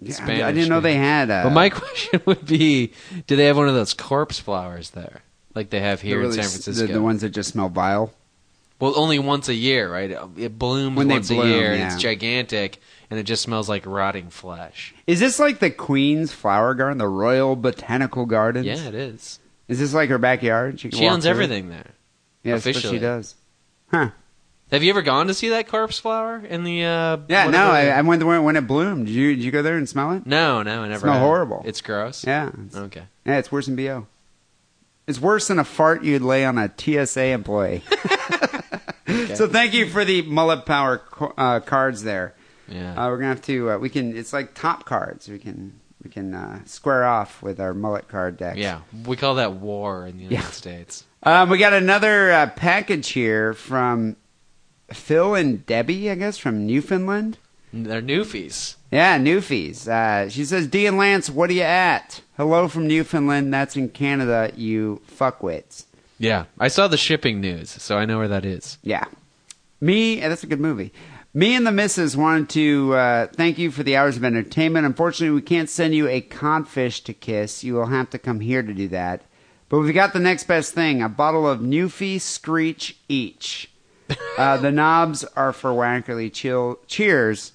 [SPEAKER 3] Yeah, I- I
[SPEAKER 4] Spanish,
[SPEAKER 3] didn't know
[SPEAKER 4] maybe.
[SPEAKER 3] they had a.
[SPEAKER 4] But my question would be do they have one of those corpse flowers there? Like they have
[SPEAKER 3] the
[SPEAKER 4] here in
[SPEAKER 3] really
[SPEAKER 4] San
[SPEAKER 3] s-
[SPEAKER 4] Francisco.
[SPEAKER 3] The, the ones that just smell vile.
[SPEAKER 4] Well, only once a year, right? It- It blooms
[SPEAKER 3] When they
[SPEAKER 4] once
[SPEAKER 3] bloom,
[SPEAKER 4] a year, and
[SPEAKER 3] yeah.
[SPEAKER 4] it's gigantic, and it just smells like rotting flesh.
[SPEAKER 3] Is this like the Queen's Flower Garden, the Royal Botanical Gardens?
[SPEAKER 4] Yeah, it is.
[SPEAKER 3] Is this like her backyard? can
[SPEAKER 4] She
[SPEAKER 3] walk
[SPEAKER 4] owns
[SPEAKER 3] through it?
[SPEAKER 4] everything there.
[SPEAKER 3] Yeah, that's what
[SPEAKER 4] officially.
[SPEAKER 3] she does. Huh.
[SPEAKER 4] Have you ever gone to see that corpse flower in the? Uh,
[SPEAKER 3] Yeah,
[SPEAKER 4] whatever-
[SPEAKER 3] no, I, I went there when it bloomed. Did you, did you go there and smell it?
[SPEAKER 4] no, no, I never.
[SPEAKER 3] Smell
[SPEAKER 4] have.
[SPEAKER 3] horrible.
[SPEAKER 4] It's gross.
[SPEAKER 3] Yeah. It's,
[SPEAKER 4] Okay.
[SPEAKER 3] yeah, it's worse than BO. It's worse than a fart you'd lay on a TSA employee. So thank you for the mullet power co- uh, cards there.
[SPEAKER 4] Yeah.
[SPEAKER 3] Uh, we're gonna have to. Uh, we can. It's like top cards. We can. We can uh, square off with our mullet card deck.
[SPEAKER 4] yeah. We call that war in the United States.
[SPEAKER 3] Um, we got another uh, package here from Phil and Debbie, I guess, from Newfoundland.
[SPEAKER 4] They're newfies.
[SPEAKER 3] Yeah, Newfies. Uh, she says, D and Lance, what are you at? Hello from Newfoundland. That's in Canada, you fuckwits.
[SPEAKER 4] Yeah, I saw the shipping news, so I know where that is.
[SPEAKER 3] Yeah. Me, yeah, that's a good movie. Me and the missus wanted to uh, thank you for the hours of entertainment. Unfortunately, we can't send you a codfish to kiss. You will have to come here to do that. But we've got the next best thing a bottle of Newfie Screech each. Uh, the knobs are for Wackerly chill, Cheers.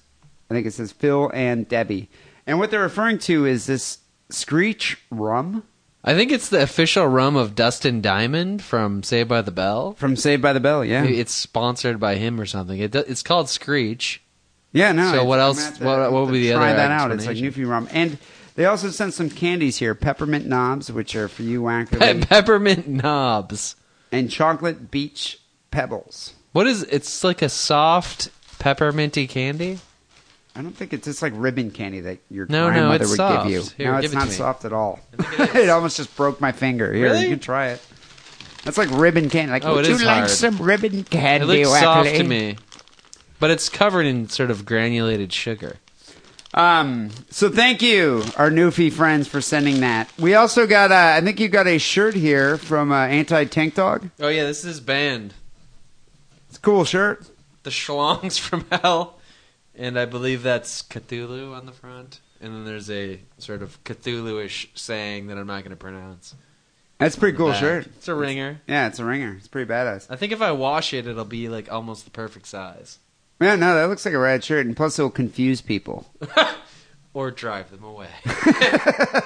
[SPEAKER 3] I think it says Phil and Debbie. And what they're referring to is this Screech rum
[SPEAKER 4] I think it's the official rum of Dustin Diamond from Saved by the Bell.
[SPEAKER 3] from Saved by the Bell, yeah.
[SPEAKER 4] It's sponsored by him or something. It, do- it's called Screech.
[SPEAKER 3] Yeah, no.
[SPEAKER 4] So
[SPEAKER 3] it's-
[SPEAKER 4] what
[SPEAKER 3] I'm
[SPEAKER 4] else-
[SPEAKER 3] gonna have
[SPEAKER 4] what-
[SPEAKER 3] I'm
[SPEAKER 4] what
[SPEAKER 3] gonna
[SPEAKER 4] would be the
[SPEAKER 3] try
[SPEAKER 4] other
[SPEAKER 3] that out? It's like
[SPEAKER 4] explanation?
[SPEAKER 3] Newfie rum, and they also sent some candies here: peppermint knobs, which are for you,
[SPEAKER 4] Pe-
[SPEAKER 3] Wackerly,
[SPEAKER 4] peppermint knobs.
[SPEAKER 3] and chocolate beach pebbles.
[SPEAKER 4] What is? It's like a soft pepperminty candy.
[SPEAKER 3] I don't think it's just like ribbon candy that your
[SPEAKER 4] No, no,
[SPEAKER 3] grandmother
[SPEAKER 4] it's
[SPEAKER 3] would give you.
[SPEAKER 4] soft. Here,
[SPEAKER 3] no,
[SPEAKER 4] give
[SPEAKER 3] it's
[SPEAKER 4] it
[SPEAKER 3] not
[SPEAKER 4] to me.
[SPEAKER 3] soft at all. It, almost just broke my finger. Here,
[SPEAKER 4] Really?
[SPEAKER 3] you can try it. That's like ribbon candy. Like,
[SPEAKER 4] Oh,
[SPEAKER 3] would
[SPEAKER 4] it
[SPEAKER 3] you
[SPEAKER 4] is
[SPEAKER 3] like
[SPEAKER 4] hard.
[SPEAKER 3] some ribbon candy,
[SPEAKER 4] It looks
[SPEAKER 3] Wackerly?
[SPEAKER 4] soft to me, but it's covered in sort of granulated sugar.
[SPEAKER 3] Um, so thank you, our Newfie friends, for sending that. We also got, uh, I think you got a shirt here from uh, Anti Tank Dog.
[SPEAKER 4] Oh yeah, this is band,
[SPEAKER 3] It's a cool shirt.
[SPEAKER 4] the Schlongs from Hell, and I believe that's Cthulhu on the front. And then there's a sort of Cthulhu-ish saying that I'm not going to pronounce.
[SPEAKER 3] That's a pretty cool
[SPEAKER 4] Back.
[SPEAKER 3] shirt.
[SPEAKER 4] It's a ringer.
[SPEAKER 3] Yeah, it's a ringer. It's pretty badass.
[SPEAKER 4] I think if I wash it, it'll be like almost the perfect size,
[SPEAKER 3] Yeah, no, that looks like a rad shirt, and plus it'll confuse people.
[SPEAKER 4] or drive them away,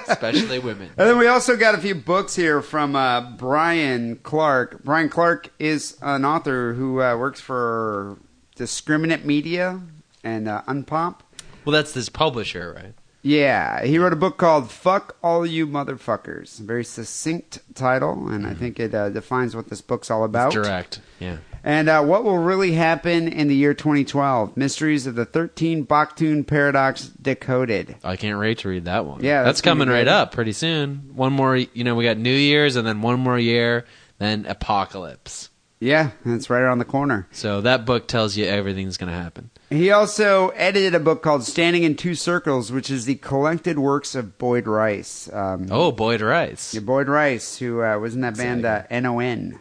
[SPEAKER 4] especially women.
[SPEAKER 3] And then we also got a few books here from uh, Brian Clark. Brian Clark is an author who uh, works for Discriminate Media and uh, Unpomp.
[SPEAKER 4] Well, that's this publisher, right?
[SPEAKER 3] Yeah, he wrote a book called "Fuck All You Motherfuckers." Very succinct title, and I think it uh, defines what this book's all about.
[SPEAKER 4] Direct. Yeah.
[SPEAKER 3] And uh, what will really happen in the year 2012? Mysteries of the 13 Bakhtun Paradox decoded.
[SPEAKER 4] I can't wait to read that one.
[SPEAKER 3] Yeah,
[SPEAKER 4] that's,
[SPEAKER 3] that's gonna
[SPEAKER 4] coming
[SPEAKER 3] be
[SPEAKER 4] right
[SPEAKER 3] good.
[SPEAKER 4] up pretty soon. One more, you know, we got New Year's and then one more year, then apocalypse.
[SPEAKER 3] Yeah, that's right around the corner.
[SPEAKER 4] So that book tells you everything that's going to happen.
[SPEAKER 3] He also edited a book called "Standing in Two Circles," which is the collected works of Boyd Rice. Um,
[SPEAKER 4] Oh, Boyd Rice.
[SPEAKER 3] Yeah, Boyd Rice, who uh, was in that band uh, NON,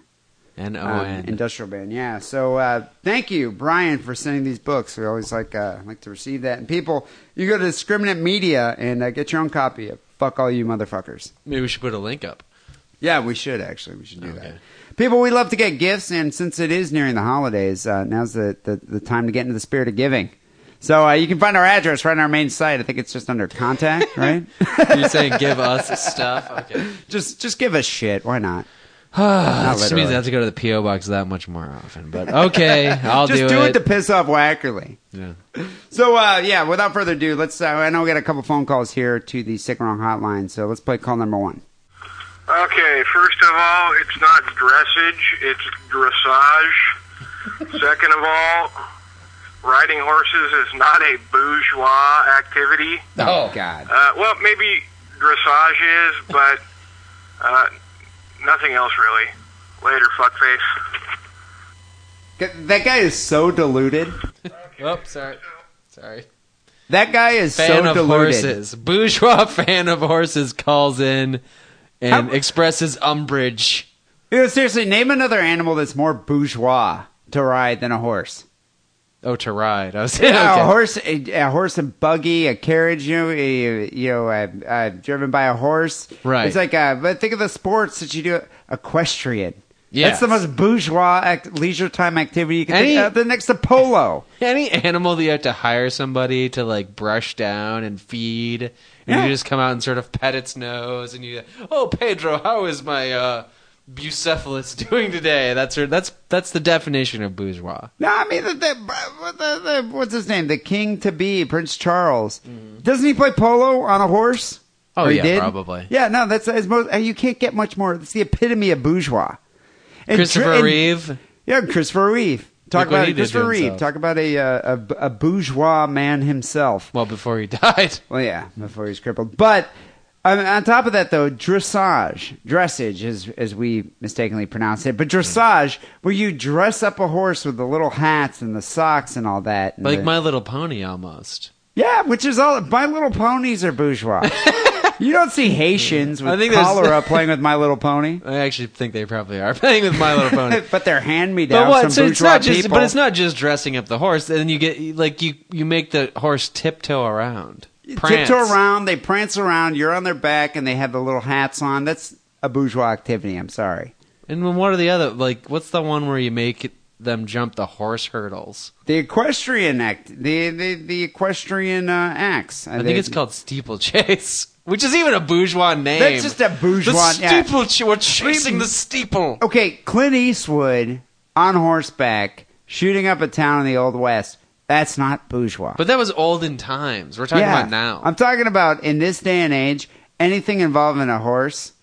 [SPEAKER 4] N O
[SPEAKER 3] um,
[SPEAKER 4] N.
[SPEAKER 3] industrial band. Yeah. So uh, thank you, Brian, for sending these books. We always like uh, like to receive that. And people, you go to Discriminant Media and uh, get your own copy of "Fuck All You Motherfuckers."
[SPEAKER 4] Maybe we should put a link up.
[SPEAKER 3] Yeah, we should actually. We should do
[SPEAKER 4] Okay.
[SPEAKER 3] that. People, we love to get gifts, and since it is nearing the holidays, uh, now's the, the, the time to get into the spirit of giving. So uh, you can find our address right on our main site. I think it's just under contact, right?
[SPEAKER 4] You're saying give us stuff? Okay.
[SPEAKER 3] just just give us shit. Why not?
[SPEAKER 4] that just means I
[SPEAKER 3] literally.
[SPEAKER 4] have to go to the P.O. box that much more often. But okay, I'll
[SPEAKER 3] just
[SPEAKER 4] do,
[SPEAKER 3] do it.
[SPEAKER 4] it.
[SPEAKER 3] to piss off Wackerly.
[SPEAKER 4] Yeah.
[SPEAKER 3] So uh, yeah, without further ado, let's. Uh, I know we got a couple phone calls here to the Sick and Wrong Hotline, so let's play call number one.
[SPEAKER 8] Okay, first of all, it's not dressage, it's dressage. Second of all, riding horses is not a bourgeois activity.
[SPEAKER 3] Oh, God!
[SPEAKER 8] Uh, well, maybe dressage is, but uh, nothing else really. Later, fuckface.
[SPEAKER 3] G- That guy is so deluded.
[SPEAKER 4] Oh, sorry. Sorry.
[SPEAKER 3] That guy is
[SPEAKER 4] Fan
[SPEAKER 3] so
[SPEAKER 4] of
[SPEAKER 3] deluded.
[SPEAKER 4] horses. Bourgeois fan of horses calls in and
[SPEAKER 3] How-
[SPEAKER 4] expresses umbrage.
[SPEAKER 3] You know, seriously, name another animal that's more bourgeois to ride than a horse.
[SPEAKER 4] Oh, to ride. I was
[SPEAKER 3] A
[SPEAKER 4] okay.
[SPEAKER 3] horse, a, a horse and buggy, a carriage. You know, eh, you know, uh, uh, driven by a horse.
[SPEAKER 4] Right.
[SPEAKER 3] It's like, uh, but think of the sports that you do. Equestrian. That's
[SPEAKER 4] Yes.
[SPEAKER 3] the most bourgeois act, leisure time activity you can
[SPEAKER 4] Any-
[SPEAKER 3] think of. The next to polo.
[SPEAKER 4] Any animal that you have to hire somebody to like brush down and feed, and
[SPEAKER 3] Yeah.
[SPEAKER 4] you just come out and sort of pet its nose, and you, oh Pedro, how is my uh, bucephalus doing today? That's her, that's that's the definition of bourgeois.
[SPEAKER 3] No, I mean, the, the, the, the, what's his name? The king to be, Prince Charles. Doesn't he play polo on a horse?
[SPEAKER 4] Mm-hmm. Oh,
[SPEAKER 3] Or he
[SPEAKER 4] yeah,
[SPEAKER 3] did?
[SPEAKER 4] probably.
[SPEAKER 3] Yeah, no, that's as most. uh, You can't get much more. It's the epitome of bourgeois. And
[SPEAKER 4] Christopher
[SPEAKER 3] Dr- and-
[SPEAKER 4] Reeve.
[SPEAKER 3] Yeah, Christopher Reeve. Talk
[SPEAKER 4] Look what
[SPEAKER 3] about
[SPEAKER 4] he
[SPEAKER 3] it.
[SPEAKER 4] did to
[SPEAKER 3] Christopher Reeve.
[SPEAKER 4] himself.
[SPEAKER 3] Talk about a, uh, a a bourgeois man himself.
[SPEAKER 4] Well, before he died,
[SPEAKER 3] Well, yeah, before he's crippled. But um, on top of that, though, dressage, dressage, as as we mistakenly pronounce it, but dressage, where you dress up a horse with the little hats and the socks and all that. and
[SPEAKER 4] like
[SPEAKER 3] the-
[SPEAKER 4] My Little Pony, almost.
[SPEAKER 3] yeah, which is all. My Little Ponies are bourgeois. you don't see Haitians
[SPEAKER 4] I
[SPEAKER 3] with
[SPEAKER 4] think there's-
[SPEAKER 3] cholera playing with My Little Pony,
[SPEAKER 4] I actually think they probably are playing with My Little Pony.
[SPEAKER 3] but they're hand me
[SPEAKER 4] But
[SPEAKER 3] down.
[SPEAKER 4] what? So
[SPEAKER 3] Some
[SPEAKER 4] it's not
[SPEAKER 3] bourgeois
[SPEAKER 4] just,
[SPEAKER 3] people.
[SPEAKER 4] but it's not just dressing up the horse. Then you get like you you make the horse tiptoe around, prance.
[SPEAKER 3] tiptoe around, they prance around, you're on their back, and they have the little hats on. That's a bourgeois activity. I'm sorry.
[SPEAKER 4] And then what are the other like? What's the one where you make it- them jump the horse hurdles?
[SPEAKER 3] The equestrian act, the the, the equestrian uh, acts.
[SPEAKER 4] I think it's called steeplechase, which is even a bourgeois name.
[SPEAKER 3] That's just a bourgeois.
[SPEAKER 4] The
[SPEAKER 3] yeah.
[SPEAKER 4] steeple. We're chasing the steeple.
[SPEAKER 3] Okay, Clint Eastwood on horseback shooting up a town in the old west. That's not bourgeois.
[SPEAKER 4] But that was olden times. We're talking about now.
[SPEAKER 3] I'm talking about in this day and age, anything involving a horse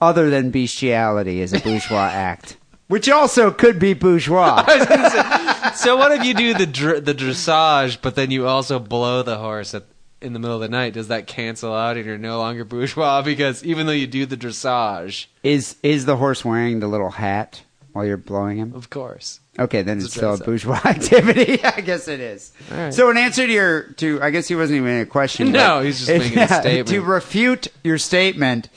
[SPEAKER 3] other than bestiality is a bourgeois act, which also could be bourgeois.
[SPEAKER 4] so what if you do the dr- the dressage, but then you also blow the horse at, in the middle of the night? Does that cancel out, and you're no longer bourgeois because even though you do the dressage,
[SPEAKER 3] Is is the horse wearing the little hat while you're blowing him?
[SPEAKER 4] of course.
[SPEAKER 3] Okay, then it's
[SPEAKER 4] a
[SPEAKER 3] still a
[SPEAKER 4] dress-up.
[SPEAKER 3] bourgeois activity. I guess it is.
[SPEAKER 4] right.
[SPEAKER 3] So, in answer to your to, I guess he wasn't even in a question.
[SPEAKER 4] No,
[SPEAKER 3] but-
[SPEAKER 4] he's just making a statement.
[SPEAKER 3] To refute your statement,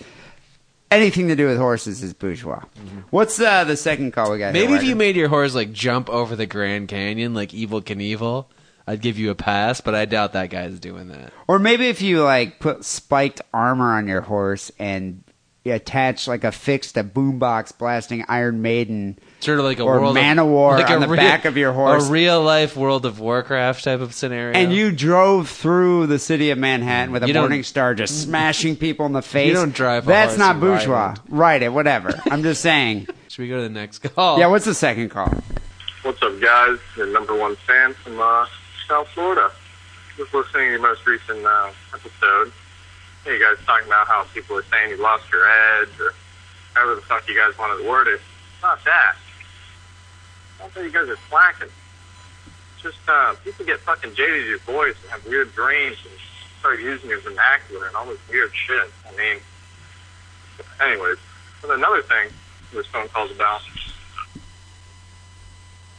[SPEAKER 3] anything to do with horses is bourgeois. What's uh, the second call we got? here,
[SPEAKER 4] Mm-hmm. Maybe if
[SPEAKER 3] Wagner?
[SPEAKER 4] you made your horse like jump over the Grand Canyon like Evil Knievel, I'd give you a pass, but I doubt that guy's doing that.
[SPEAKER 3] Or maybe if you like put spiked armor on your horse and you attach like a fix to boombox blasting Iron Maiden.
[SPEAKER 4] Sort of like a
[SPEAKER 3] Or
[SPEAKER 4] world
[SPEAKER 3] Manowar
[SPEAKER 4] of, like
[SPEAKER 3] on
[SPEAKER 4] a
[SPEAKER 3] the
[SPEAKER 4] real-
[SPEAKER 3] back of your horse.
[SPEAKER 4] a real life World of Warcraft type of scenario.
[SPEAKER 3] And you drove through the city of Manhattan with a
[SPEAKER 4] You don't-
[SPEAKER 3] morning star just smashing people in the face.
[SPEAKER 4] don't drive a
[SPEAKER 3] That's
[SPEAKER 4] horse
[SPEAKER 3] not
[SPEAKER 4] and ride
[SPEAKER 3] bourgeois.
[SPEAKER 4] it.
[SPEAKER 3] Right it, whatever. I'm just saying.
[SPEAKER 4] should we go to the next call?
[SPEAKER 3] Yeah, what's the second call?
[SPEAKER 8] What's up, guys? Your number one fan from uh, South Florida. was listening to your most recent uh, episode. You guys talking about how people are saying you lost your edge or however the fuck you guys wanted to word it. It's not that. I don't think you guys are slacking. It's just uh, people get fucking jaded to your voice and have weird dreams and start using your vernacular and all this weird shit. I mean, anyways, but another thing this phone call's about.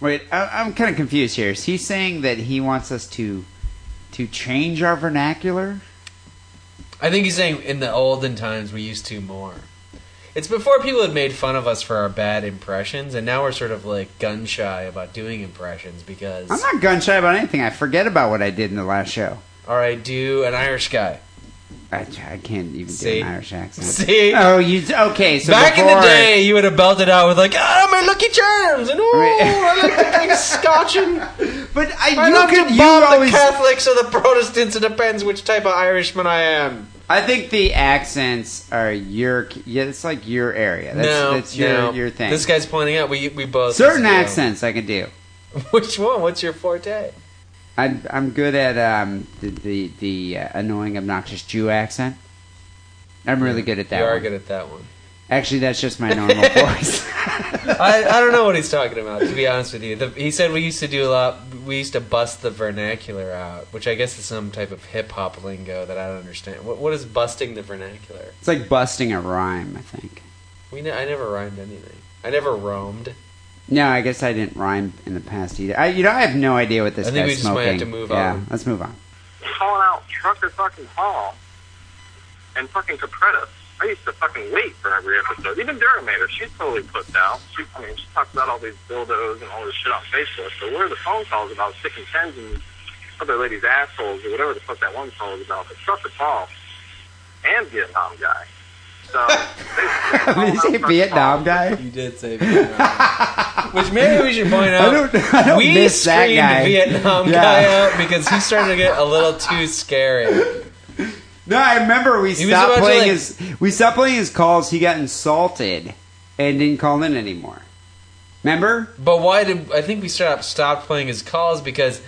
[SPEAKER 3] Wait, I, I'm kind of confused here. Is he saying that he wants us to to change our vernacular?
[SPEAKER 4] I think he's saying in the olden times we used to more. It's before people had made fun of us for our bad impressions, and now we're sort of like gun shy about doing impressions because
[SPEAKER 3] I'm not gun shy about anything. I forget about what I did in the last show.
[SPEAKER 4] all right, do an Irish guy.
[SPEAKER 3] I, I can't even
[SPEAKER 4] See?
[SPEAKER 3] do an Irish accent.
[SPEAKER 4] See,
[SPEAKER 3] Oh, you okay? So
[SPEAKER 4] back in the
[SPEAKER 3] before-
[SPEAKER 4] day, you would have belted out with like, "Ah, my lucky charms," and "Ooh, I like to drink scotch and
[SPEAKER 3] but I,
[SPEAKER 4] I
[SPEAKER 3] you
[SPEAKER 4] love
[SPEAKER 3] could
[SPEAKER 4] to
[SPEAKER 3] you
[SPEAKER 4] bomb
[SPEAKER 3] always.
[SPEAKER 4] the Catholics or the Protestants. It depends which type of Irishman I am."
[SPEAKER 3] I think the accents are your. Yeah, it's like your area. That's,
[SPEAKER 4] no,
[SPEAKER 3] that's your
[SPEAKER 4] no.
[SPEAKER 3] your thing.
[SPEAKER 4] This guy's pointing out we we both
[SPEAKER 3] Certain
[SPEAKER 4] you know,
[SPEAKER 3] accents I can do.
[SPEAKER 4] Which one? What's your forte?
[SPEAKER 3] I'm I'm good at um the the, the uh, annoying obnoxious Jew accent. I'm really good at that.
[SPEAKER 4] you are
[SPEAKER 3] one.
[SPEAKER 4] good at that one.
[SPEAKER 3] Actually, that's just my normal voice.
[SPEAKER 4] I, I don't know what he's talking about. To be honest with you, the, he said we used to do a lot. We used to bust the vernacular out, which I guess is some type of hip hop lingo that I don't understand. What, what is busting the vernacular?
[SPEAKER 3] It's like busting a rhyme. I think.
[SPEAKER 4] We ne- I never rhymed anything. I never roamed.
[SPEAKER 3] No, I guess I didn't rhyme in the past either. I, you know, I have no idea what this
[SPEAKER 4] I think
[SPEAKER 3] guy's
[SPEAKER 4] we just
[SPEAKER 3] smoking.
[SPEAKER 4] might have to move
[SPEAKER 3] yeah,
[SPEAKER 4] on.
[SPEAKER 3] let's move on.
[SPEAKER 8] calling out Trucker fucking Hall and fucking Capretta. I used to fucking wait for every episode. Even Duramator, she's totally put down. She, I mean, she talks about all these dildos and all this shit on Facebook. So where are the phone calls about sticking pens in other ladies' assholes or whatever the fuck that one call was about? But Trucker Paul and Vietnam guy. So basically,
[SPEAKER 3] Did you say
[SPEAKER 8] calling out
[SPEAKER 3] Vietnam
[SPEAKER 8] Trucker Paul.
[SPEAKER 3] guy?
[SPEAKER 4] You did say Vietnam. Which maybe we should point out.
[SPEAKER 3] I don't- I don't
[SPEAKER 4] we
[SPEAKER 3] miss that
[SPEAKER 4] screened
[SPEAKER 3] guy.
[SPEAKER 4] Vietnam
[SPEAKER 3] Yeah.
[SPEAKER 4] guy out because he started to get a little too scary.
[SPEAKER 3] No, I remember we
[SPEAKER 4] was
[SPEAKER 3] stopped
[SPEAKER 4] about to,
[SPEAKER 3] playing
[SPEAKER 4] like-
[SPEAKER 3] his. We stopped playing his calls. He got insulted and didn't call in anymore. Remember?
[SPEAKER 4] But why did I think we stopped stopped playing his calls because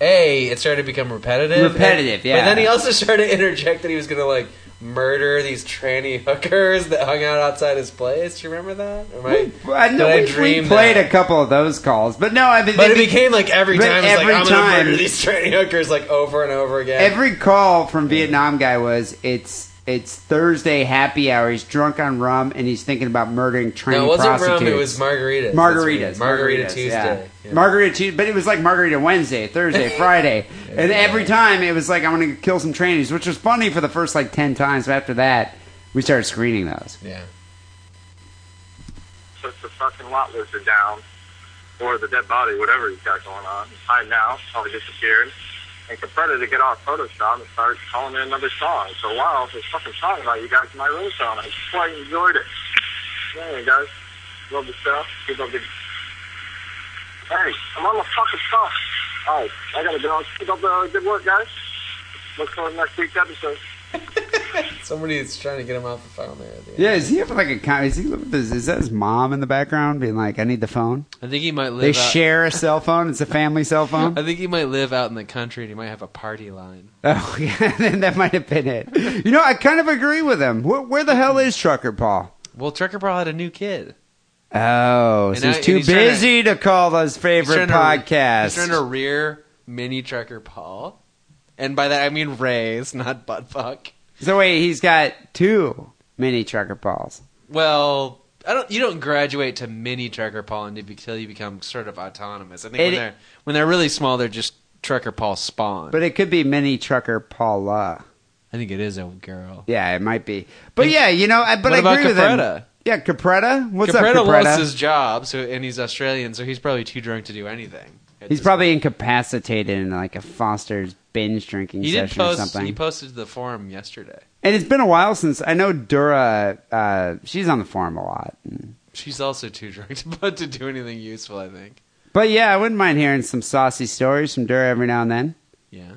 [SPEAKER 4] a it started to become repetitive.
[SPEAKER 3] Repetitive,
[SPEAKER 4] and-
[SPEAKER 3] yeah.
[SPEAKER 4] But then he also started to interject that he was gonna like murder these tranny hookers that hung out outside his place. Do you remember that? Or am I,
[SPEAKER 3] I know
[SPEAKER 4] did I
[SPEAKER 3] we,
[SPEAKER 4] dream
[SPEAKER 3] we played
[SPEAKER 4] that?
[SPEAKER 3] a couple of those calls, but no, I mean,
[SPEAKER 4] But
[SPEAKER 3] they
[SPEAKER 4] it
[SPEAKER 3] be-
[SPEAKER 4] became like every
[SPEAKER 3] but
[SPEAKER 4] time it's
[SPEAKER 3] every
[SPEAKER 4] like I'm gonna
[SPEAKER 3] time-
[SPEAKER 4] murder these tranny hookers like over and over again.
[SPEAKER 3] every call from Vietnam guy was it's it's Thursday happy hour. He's drunk on rum and he's thinking about murdering trained
[SPEAKER 4] no, it wasn't
[SPEAKER 3] prostitutes.
[SPEAKER 4] rum. It was margaritas. That's what it
[SPEAKER 3] margaritas.
[SPEAKER 4] is. Margarita Tuesday.
[SPEAKER 3] yeah.
[SPEAKER 4] Yeah.
[SPEAKER 3] Margarita Tuesday, but it was like Margarita Wednesday, Thursday, Friday, and every time it was like I'm going to kill some trainees, which was funny for the first like ten times. But after that, we started screening those.
[SPEAKER 4] yeah.
[SPEAKER 8] took the fucking lot lizard down, or the dead body, whatever he's got going on. Hide now, probably disappeared. And Capretta to get off Photoshop and start calling in another song. So wow, this fucking song about you guys in my room song. I quite enjoyed it. Yeah, you guys. Love the stuff. Keep up the Hey, I'm on the fucking stuff. Oh, I gotta go. Keep up the good work, guys. Look forward to next week's episode.
[SPEAKER 4] Somebody is trying to get him off the phone there. At the end.
[SPEAKER 3] Yeah, is he have like a con- is he with his, is that his mom in the background being like, I need the phone?
[SPEAKER 4] I think he might live.
[SPEAKER 3] They
[SPEAKER 4] out-
[SPEAKER 3] share a cell phone. It's a family cell phone.
[SPEAKER 4] I think he might live out in the country and he might have a party line.
[SPEAKER 3] Oh yeah, then that might have been it. You know, I kind of agree with him. Where, where the hell is Trucker Paul?
[SPEAKER 4] Well, Trucker Paul had a new kid.
[SPEAKER 3] Oh,
[SPEAKER 4] And
[SPEAKER 3] so he's
[SPEAKER 4] now-
[SPEAKER 3] too
[SPEAKER 4] and he's trying to-
[SPEAKER 3] busy to, call those favorite podcasts.
[SPEAKER 4] To, he's trying to rear mini Trucker Paul, and by that I mean raise, not butt fuck.
[SPEAKER 3] So wait, he's got two mini trucker balls.
[SPEAKER 4] Well, I don't. You don't graduate to mini Trucker Paul until you become sort of autonomous. I think when
[SPEAKER 3] It-
[SPEAKER 4] they're when they're really small, they're just Trucker Paul spawn.
[SPEAKER 3] But it could be mini trucker Paula.
[SPEAKER 4] I think it is a girl.
[SPEAKER 3] Yeah, it might be. But yeah, you know, I, but
[SPEAKER 4] what
[SPEAKER 3] I
[SPEAKER 4] about
[SPEAKER 3] agree with him.
[SPEAKER 4] Capretta?
[SPEAKER 3] Yeah, Capretta. What's
[SPEAKER 4] Capretta
[SPEAKER 3] up, Capretta?
[SPEAKER 4] lost his job, so and he's Australian, so he's probably too drunk to do anything. at
[SPEAKER 3] He's
[SPEAKER 4] this
[SPEAKER 3] probably
[SPEAKER 4] point.
[SPEAKER 3] incapacitated in like a Foster's binge drinking
[SPEAKER 4] he did
[SPEAKER 3] session or
[SPEAKER 4] post.
[SPEAKER 3] something.
[SPEAKER 4] He posted to the forum yesterday.
[SPEAKER 3] and it's been a while since I know Dura. Uh, she's on the farm a lot.
[SPEAKER 4] She's also too drunk to, but to do anything useful. I think.
[SPEAKER 3] But yeah, I wouldn't mind hearing some saucy stories from Dura every now and then.
[SPEAKER 4] Yeah.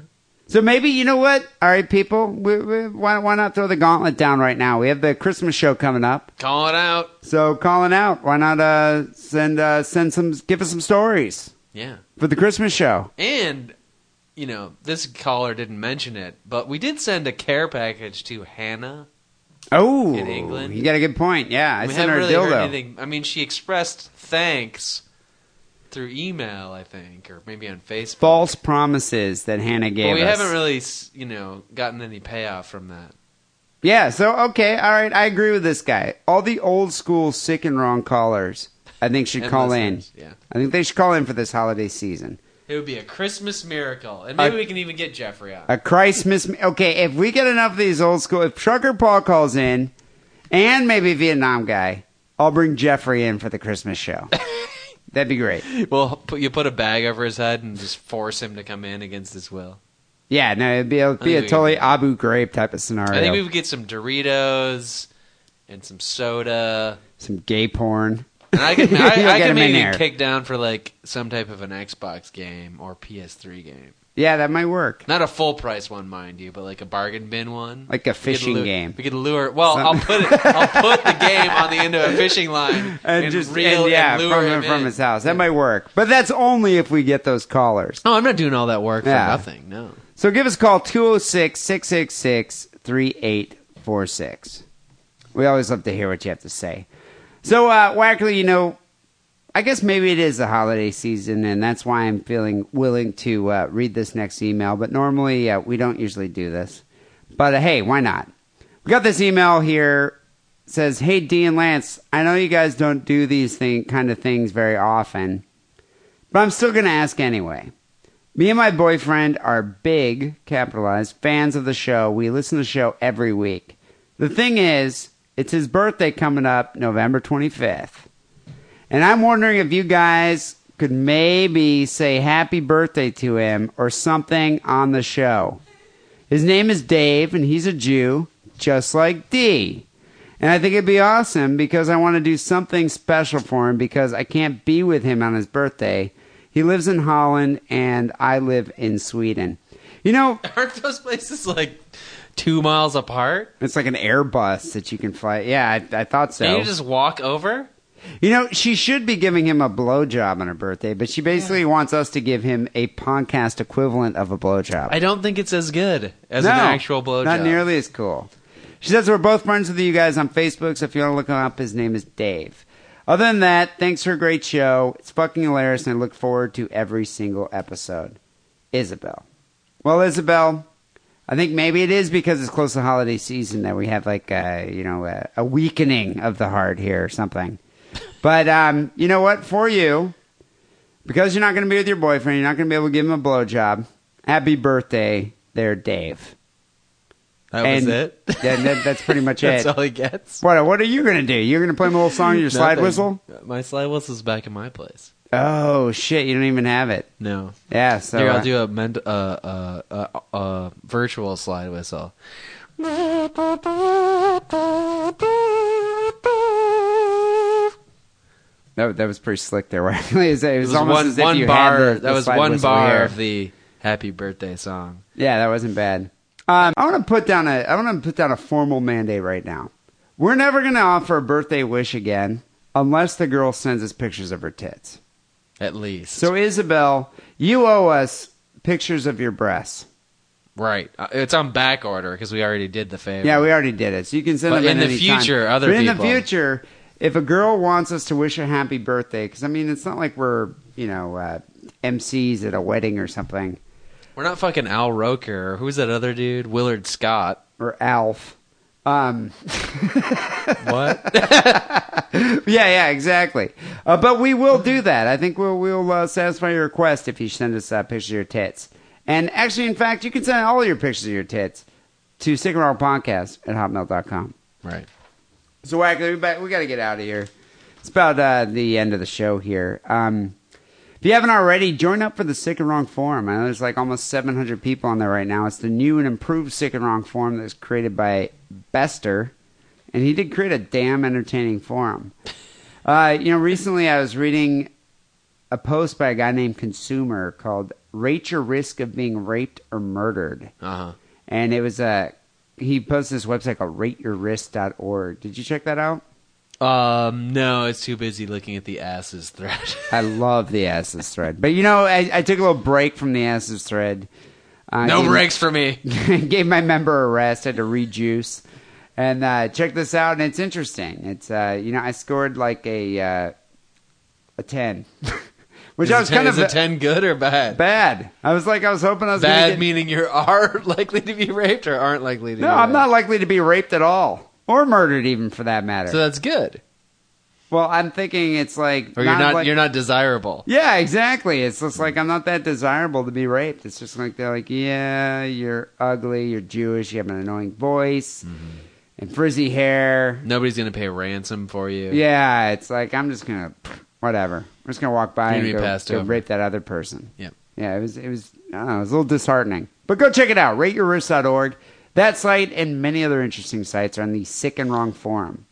[SPEAKER 3] So maybe you know what? All right, people, we, we, why, why not throw the gauntlet down right now? We have the Christmas show coming up.
[SPEAKER 4] Call it out.
[SPEAKER 3] So calling out, why not uh, send uh, send some give us some stories
[SPEAKER 4] Yeah.
[SPEAKER 3] for the Christmas show?
[SPEAKER 4] And you know, this caller didn't mention it, but we did send a care package to Hannah.
[SPEAKER 3] Oh,
[SPEAKER 4] In England?
[SPEAKER 3] you got a good point. Yeah, I
[SPEAKER 4] we
[SPEAKER 3] sent
[SPEAKER 4] haven't
[SPEAKER 3] her
[SPEAKER 4] really
[SPEAKER 3] a
[SPEAKER 4] heard
[SPEAKER 3] dildo.
[SPEAKER 4] anything. I mean, she expressed thanks through email, I think, or maybe on Facebook.
[SPEAKER 3] False promises that Hannah gave
[SPEAKER 4] But we
[SPEAKER 3] us.
[SPEAKER 4] haven't really, s- you know, gotten any payoff from that.
[SPEAKER 3] yeah, so okay, all right, I agree with this guy. All the old school sick and wrong callers, I think should
[SPEAKER 4] And
[SPEAKER 3] call in.
[SPEAKER 4] listeners, Yeah,
[SPEAKER 3] I think they should call in for this holiday season.
[SPEAKER 4] it would be a Christmas miracle, and maybe we can even get Jeffrey on.
[SPEAKER 3] A Christmas. Okay, if we get enough of these old school, if Trucker Paul calls in, and maybe Vietnam guy, I'll bring Jeffrey in for the Christmas show. That'd be great.
[SPEAKER 4] Well, put, you put a bag over his head and just force him to come in against his will.
[SPEAKER 3] Yeah, no, it'd be, it'd be
[SPEAKER 4] I
[SPEAKER 3] a
[SPEAKER 4] think we-
[SPEAKER 3] totally Abu Ghraib type of scenario.
[SPEAKER 4] I think we would get some Doritos and some soda,
[SPEAKER 3] Some gay porn.
[SPEAKER 4] and I could,
[SPEAKER 3] You'll
[SPEAKER 4] I, I
[SPEAKER 3] get
[SPEAKER 4] could
[SPEAKER 3] him in
[SPEAKER 4] maybe
[SPEAKER 3] there.
[SPEAKER 4] kick down for like some type of an Xbox game or PS3 game.
[SPEAKER 3] Yeah, that might work.
[SPEAKER 4] Not a full price one, mind you, but like a bargain bin one.
[SPEAKER 3] Like a
[SPEAKER 4] We could
[SPEAKER 3] fishing
[SPEAKER 4] lure-
[SPEAKER 3] game.
[SPEAKER 4] We could lure. Well,
[SPEAKER 3] Some-
[SPEAKER 4] I'll put it. I'll put the game on the end of a fishing line
[SPEAKER 3] And,
[SPEAKER 4] and,
[SPEAKER 3] just
[SPEAKER 4] reel
[SPEAKER 3] and, yeah,
[SPEAKER 4] and lure
[SPEAKER 3] from
[SPEAKER 4] him
[SPEAKER 3] from
[SPEAKER 4] in.
[SPEAKER 3] his house. That might work, but that's only if we get those callers.
[SPEAKER 4] No, I'm not doing all that work
[SPEAKER 3] Yeah.
[SPEAKER 4] for nothing. No.
[SPEAKER 3] So give us a call 206-666-3846. We always love to hear what you have to say. So uh Wackley, you know, I guess maybe it is the holiday season and that's why I'm feeling willing to uh, read this next email, but normally uh, we don't usually do this. But uh, hey, why not? We got this email here It says, "Hey D and Lance, I know you guys don't do these thing kind of things very often, but I'm still going to ask anyway." Me and my boyfriend are big, capitalized, fans of the show. We listen to the show every week. The thing is, it's his birthday coming up November 25th. And I'm wondering if you guys could maybe say happy birthday to him or something on the show. His name is Dave, and he's a Jew, just like D. And I think it'd be awesome because I want to do something special for him because I can't be with him on his birthday. He lives in Holland, and I live in Sweden. You know,
[SPEAKER 4] Aren't those places like two miles apart?
[SPEAKER 3] it's like an Airbus that you can fly. Yeah, I, I thought so.
[SPEAKER 4] Can you just walk over?
[SPEAKER 3] You know, she should be giving him a blowjob on her birthday, but she basically wants us to give him a podcast equivalent of a blowjob.
[SPEAKER 4] I don't think it's as good as an actual blowjob.
[SPEAKER 3] Not nearly as cool. She says we're both friends with you guys on Facebook, so if you want to look him up, his name is Dave. Other than that, thanks for a great show. It's fucking hilarious, and I look forward to every single episode. Isabel. Well, Isabel, I think maybe it is because it's close to holiday season that we have like a, you know a, a weakening of the heart here or something. But um, you know what? For you, because you're not going to be with your boyfriend, you're not going to be able to give him a blowjob. Happy birthday, there, Dave.
[SPEAKER 4] That was
[SPEAKER 3] And-
[SPEAKER 4] it.
[SPEAKER 3] Yeah, that, that's pretty much
[SPEAKER 4] That's
[SPEAKER 3] it.
[SPEAKER 4] all he gets.
[SPEAKER 3] What, what are you going to do? You're going to play him a little song, your slide
[SPEAKER 4] Nothing.
[SPEAKER 3] whistle?
[SPEAKER 4] My slide whistle's back in my place.
[SPEAKER 3] Oh, shit. You don't even have it.
[SPEAKER 4] No.
[SPEAKER 3] Yeah, so.
[SPEAKER 4] Here, I'll
[SPEAKER 3] uh,
[SPEAKER 4] do a, ment- uh, uh, uh, uh, virtual slide whistle.
[SPEAKER 3] that, that was pretty slick there, right? it was, it was
[SPEAKER 4] It was
[SPEAKER 3] almost
[SPEAKER 4] one,
[SPEAKER 3] as if
[SPEAKER 4] one
[SPEAKER 3] you
[SPEAKER 4] bar.
[SPEAKER 3] had the, the
[SPEAKER 4] that was
[SPEAKER 3] slide
[SPEAKER 4] one
[SPEAKER 3] whistle
[SPEAKER 4] bar
[SPEAKER 3] here.
[SPEAKER 4] of the happy birthday song.
[SPEAKER 3] Yeah, that wasn't bad. Um, I want to put down a I want to put down a formal mandate right now. We're never going to offer a birthday wish again unless the girl sends us pictures of her tits.
[SPEAKER 4] At least.
[SPEAKER 3] So Isabel, you owe us pictures of your breasts.
[SPEAKER 4] right. Uh, It's on back order because we already did the favor.
[SPEAKER 3] Yeah, we already did it. So you can send
[SPEAKER 4] But
[SPEAKER 3] them
[SPEAKER 4] in the
[SPEAKER 3] any time.
[SPEAKER 4] future, other
[SPEAKER 3] but in the
[SPEAKER 4] people-
[SPEAKER 3] future, if a girl wants us to wish her happy birthday, because I mean, it's not like we're you know uh, MCs at a wedding or something
[SPEAKER 4] We're not fucking Al Roker. Who's that other dude? Willard Scott.
[SPEAKER 3] or Alf. Um,
[SPEAKER 4] What?
[SPEAKER 3] yeah, yeah, exactly. Uh, but we will do that. I think we'll we'll uh, satisfy your request if you send us uh, pictures of your tits. And actually, in fact, you can send all your pictures of your tits to podcast at hotmail.com.
[SPEAKER 4] right.
[SPEAKER 3] So Wackley, we, back, we got to get out of here. It's about uh, the end of the show here. Um, if you haven't already, join up for the Sick and Wrong Forum. I know there's like almost 700 people on there right now. It's the new and improved Sick and Wrong Forum that was created by Bester, and he did create a damn entertaining forum. Uh, you know, recently I was reading a post by a guy named Consumer called "Rate Your Risk of Being Raped or Murdered."
[SPEAKER 4] Uh huh.
[SPEAKER 3] and it was a he posted this website called rateyourrisk.org. Did you check that out?
[SPEAKER 5] Um, no, it's too busy looking at the asses thread.
[SPEAKER 3] I love the asses thread. But you know, I, I took a little break from the asses thread. Uh,
[SPEAKER 5] no
[SPEAKER 3] gave-
[SPEAKER 5] breaks for me.
[SPEAKER 3] gave my member a rest. Had to rejuice. And uh, check this out, and it's interesting. It's uh, you know I scored like a uh, a ten, which
[SPEAKER 5] Is,
[SPEAKER 3] I
[SPEAKER 5] a
[SPEAKER 3] was
[SPEAKER 5] 10,
[SPEAKER 3] kind of
[SPEAKER 5] is a ten good or bad?
[SPEAKER 3] bad. I was like I was hoping I was gonna
[SPEAKER 5] Bad
[SPEAKER 3] get-
[SPEAKER 5] meaning you are likely to be raped or aren't likely to.
[SPEAKER 3] No,
[SPEAKER 5] be
[SPEAKER 3] I'm
[SPEAKER 5] raped.
[SPEAKER 3] not likely to be raped at all or murdered, even for that matter.
[SPEAKER 5] So that's good.
[SPEAKER 3] well, I'm thinking it's like
[SPEAKER 5] Or Oh, you're not
[SPEAKER 3] like-
[SPEAKER 5] you're not desirable.
[SPEAKER 3] Yeah, exactly. It's just like I'm not that desirable to be raped. It's just like they're like, yeah, you're ugly, you're Jewish, you have an annoying voice,
[SPEAKER 5] Mm-hmm.
[SPEAKER 3] and frizzy hair.
[SPEAKER 5] Nobody's gonna pay ransom for you.
[SPEAKER 3] Yeah, it's like I'm just gonna whatever. I'm just gonna walk by
[SPEAKER 5] You're
[SPEAKER 3] and
[SPEAKER 5] gonna be passed
[SPEAKER 3] go, go
[SPEAKER 5] over.
[SPEAKER 3] rape that other person.
[SPEAKER 5] Yep.
[SPEAKER 3] Yeah, it was it was I don't know, it was a little disheartening. But go check it out, rateyourwrist.org. That site and many other interesting sites are on the Sick and Wrong forum.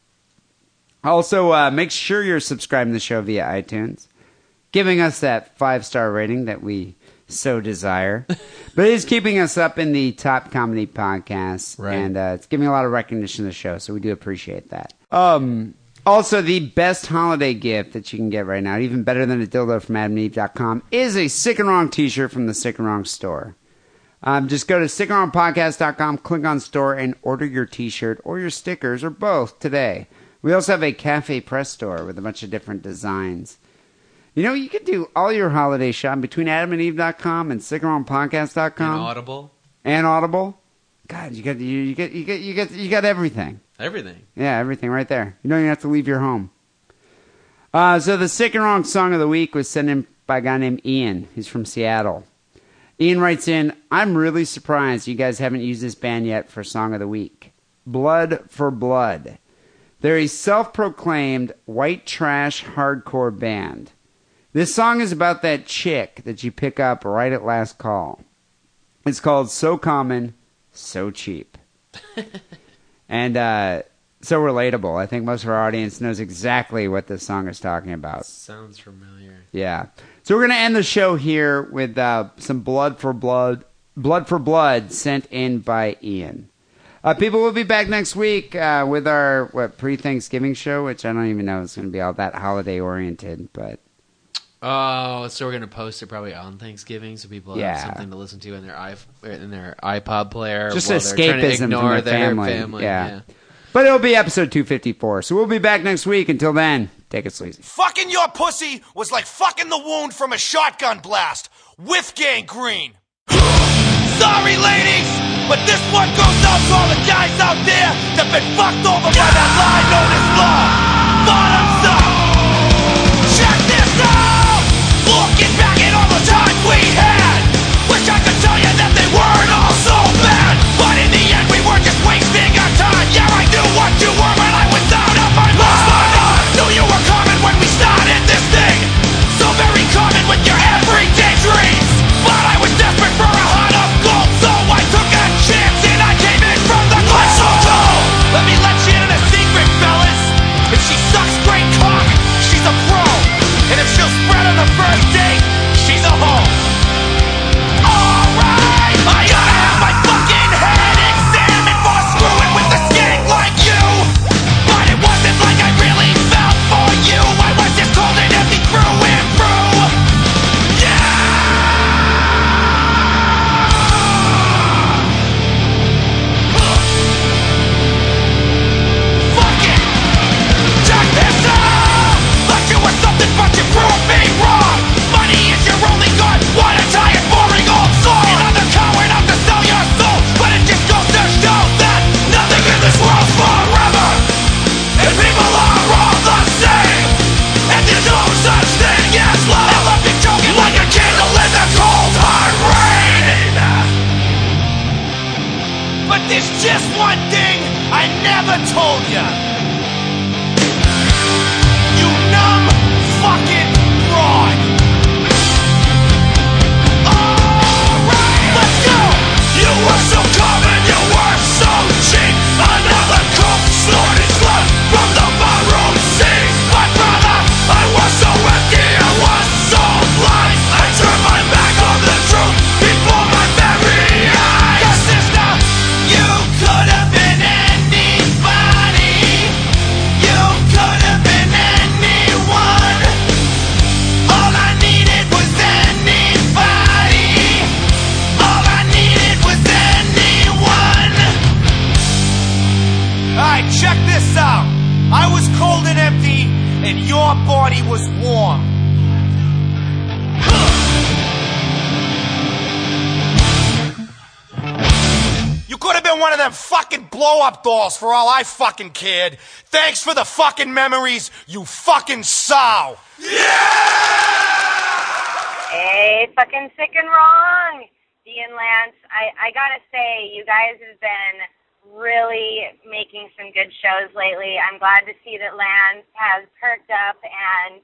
[SPEAKER 3] Also, uh, make sure you're subscribing to the show via iTunes, giving us that five star rating that we so desire. but it is keeping us up in the top comedy podcasts,
[SPEAKER 5] Right.
[SPEAKER 3] and uh, it's giving a lot of recognition to the show, so we do appreciate that. Um, also, the best holiday gift that you can get right now, even better than a dildo from adamneve.com, is a Sick and Wrong t shirt from the Sick and Wrong store. Um, just go to stickeronpodcast.com, click on store, and order your t shirt or your stickers or both today. We also have a cafe press store with a bunch of different designs. You know, you could do all your holiday shopping between adamandeve.com and
[SPEAKER 5] And
[SPEAKER 3] stickeronpodcast.com and,
[SPEAKER 5] audible.
[SPEAKER 3] and Audible. God, you got you, you got you got you got you got everything.
[SPEAKER 5] Everything.
[SPEAKER 3] Yeah, everything right there. You don't even have to leave your home. Uh, so the sick and wrong song of the week was sent in by a guy named Ian, who's from Seattle. Ian writes in, I'm really surprised you guys haven't used this band yet for song of the week. Blood for Blood. They're a self proclaimed white trash hardcore band. This song is about that chick that you pick up right at last call. It's called So Common, So Cheap. and uh, so relatable. I think most of our audience knows exactly what this song is talking about.
[SPEAKER 5] Sounds familiar.
[SPEAKER 3] Yeah. So we're gonna end the show here with uh, some blood for blood, blood for blood, sent in by Ian. Uh, people will be back next week uh, with our what pre-Thanksgiving show, which I don't even know is gonna be all that holiday oriented, but
[SPEAKER 5] Oh, so we're gonna post it probably on Thanksgiving, so people
[SPEAKER 3] Yeah.
[SPEAKER 5] have something to listen to in their i in their iPod player.
[SPEAKER 3] Just
[SPEAKER 5] while they're trying to
[SPEAKER 3] escapism from
[SPEAKER 5] ignore
[SPEAKER 3] their family. Yeah. but it'll be episode 254. So we'll be back next week. Until then, take it sleazy.
[SPEAKER 9] Fucking your pussy was like fucking the wound from a shotgun blast with gangrene. Sorry, ladies, but this one goes out to all the guys out there that been fucked over by that lie known as love. Bottoms up. Check this out. Looking back at all the times we had, wish I could tell you that they weren't all so bad. But in the end, we were just wasting our time. Yeah, I knew what you were, but I was out of my mind. Knew you were coming when we started this thing. So very common with your everyday dreams. But I was desperate for a heart of gold, so I took a chance and I came in from the glass. So cold. Let me let you in on a secret, fellas. If she sucks great cock, she's a pro. And if she'll spread on the first date, she's a hoe. Alright, I gotta have my fucking head examined for screwing with a skank like you. But it wasn't like I really felt for you. I was just cold and empty through and through. Yeah. Fuck it. Jack this up. Thought you were something, but you proved me wrong. Money is your only good. What a tired, boring old song. Another coward out to sell your soul, but it just goes to show that nothing in this world's forever, and people are all the same. And there's no such thing as love. I love you choking like a candle in the cold hard rain. But there's just one thing I never told ya. You numb fucking broad. Alright, let's go. You were so common, you were so cheap. Another cook snorted slut from the barroom scene. My brother, I was so empty, I was so blind. I turned my back on the truth before my very eyes. Cause there's no, you could have been anybody.
[SPEAKER 8] body was warm. You could have been one of them fucking blow up dolls for all I fucking cared. Thanks for the fucking memories, you fucking sow.
[SPEAKER 9] Hey, fucking sick and wrong, Dean Lance. I I gotta say, you guys have been really making some good shows lately. I'm glad to see that Lance has perked up and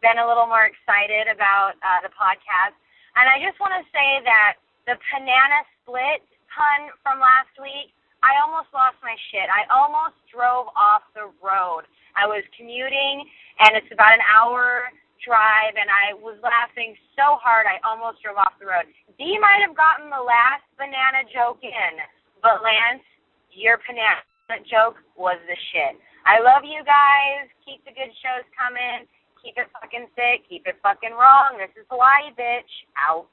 [SPEAKER 9] been a little more excited about uh, the podcast. And I just want to say that the banana split pun from last week, I almost lost my shit. I almost drove off the road. I was commuting, and it's about an hour drive, and I was laughing so hard I almost drove off the road. D might have gotten the last banana joke in, but Lance, your banana joke was the shit. I love you guys. Keep the good shows coming. Keep it fucking sick. Keep it fucking wrong. This is Hawaii, bitch. Out.